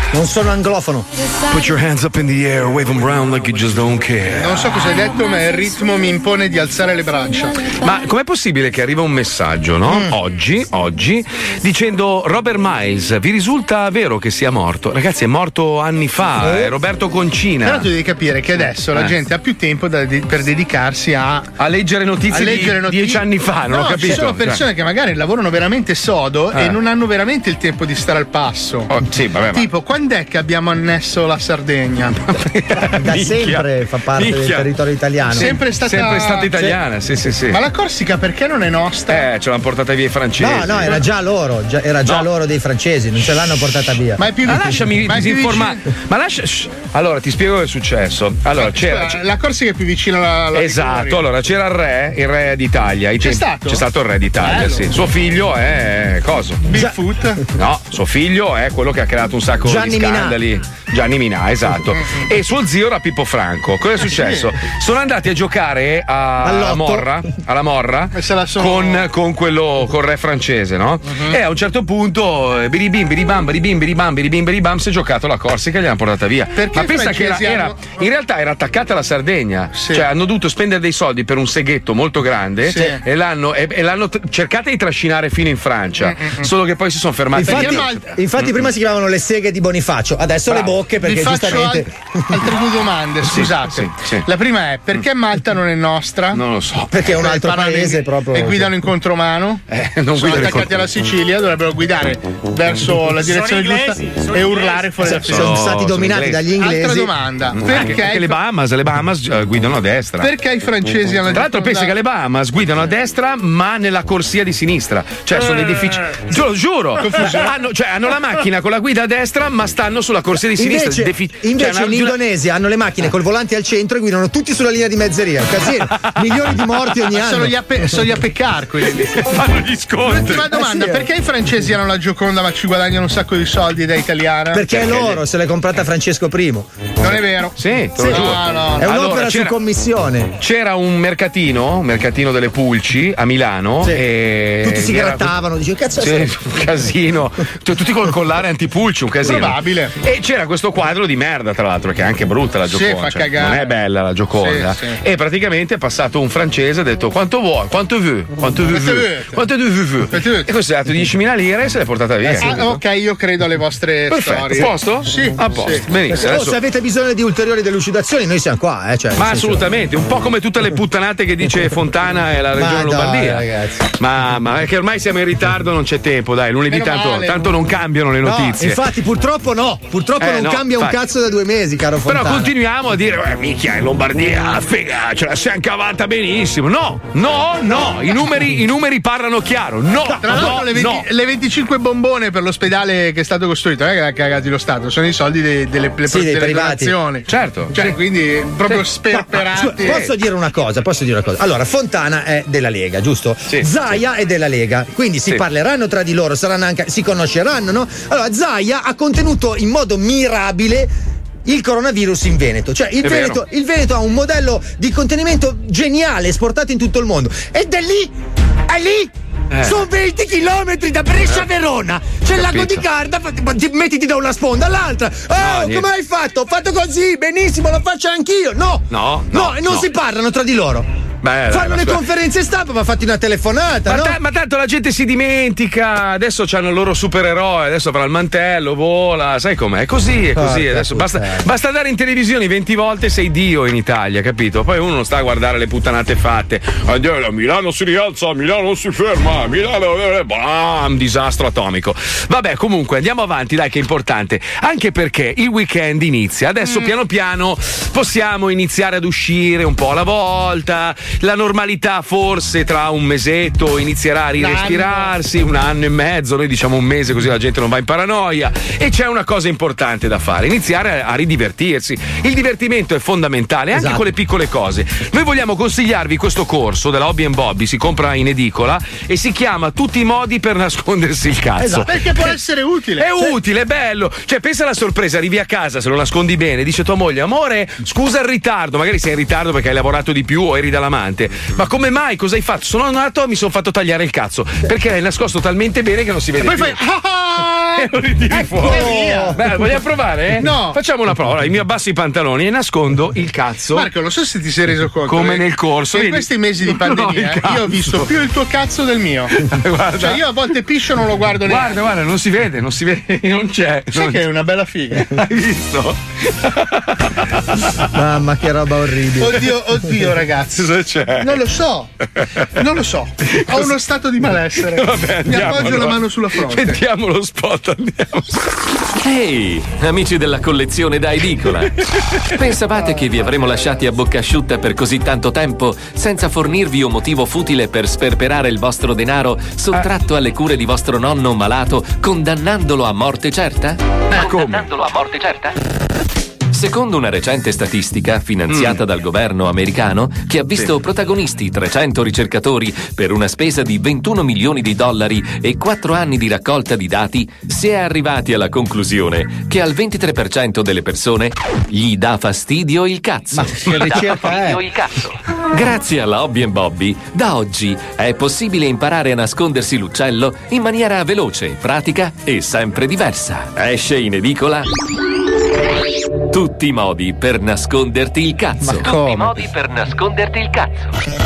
S5: Non sono anglofono.
S7: Put your hands up in the air, wave them round like you just don't care.
S4: Non so cosa hai detto, ma il ritmo mi impone di alzare le braccia.
S7: Ma com'è possibile che arriva un messaggio, no? Oggi, oggi, dicendo Robert Miles, vi risulta vero che sia morto? Ragazzi, è morto anni fa, è Roberto
S4: Però
S7: Concina.
S4: tu devi capire che adesso la
S7: Eh.
S4: gente ha più tempo da- di- per dedicarsi a.
S7: A leggere notizie
S4: a
S7: di
S4: leggere notizie.
S7: dieci anni fa, non
S4: No,
S7: ho capito.
S4: Ci sono persone
S7: Cioè.
S4: che magari lavorano veramente sodo
S7: Eh. Oh,
S4: e non hanno veramente il tempo di stare al passo.
S7: sì, vabbè, ma-
S4: Tipo, quando è che abbiamo annesso la Sardegna?
S7: Eh,
S5: Da sempre fa parte del
S4: Minchia.
S5: territorio italiano.
S4: Sempre stata,
S7: Sempre stata italiana, ah, sì, sì, sì.
S4: Ma la Corsica perché non è nostra?
S7: Eh, ce l'hanno portata via i francesi.
S5: No, no, era già loro, già- era già loro dei francesi, non ce l'hanno portata via.
S4: Ma è più
S7: Ma Ah, lasciami disinformare. Ma lascia. shh. Allora, ti spiego che è successo. Allora, c'era.
S4: La- La Corsica è più vicina alla. alla
S7: Esatto, allora c'era il re, il re d'Italia. ai
S4: Ah, C'è
S7: tempi-
S4: stato?
S7: C'è stato il re d'Italia,
S4: Bello.
S7: sì. Suo figlio è. cosa?
S4: Bigfoot?
S7: No, suo figlio è quello che ha creato un sacco
S4: Gianni
S7: di
S4: Minà.
S7: scandali. Gianni Minà, esatto. E suo zio era Pippo Franco. Cosa è successo? Sono andati a giocare a, alla
S4: All'otto.
S7: Morra, alla Morra
S4: sono- Mhm.
S7: con, con quello col re francese, no? E a un certo punto, eh, biribim, biribam, biribim, biribam, biribim, biribam, si è giocato la Corsica e gliel'hanno portata via.
S4: Perché
S7: Ma
S4: i
S7: pensa che era,
S4: francesi
S7: era-
S4: hanno-
S7: in realtà era attaccata alla Sardegna. Cioè, hanno dovuto spendere dei soldi per un seghetto molto grande
S4: Sì.
S7: e l'hanno, e- e l'hanno tr- cercata di trascinare fino in Francia. Solo che poi si sono fermati.
S5: Infatti, infatti prima si chiamavano le seghe di Bonifacio, adesso
S7: Bravo.
S5: le bocche perché
S4: Vi faccio
S5: giustamente.
S4: al- altre due domande,
S5: Sì,
S4: scusate.
S5: sì, sì.
S4: La prima è perché Malta non è nostra? Cioè,
S7: Non lo so.
S5: Perché è un altro paese proprio- Eh,
S4: E guidano in contromano?
S7: non
S4: sono
S7: guidano in
S4: attaccati alla Sicilia, dovrebbero guidare verso la direzione
S5: Sono
S4: giusta
S5: inglesi, sono
S4: e
S5: inglesi.
S4: urlare fuori
S5: Sono-
S4: da
S5: sono stati dominati dagli inglesi.
S4: Altra domanda,
S7: Mm. Anche,
S4: perché
S7: anche le Bahamas, le Bahamas eh, guidano a destra.
S4: Perché i francesi hanno
S7: Tra l'altro
S4: detto
S7: pensa che le Bahamas guidano a destra, ma nella corsia di sinistra. Cioè sono dei difficili. Te lo giuro!
S5: Confusione.
S7: Hanno, cioè, hanno la macchina con la guida a destra, ma stanno sulla corsia di sinistra.
S5: Invece,
S7: Defi- cioè,
S5: invece
S7: una-
S5: in Indonesia hanno le macchine col volante al centro e guidano tutti sulla linea di mezzeria. Un Casino, milioni di morti ogni anno.
S4: Sono gli, ape- sono gli apeccar quindi.
S7: Fanno gli scontri.
S4: Ultima domanda,
S5: Eh sì, eh.
S4: perché i francesi hanno la Gioconda ma ci guadagnano un sacco di soldi da italiana?
S5: Perché è loro, se l'è comprata Francesco I.
S4: Non è vero.
S7: Sì, te lo
S4: No,
S7: giuro.
S4: no.
S5: È
S7: Allora,
S5: un'opera su
S7: c'era-
S5: commissione.
S7: C'era un mercatino, un mercatino delle pulci a Milano. E
S5: Tutti si
S7: Eh, era-
S5: grattavano, dice cazzo.
S7: Sì, un casino. Tu- Tutti col collare antipulci, un casino.
S4: Probabile.
S7: E c'era questo quadro di merda, tra l'altro, che è anche brutta la
S4: Sì,
S7: Gioconda.
S4: fa
S7: cioè,
S4: cagare.
S7: non è bella la Gioconda.
S4: Sì, sì.
S7: E praticamente è passato un francese e ha detto quanto vuoi, quanto vuoi, quanto vuoi,
S4: Quanto
S7: vuoi,
S4: vuoi?
S7: quanto vuoi, vuoi. E questo è dato 10.000 lire e se l'è portata via.
S4: Ah, ok, io credo alle vostre
S7: Perfetto,
S4: storie.
S7: a posto?
S4: Eh, Sì.
S7: A posto.
S4: sì.
S7: Benissimo.
S5: Oh,
S7: adesso-
S5: se avete bisogno di ulteriori delucidazioni, noi siamo qua. Eh, cioè, nel
S7: Ma
S5: senso-
S7: assolutamente, un po' come tutte le puttanate che dice Fontana e la regione
S5: Ma dai,
S7: Lombardia.
S5: ragazzi.
S7: Ma, ma è che ormai siamo in ritardo, non c'è tempo, dai, lunedì
S5: Meno
S7: tanto,
S5: male.
S7: tanto non cambiano le
S5: No,
S7: notizie.
S5: infatti, purtroppo no. Purtroppo
S7: Eh,
S5: non
S7: no,
S5: cambia
S7: infatti.
S5: un cazzo da due mesi, caro
S7: Però
S5: Fontana.
S7: continuiamo a dire, eh, minchia, in Lombardia, figa, ce la siamo cavata benissimo. No, no, no, i numeri, i numeri parlano chiaro. No,
S4: Tra l'altro
S7: no,
S4: le, 20
S7: no.
S4: le 25 bombone per l'ospedale che è stato costruito, non è che l'ha cagati lo Stato, sono i soldi dei- delle, delle,
S5: Sì, dei
S4: delle
S5: privati.
S4: donazioni.
S7: Certo.
S4: Cioè, quindi proprio
S5: Scusa,
S4: sperperati.
S5: Posso dire una cosa, posso dire una cosa. Allora, Fontana è della Lega, giusto? Zaia è della Lega, quindi si
S2: Sì.
S5: parleranno tra di loro, saranno anche, si conosceranno, no? Allora, Zaia ha contenuto in modo mirabile il coronavirus in Veneto. Cioè, il
S2: È vero.
S5: Veneto, il Veneto ha un modello di contenimento geniale esportato in tutto il mondo. Ed è lì! È lì!
S2: Eh.
S5: Sono 20 km da Brescia a
S2: Eh.
S5: Verona! C'è il lago
S2: Capito.
S5: di Garda, fa- ma ti- mettiti da una sponda all'altra! Oh,
S2: niente.
S5: come hai fatto? Ho fatto così, benissimo, lo faccio anch'io! No!
S7: No,
S5: No,
S7: no,
S5: e non
S7: no.
S5: si parlano tra di loro.
S7: Beh, Eh, dai,
S5: Fanno
S7: ma
S5: le
S7: scusa.
S5: conferenze stampa, ma fatti una telefonata,
S7: Ma,
S5: no?
S7: ta- ma tanto la gente si dimentica, adesso hanno il loro supereroe, adesso avrà il mantello, vola, sai com'è? È così, è così.
S5: Porca
S7: Adesso basta, basta andare in televisione 20 volte, sei Dio in Italia, capito? Poi uno non sta a guardare le puttanate fatte. Andiamo, Milano si rialza, Milano si ferma, Milano. eh, Bam, disastro atomico. Vabbè, comunque andiamo avanti, dai, che è importante. Anche perché il weekend inizia. Adesso piano piano possiamo iniziare ad uscire un po' alla volta. La normalità, forse tra un mesetto, inizierà a rirespirarsi, un anno e mezzo, noi diciamo un mese così la gente non va in paranoia. E c'è una cosa importante da fare, iniziare a, a ridivertirsi. Il divertimento è fondamentale, anche con le piccole cose. Noi vogliamo consigliarvi questo corso della Hobby and Bobby, si compra in edicola e si chiama Tutti i modi per nascondersi il cazzo.
S5: Esatto.
S4: Perché può essere utile.
S7: È utile, è bello. Cioè, pensa alla sorpresa, arrivi a casa, se lo nascondi bene, dice tua moglie, amore, scusa il ritardo, magari sei in ritardo perché hai lavorato di più o eri dall'amante. Ma come mai? Cosa hai fatto? Sono nato e mi sono fatto tagliare il cazzo. Perché l'hai nascosto talmente bene che non si
S4: E
S7: vede
S4: poi
S7: più.
S4: fai. "Ah, ah,
S16: e lo ritiri fuori.
S4: via.
S16: Beh, vogliamo provare? eh?
S4: No.
S16: Facciamo una prova. Allora, mi abbasso i pantaloni e nascondo il cazzo.
S4: Marco, lo so se ti sei reso conto.
S16: Come
S4: eh,
S16: nel corso,
S4: che In
S16: vedi?
S4: questi mesi di
S16: Non ho il
S4: pandemia eh, io ho
S16: cazzo.
S4: visto più il tuo cazzo del mio.
S16: Guarda.
S4: Cioè, io a volte piscio e non lo guardo neanche.
S16: Guarda, guarda, non si vede, non si vede, non c'è.
S4: Sai
S16: non
S4: che è
S16: c'è.
S4: una bella figa.
S16: Hai visto?
S5: Mamma, che roba orribile.
S4: Oddio, oddio, ragazzi.
S16: Cosa c'è?
S4: Non lo so. Non lo so. Ho uno stato di malessere.
S16: Vabbè,
S4: Mi
S16: andiamo,
S4: appoggio la
S16: allora.
S4: mano sulla fronte.
S16: Sentiamo lo spot, andiamo.
S1: Ehi, amici della collezione da edicola! Pensavate che vi avremmo lasciati a bocca asciutta per così tanto tempo senza fornirvi un motivo futile per sperperare il vostro denaro sottratto
S4: Ah.
S1: alle cure di vostro nonno malato, condannandolo a morte certa?
S4: Eh.
S1: Condannandolo a morte certa? Secondo una recente statistica finanziata
S5: Mm.
S1: dal governo americano, che ha visto protagonisti 300 ricercatori per una spesa di 21 milioni di dollari e 4 anni di raccolta di dati, si è arrivati alla conclusione che al 23% delle persone gli dà fastidio il cazzo.
S5: Che ricerca è?
S1: Grazie alla Hobby and Bobby, da oggi è possibile imparare a nascondersi l'uccello in maniera veloce, pratica e sempre diversa. Esce in edicola. Tutti i modi per nasconderti il cazzo. Tutti i modi per nasconderti il cazzo.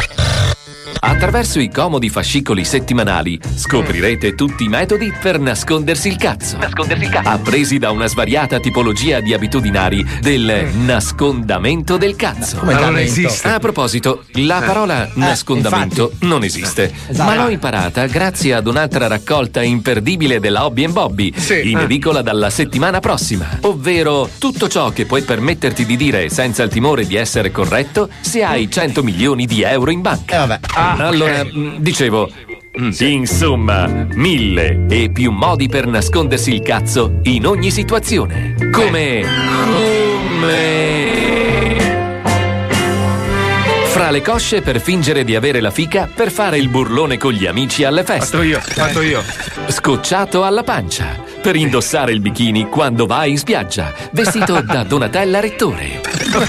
S1: Attraverso i comodi fascicoli settimanali scoprirete tutti i metodi per nascondersi il cazzo. Nascondersi il cazzo. Appresi da una svariata tipologia di abitudinari del nascondamento del cazzo.
S5: come
S1: Ma non
S5: talento?
S1: esiste. A proposito, la
S5: Eh.
S1: parola
S5: Eh, esatto.
S1: nascondamento non esiste, ma l'ho imparata grazie ad un'altra raccolta imperdibile della Hobby and Bobby, in
S5: Eh.
S1: edicola dalla settimana prossima. Ovvero tutto ciò che puoi permetterti di dire senza il timore di essere corretto se hai 100 milioni di euro in banca.
S5: Eh,
S1: Ah,
S5: Ah,
S1: allora, mh, dicevo. mm, Insomma, mille e più modi per nascondersi il cazzo in ogni situazione. Come. Come. Fra le cosce per fingere di avere la fica per fare il burlone con gli amici alle feste. Fatto io, fatto io. Scocciato alla pancia per indossare il bikini quando vai in spiaggia, vestito da Donatella Rettore.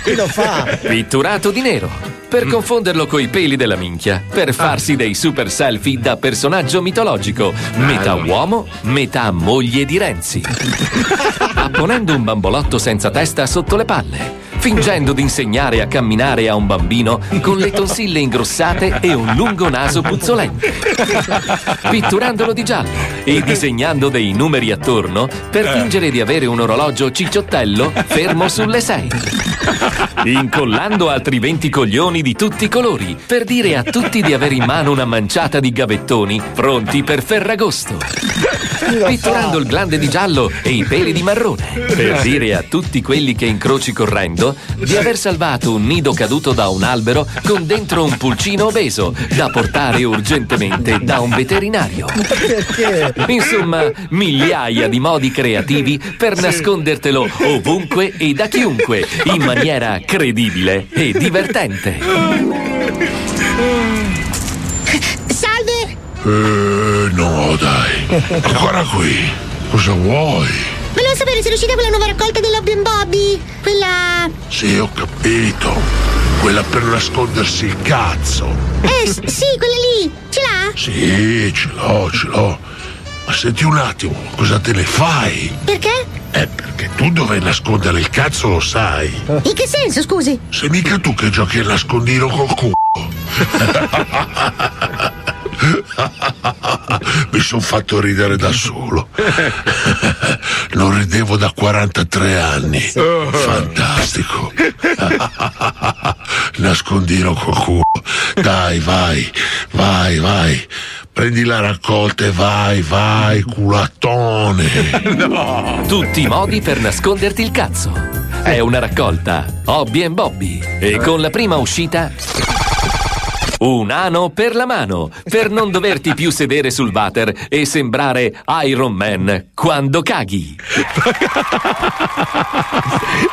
S5: Chi lo fa?
S1: Pitturato di nero per confonderlo coi peli della minchia, per farsi dei super selfie da personaggio mitologico, metà uomo, metà moglie di Renzi. Apponendo un bambolotto senza testa sotto le palle. Fingendo di insegnare a camminare a un bambino con le tonsille ingrossate e un lungo naso puzzolente. Pitturandolo di giallo e disegnando dei numeri attorno per fingere di avere un orologio cicciottello fermo sulle sei. Incollando altri 20 coglioni di tutti i colori per dire a tutti di avere in mano una manciata di gavettoni pronti per Ferragosto. Pitturando il glande di giallo e i peli di marrone per dire a tutti quelli che incroci correndo di aver salvato un nido caduto da un albero con dentro un pulcino obeso da portare urgentemente da un veterinario.
S5: Perché?
S1: Insomma, migliaia di modi creativi per nascondertelo ovunque e da chiunque, in maniera credibile e divertente.
S15: Salve!
S18: Eh, no, dai. Ancora qui. Cosa vuoi?
S15: Volevo sapere se è uscita quella nuova raccolta dell'Hobby and Bobby. Quella.
S18: Sì, ho capito. Quella per nascondersi il cazzo.
S15: Eh, s- sì, quella lì. Ce l'ha?
S18: Sì, ce l'ho, ce l'ho. Ma senti un attimo, cosa te ne fai?
S15: Perché?
S18: Eh, perché tu dove nascondere il cazzo lo sai.
S8: Eh.
S15: In che senso, scusi?
S18: Sei mica tu che giochi a nascondino col culo. Mi sono fatto ridere da solo. Non ridevo da 43 anni. Fantastico. Nascondino col culo. Dai, vai, vai, vai. Prendi la raccolta e vai, vai, culatone.
S1: Tutti i modi per nasconderti il cazzo. È una raccolta Hobby and Bobby e con la prima uscita un ano per la mano per non doverti più sedere sul water e sembrare Iron Man quando caghi.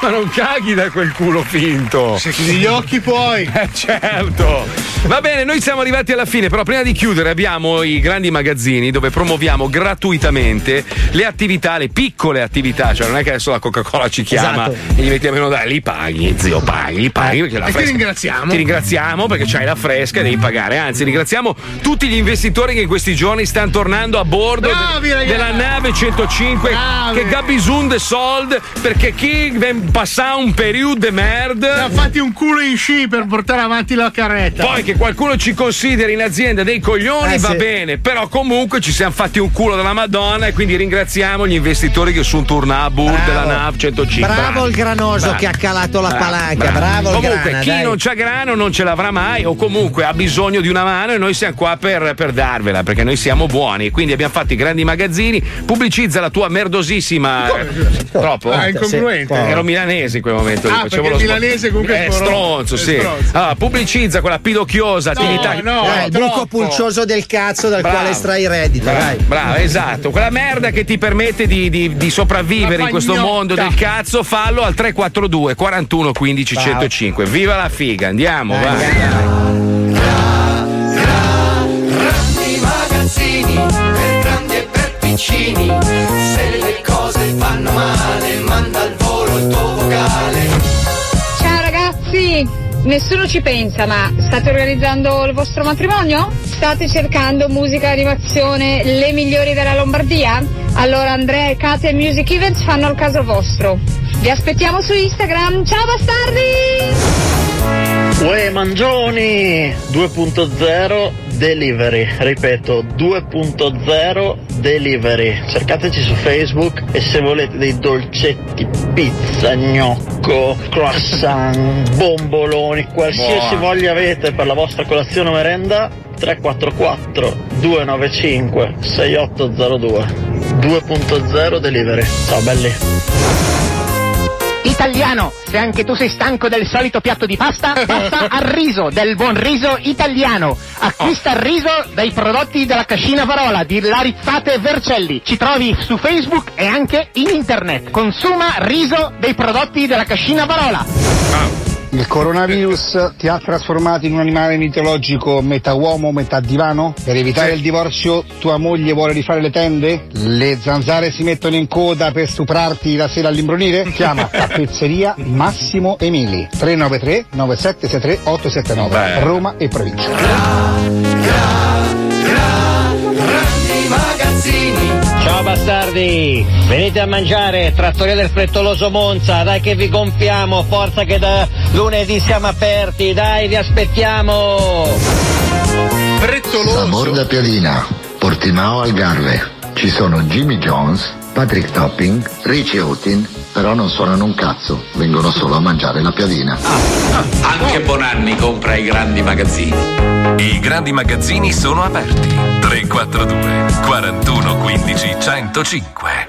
S16: Ma non caghi da quel culo finto.
S4: Se chiudi gli occhi puoi.
S16: Eh certo.
S7: Va bene, noi siamo arrivati alla fine, però prima di chiudere abbiamo i grandi magazzini dove promuoviamo gratuitamente le attività, le piccole attività, cioè non è che adesso la Coca-Cola ci chiama
S4: Esatto.
S7: e gli mettiamo meno dai, li paghi, zio, paghi, li paghi perché la
S4: E ti
S7: fresca-
S4: ringraziamo.
S7: Ti ringraziamo perché c'hai la fresca e devi pagare. Anzi, ringraziamo tutti gli investitori che in questi giorni stanno tornando a bordo
S4: Bravi,
S7: de-
S4: ragazzi.
S7: della nave 105
S4: Bravi.
S7: che Gabisun de sold perché chi ven- passa un periodo de merda
S4: Ha fatti un culo in sci per portare avanti la carretta.
S7: poi che qualcuno ci consideri in azienda dei coglioni
S4: Eh,
S7: va
S4: sì.
S7: bene, però comunque ci siamo fatti un culo della Madonna e quindi ringraziamo gli investitori che sono tornati a bordo della NAV 105.
S5: Bravo il granoso
S7: Bravo.
S5: che ha calato la
S7: Ah, Bravo,
S5: palanca, bravo il
S7: Comunque,
S5: grana,
S7: chi
S5: dai.
S7: non c'ha grano non ce l'avrà mai, o comunque ha bisogno di una mano e noi siamo qua per, per darvela, perché noi siamo buoni. Quindi abbiamo fatto i grandi magazzini. Pubblicizza la tua merdosissima. Eh, Troppo?
S4: Ah, è incongruente.
S7: Sì, Ero milanese in quel momento.
S4: Ah,
S7: lì,
S4: perché
S7: facevo lo
S4: il
S7: spo-
S4: milanese comunque è
S7: è
S4: stronzo.
S7: stronzo,
S4: È
S7: sì.
S4: stronzo.
S7: Allora, pubblicizza quella pidocchiosa Eh, attività.
S5: Dai, Eh, il buco pulcioso del cazzo dal
S7: Bravo.
S5: quale estrai il reddito,
S7: Brava,
S5: dai.
S7: brava, esatto. Quella merda che ti permette di, di- di sopravvivere
S5: La
S7: in questo
S5: pagnotta.
S7: mondo del cazzo, fallo al 342 41 15 105. Viva la figa, andiamo, vai.
S2: grandi magazzini per grandi e per piccini se le cose fanno male manda al volo il tuo vocale
S28: Ciao ragazzi, nessuno ci pensa, ma state organizzando il vostro matrimonio? State cercando musica e animazione le migliori della Lombardia? Allora Andrea e Kate Music Events fanno il caso vostro. Vi aspettiamo su Instagram, ciao bastardi!
S15: Uè Mangioni 2.0 Delivery, ripeto 2.0 Delivery. Cercateci su Facebook e se volete dei dolcetti, pizza, gnocco, croissant, bomboloni, qualsiasi
S20: Buono.
S15: voglia avete per la vostra colazione o merenda, 344 295 6802 2.0 Delivery. Ciao belli.
S10: Italiano, se anche tu sei stanco del solito piatto di pasta, passa al riso, del buon riso italiano. Acquista il riso dai prodotti della Cascina Parola di Larizzate Vercelli. Ci trovi su Facebook e anche in internet. Consuma riso dei prodotti della Cascina Parola.
S13: Il coronavirus ti ha trasformato in un animale mitologico metà uomo, metà divano? Per evitare il divorzio tua moglie vuole rifare le tende? Le zanzare si mettono in coda per stuprarti la sera all'imbrunire? Chiama Tappezzeria Massimo Emili 393 9763 879 Roma e provincia.
S10: Grandi magazzini.
S15: Ciao bastardi, venite a mangiare, trattoria del frettoloso Monza, dai che vi gonfiamo, forza che da lunedì siamo aperti, dai vi aspettiamo!
S12: Sabor da Piadina, Portimao Algarve. Ci sono Jimmy Jones, Patrick Topping, Richie Houghton, però non suonano un cazzo, vengono solo a mangiare la piadina.
S1: Anche Bonanni compra i grandi magazzini. I grandi magazzini sono aperti. 342 41 15 105.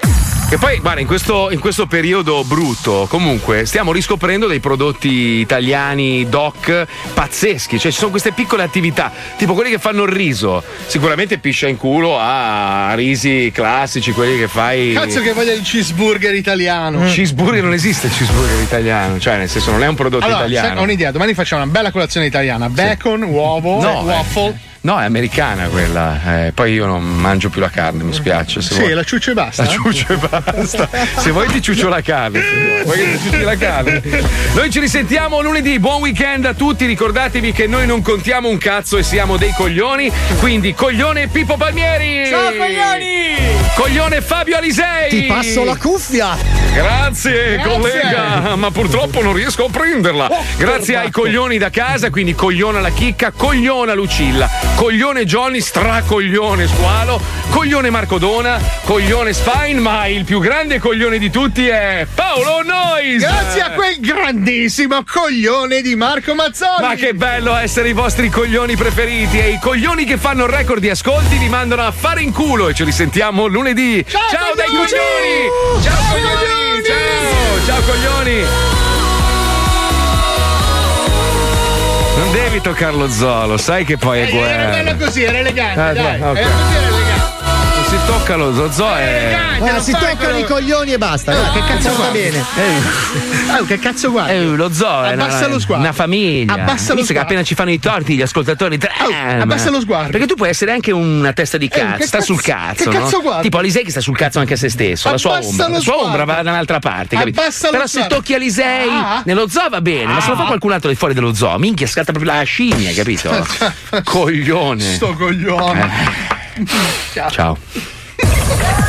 S7: Che poi, guarda, in questo, in questo periodo brutto, comunque, stiamo riscoprendo dei prodotti italiani doc pazzeschi. Cioè, ci sono queste piccole attività, tipo quelli che fanno il riso. Sicuramente piscia in culo a risi classici, quelli che fai.
S4: Cazzo che voglia il cheeseburger italiano.
S7: Mm. Cheeseburger non esiste il cheeseburger italiano, cioè nel senso non è un prodotto
S4: Allora, sai,
S7: italiano.
S4: ho un'idea, domani facciamo una bella colazione italiana. Bacon, uovo,
S7: No, eh,
S4: waffle.
S7: No, è americana quella. eh, poi io non mangio più la carne, mi spiace. Se
S4: Sì,
S7: vuoi.
S4: la ciuccia e basta.
S7: La ciuccia e basta. Se vuoi ti ciuccio la carne. se Vuoi che ti ciucci la carne? Noi ci risentiamo lunedì. Buon weekend a tutti. Ricordatevi che noi non contiamo un cazzo e siamo dei coglioni. Quindi coglione Pippo Palmieri.
S2: Ciao, coglioni!
S7: Coglione Fabio Alisei.
S18: Ti passo la cuffia!
S7: Grazie,
S18: Grazie.
S7: collega, ma purtroppo non riesco a prenderla. Grazie ai coglioni da casa, quindi cogliona la chicca, cogliona Lucilla, coglione Johnny, stracoglione Squalo, coglione Marco Dona, coglione Spine, ma il più grande coglione di tutti è Paolo Nois.
S4: Grazie a quel grandissimo coglione di Marco Mazzoni.
S7: Ma che bello essere i vostri coglioni preferiti e i coglioni che fanno record di ascolti vi mandano a fare in culo e ci risentiamo lunedì. Ciao, dai coglioni! Ciao coglioni! Ciao, ciao coglioni! Non devi toccare lo zolo, sai che poi è
S4: Era
S7: guerra.
S19: Eh,
S4: bella così, era elegante,
S7: Ah,
S4: eh, dai. eh,
S7: dai, ok.
S4: Era così, era elegante.
S7: Non si tocca lo zozzo e.
S5: Guarda, Eh, si toccano i coglioni e basta. guarda, che cazzo sta bene.
S7: Eh,
S19: Ah, che cazzo guarda?
S7: lo zoo è
S19: Abbassa
S7: una,
S19: lo sguardo.
S7: una famiglia.
S19: Abbassa lo
S7: Visto che
S19: sguardo. Oh,
S7: appena ci fanno i torti gli ascoltatori. trema.
S19: abbassa lo sguardo. Eh,
S7: Perché tu puoi essere anche una testa di cazzo,
S19: che
S7: sta sul
S19: cazzo-
S7: cazzo.
S19: che
S7: no?
S19: cazzo guarda?
S7: Tipo Alisei che sta sul cazzo anche a se stesso, la
S19: Abbassa
S7: sua ombra.
S19: lo
S7: La sua
S19: sguardo.
S7: ombra va da un'altra parte, capito?
S19: Abbassa Ah. lo
S7: Però se
S19: sguardo.
S7: tocchi Alisei
S19: Ah.
S7: nello zoo va bene, ma se lo fa qualcun altro di fuori dello zoo, minchia, scatta proprio la scimmia, capito? Coglione.
S19: Sto coglione.
S7: Ciao.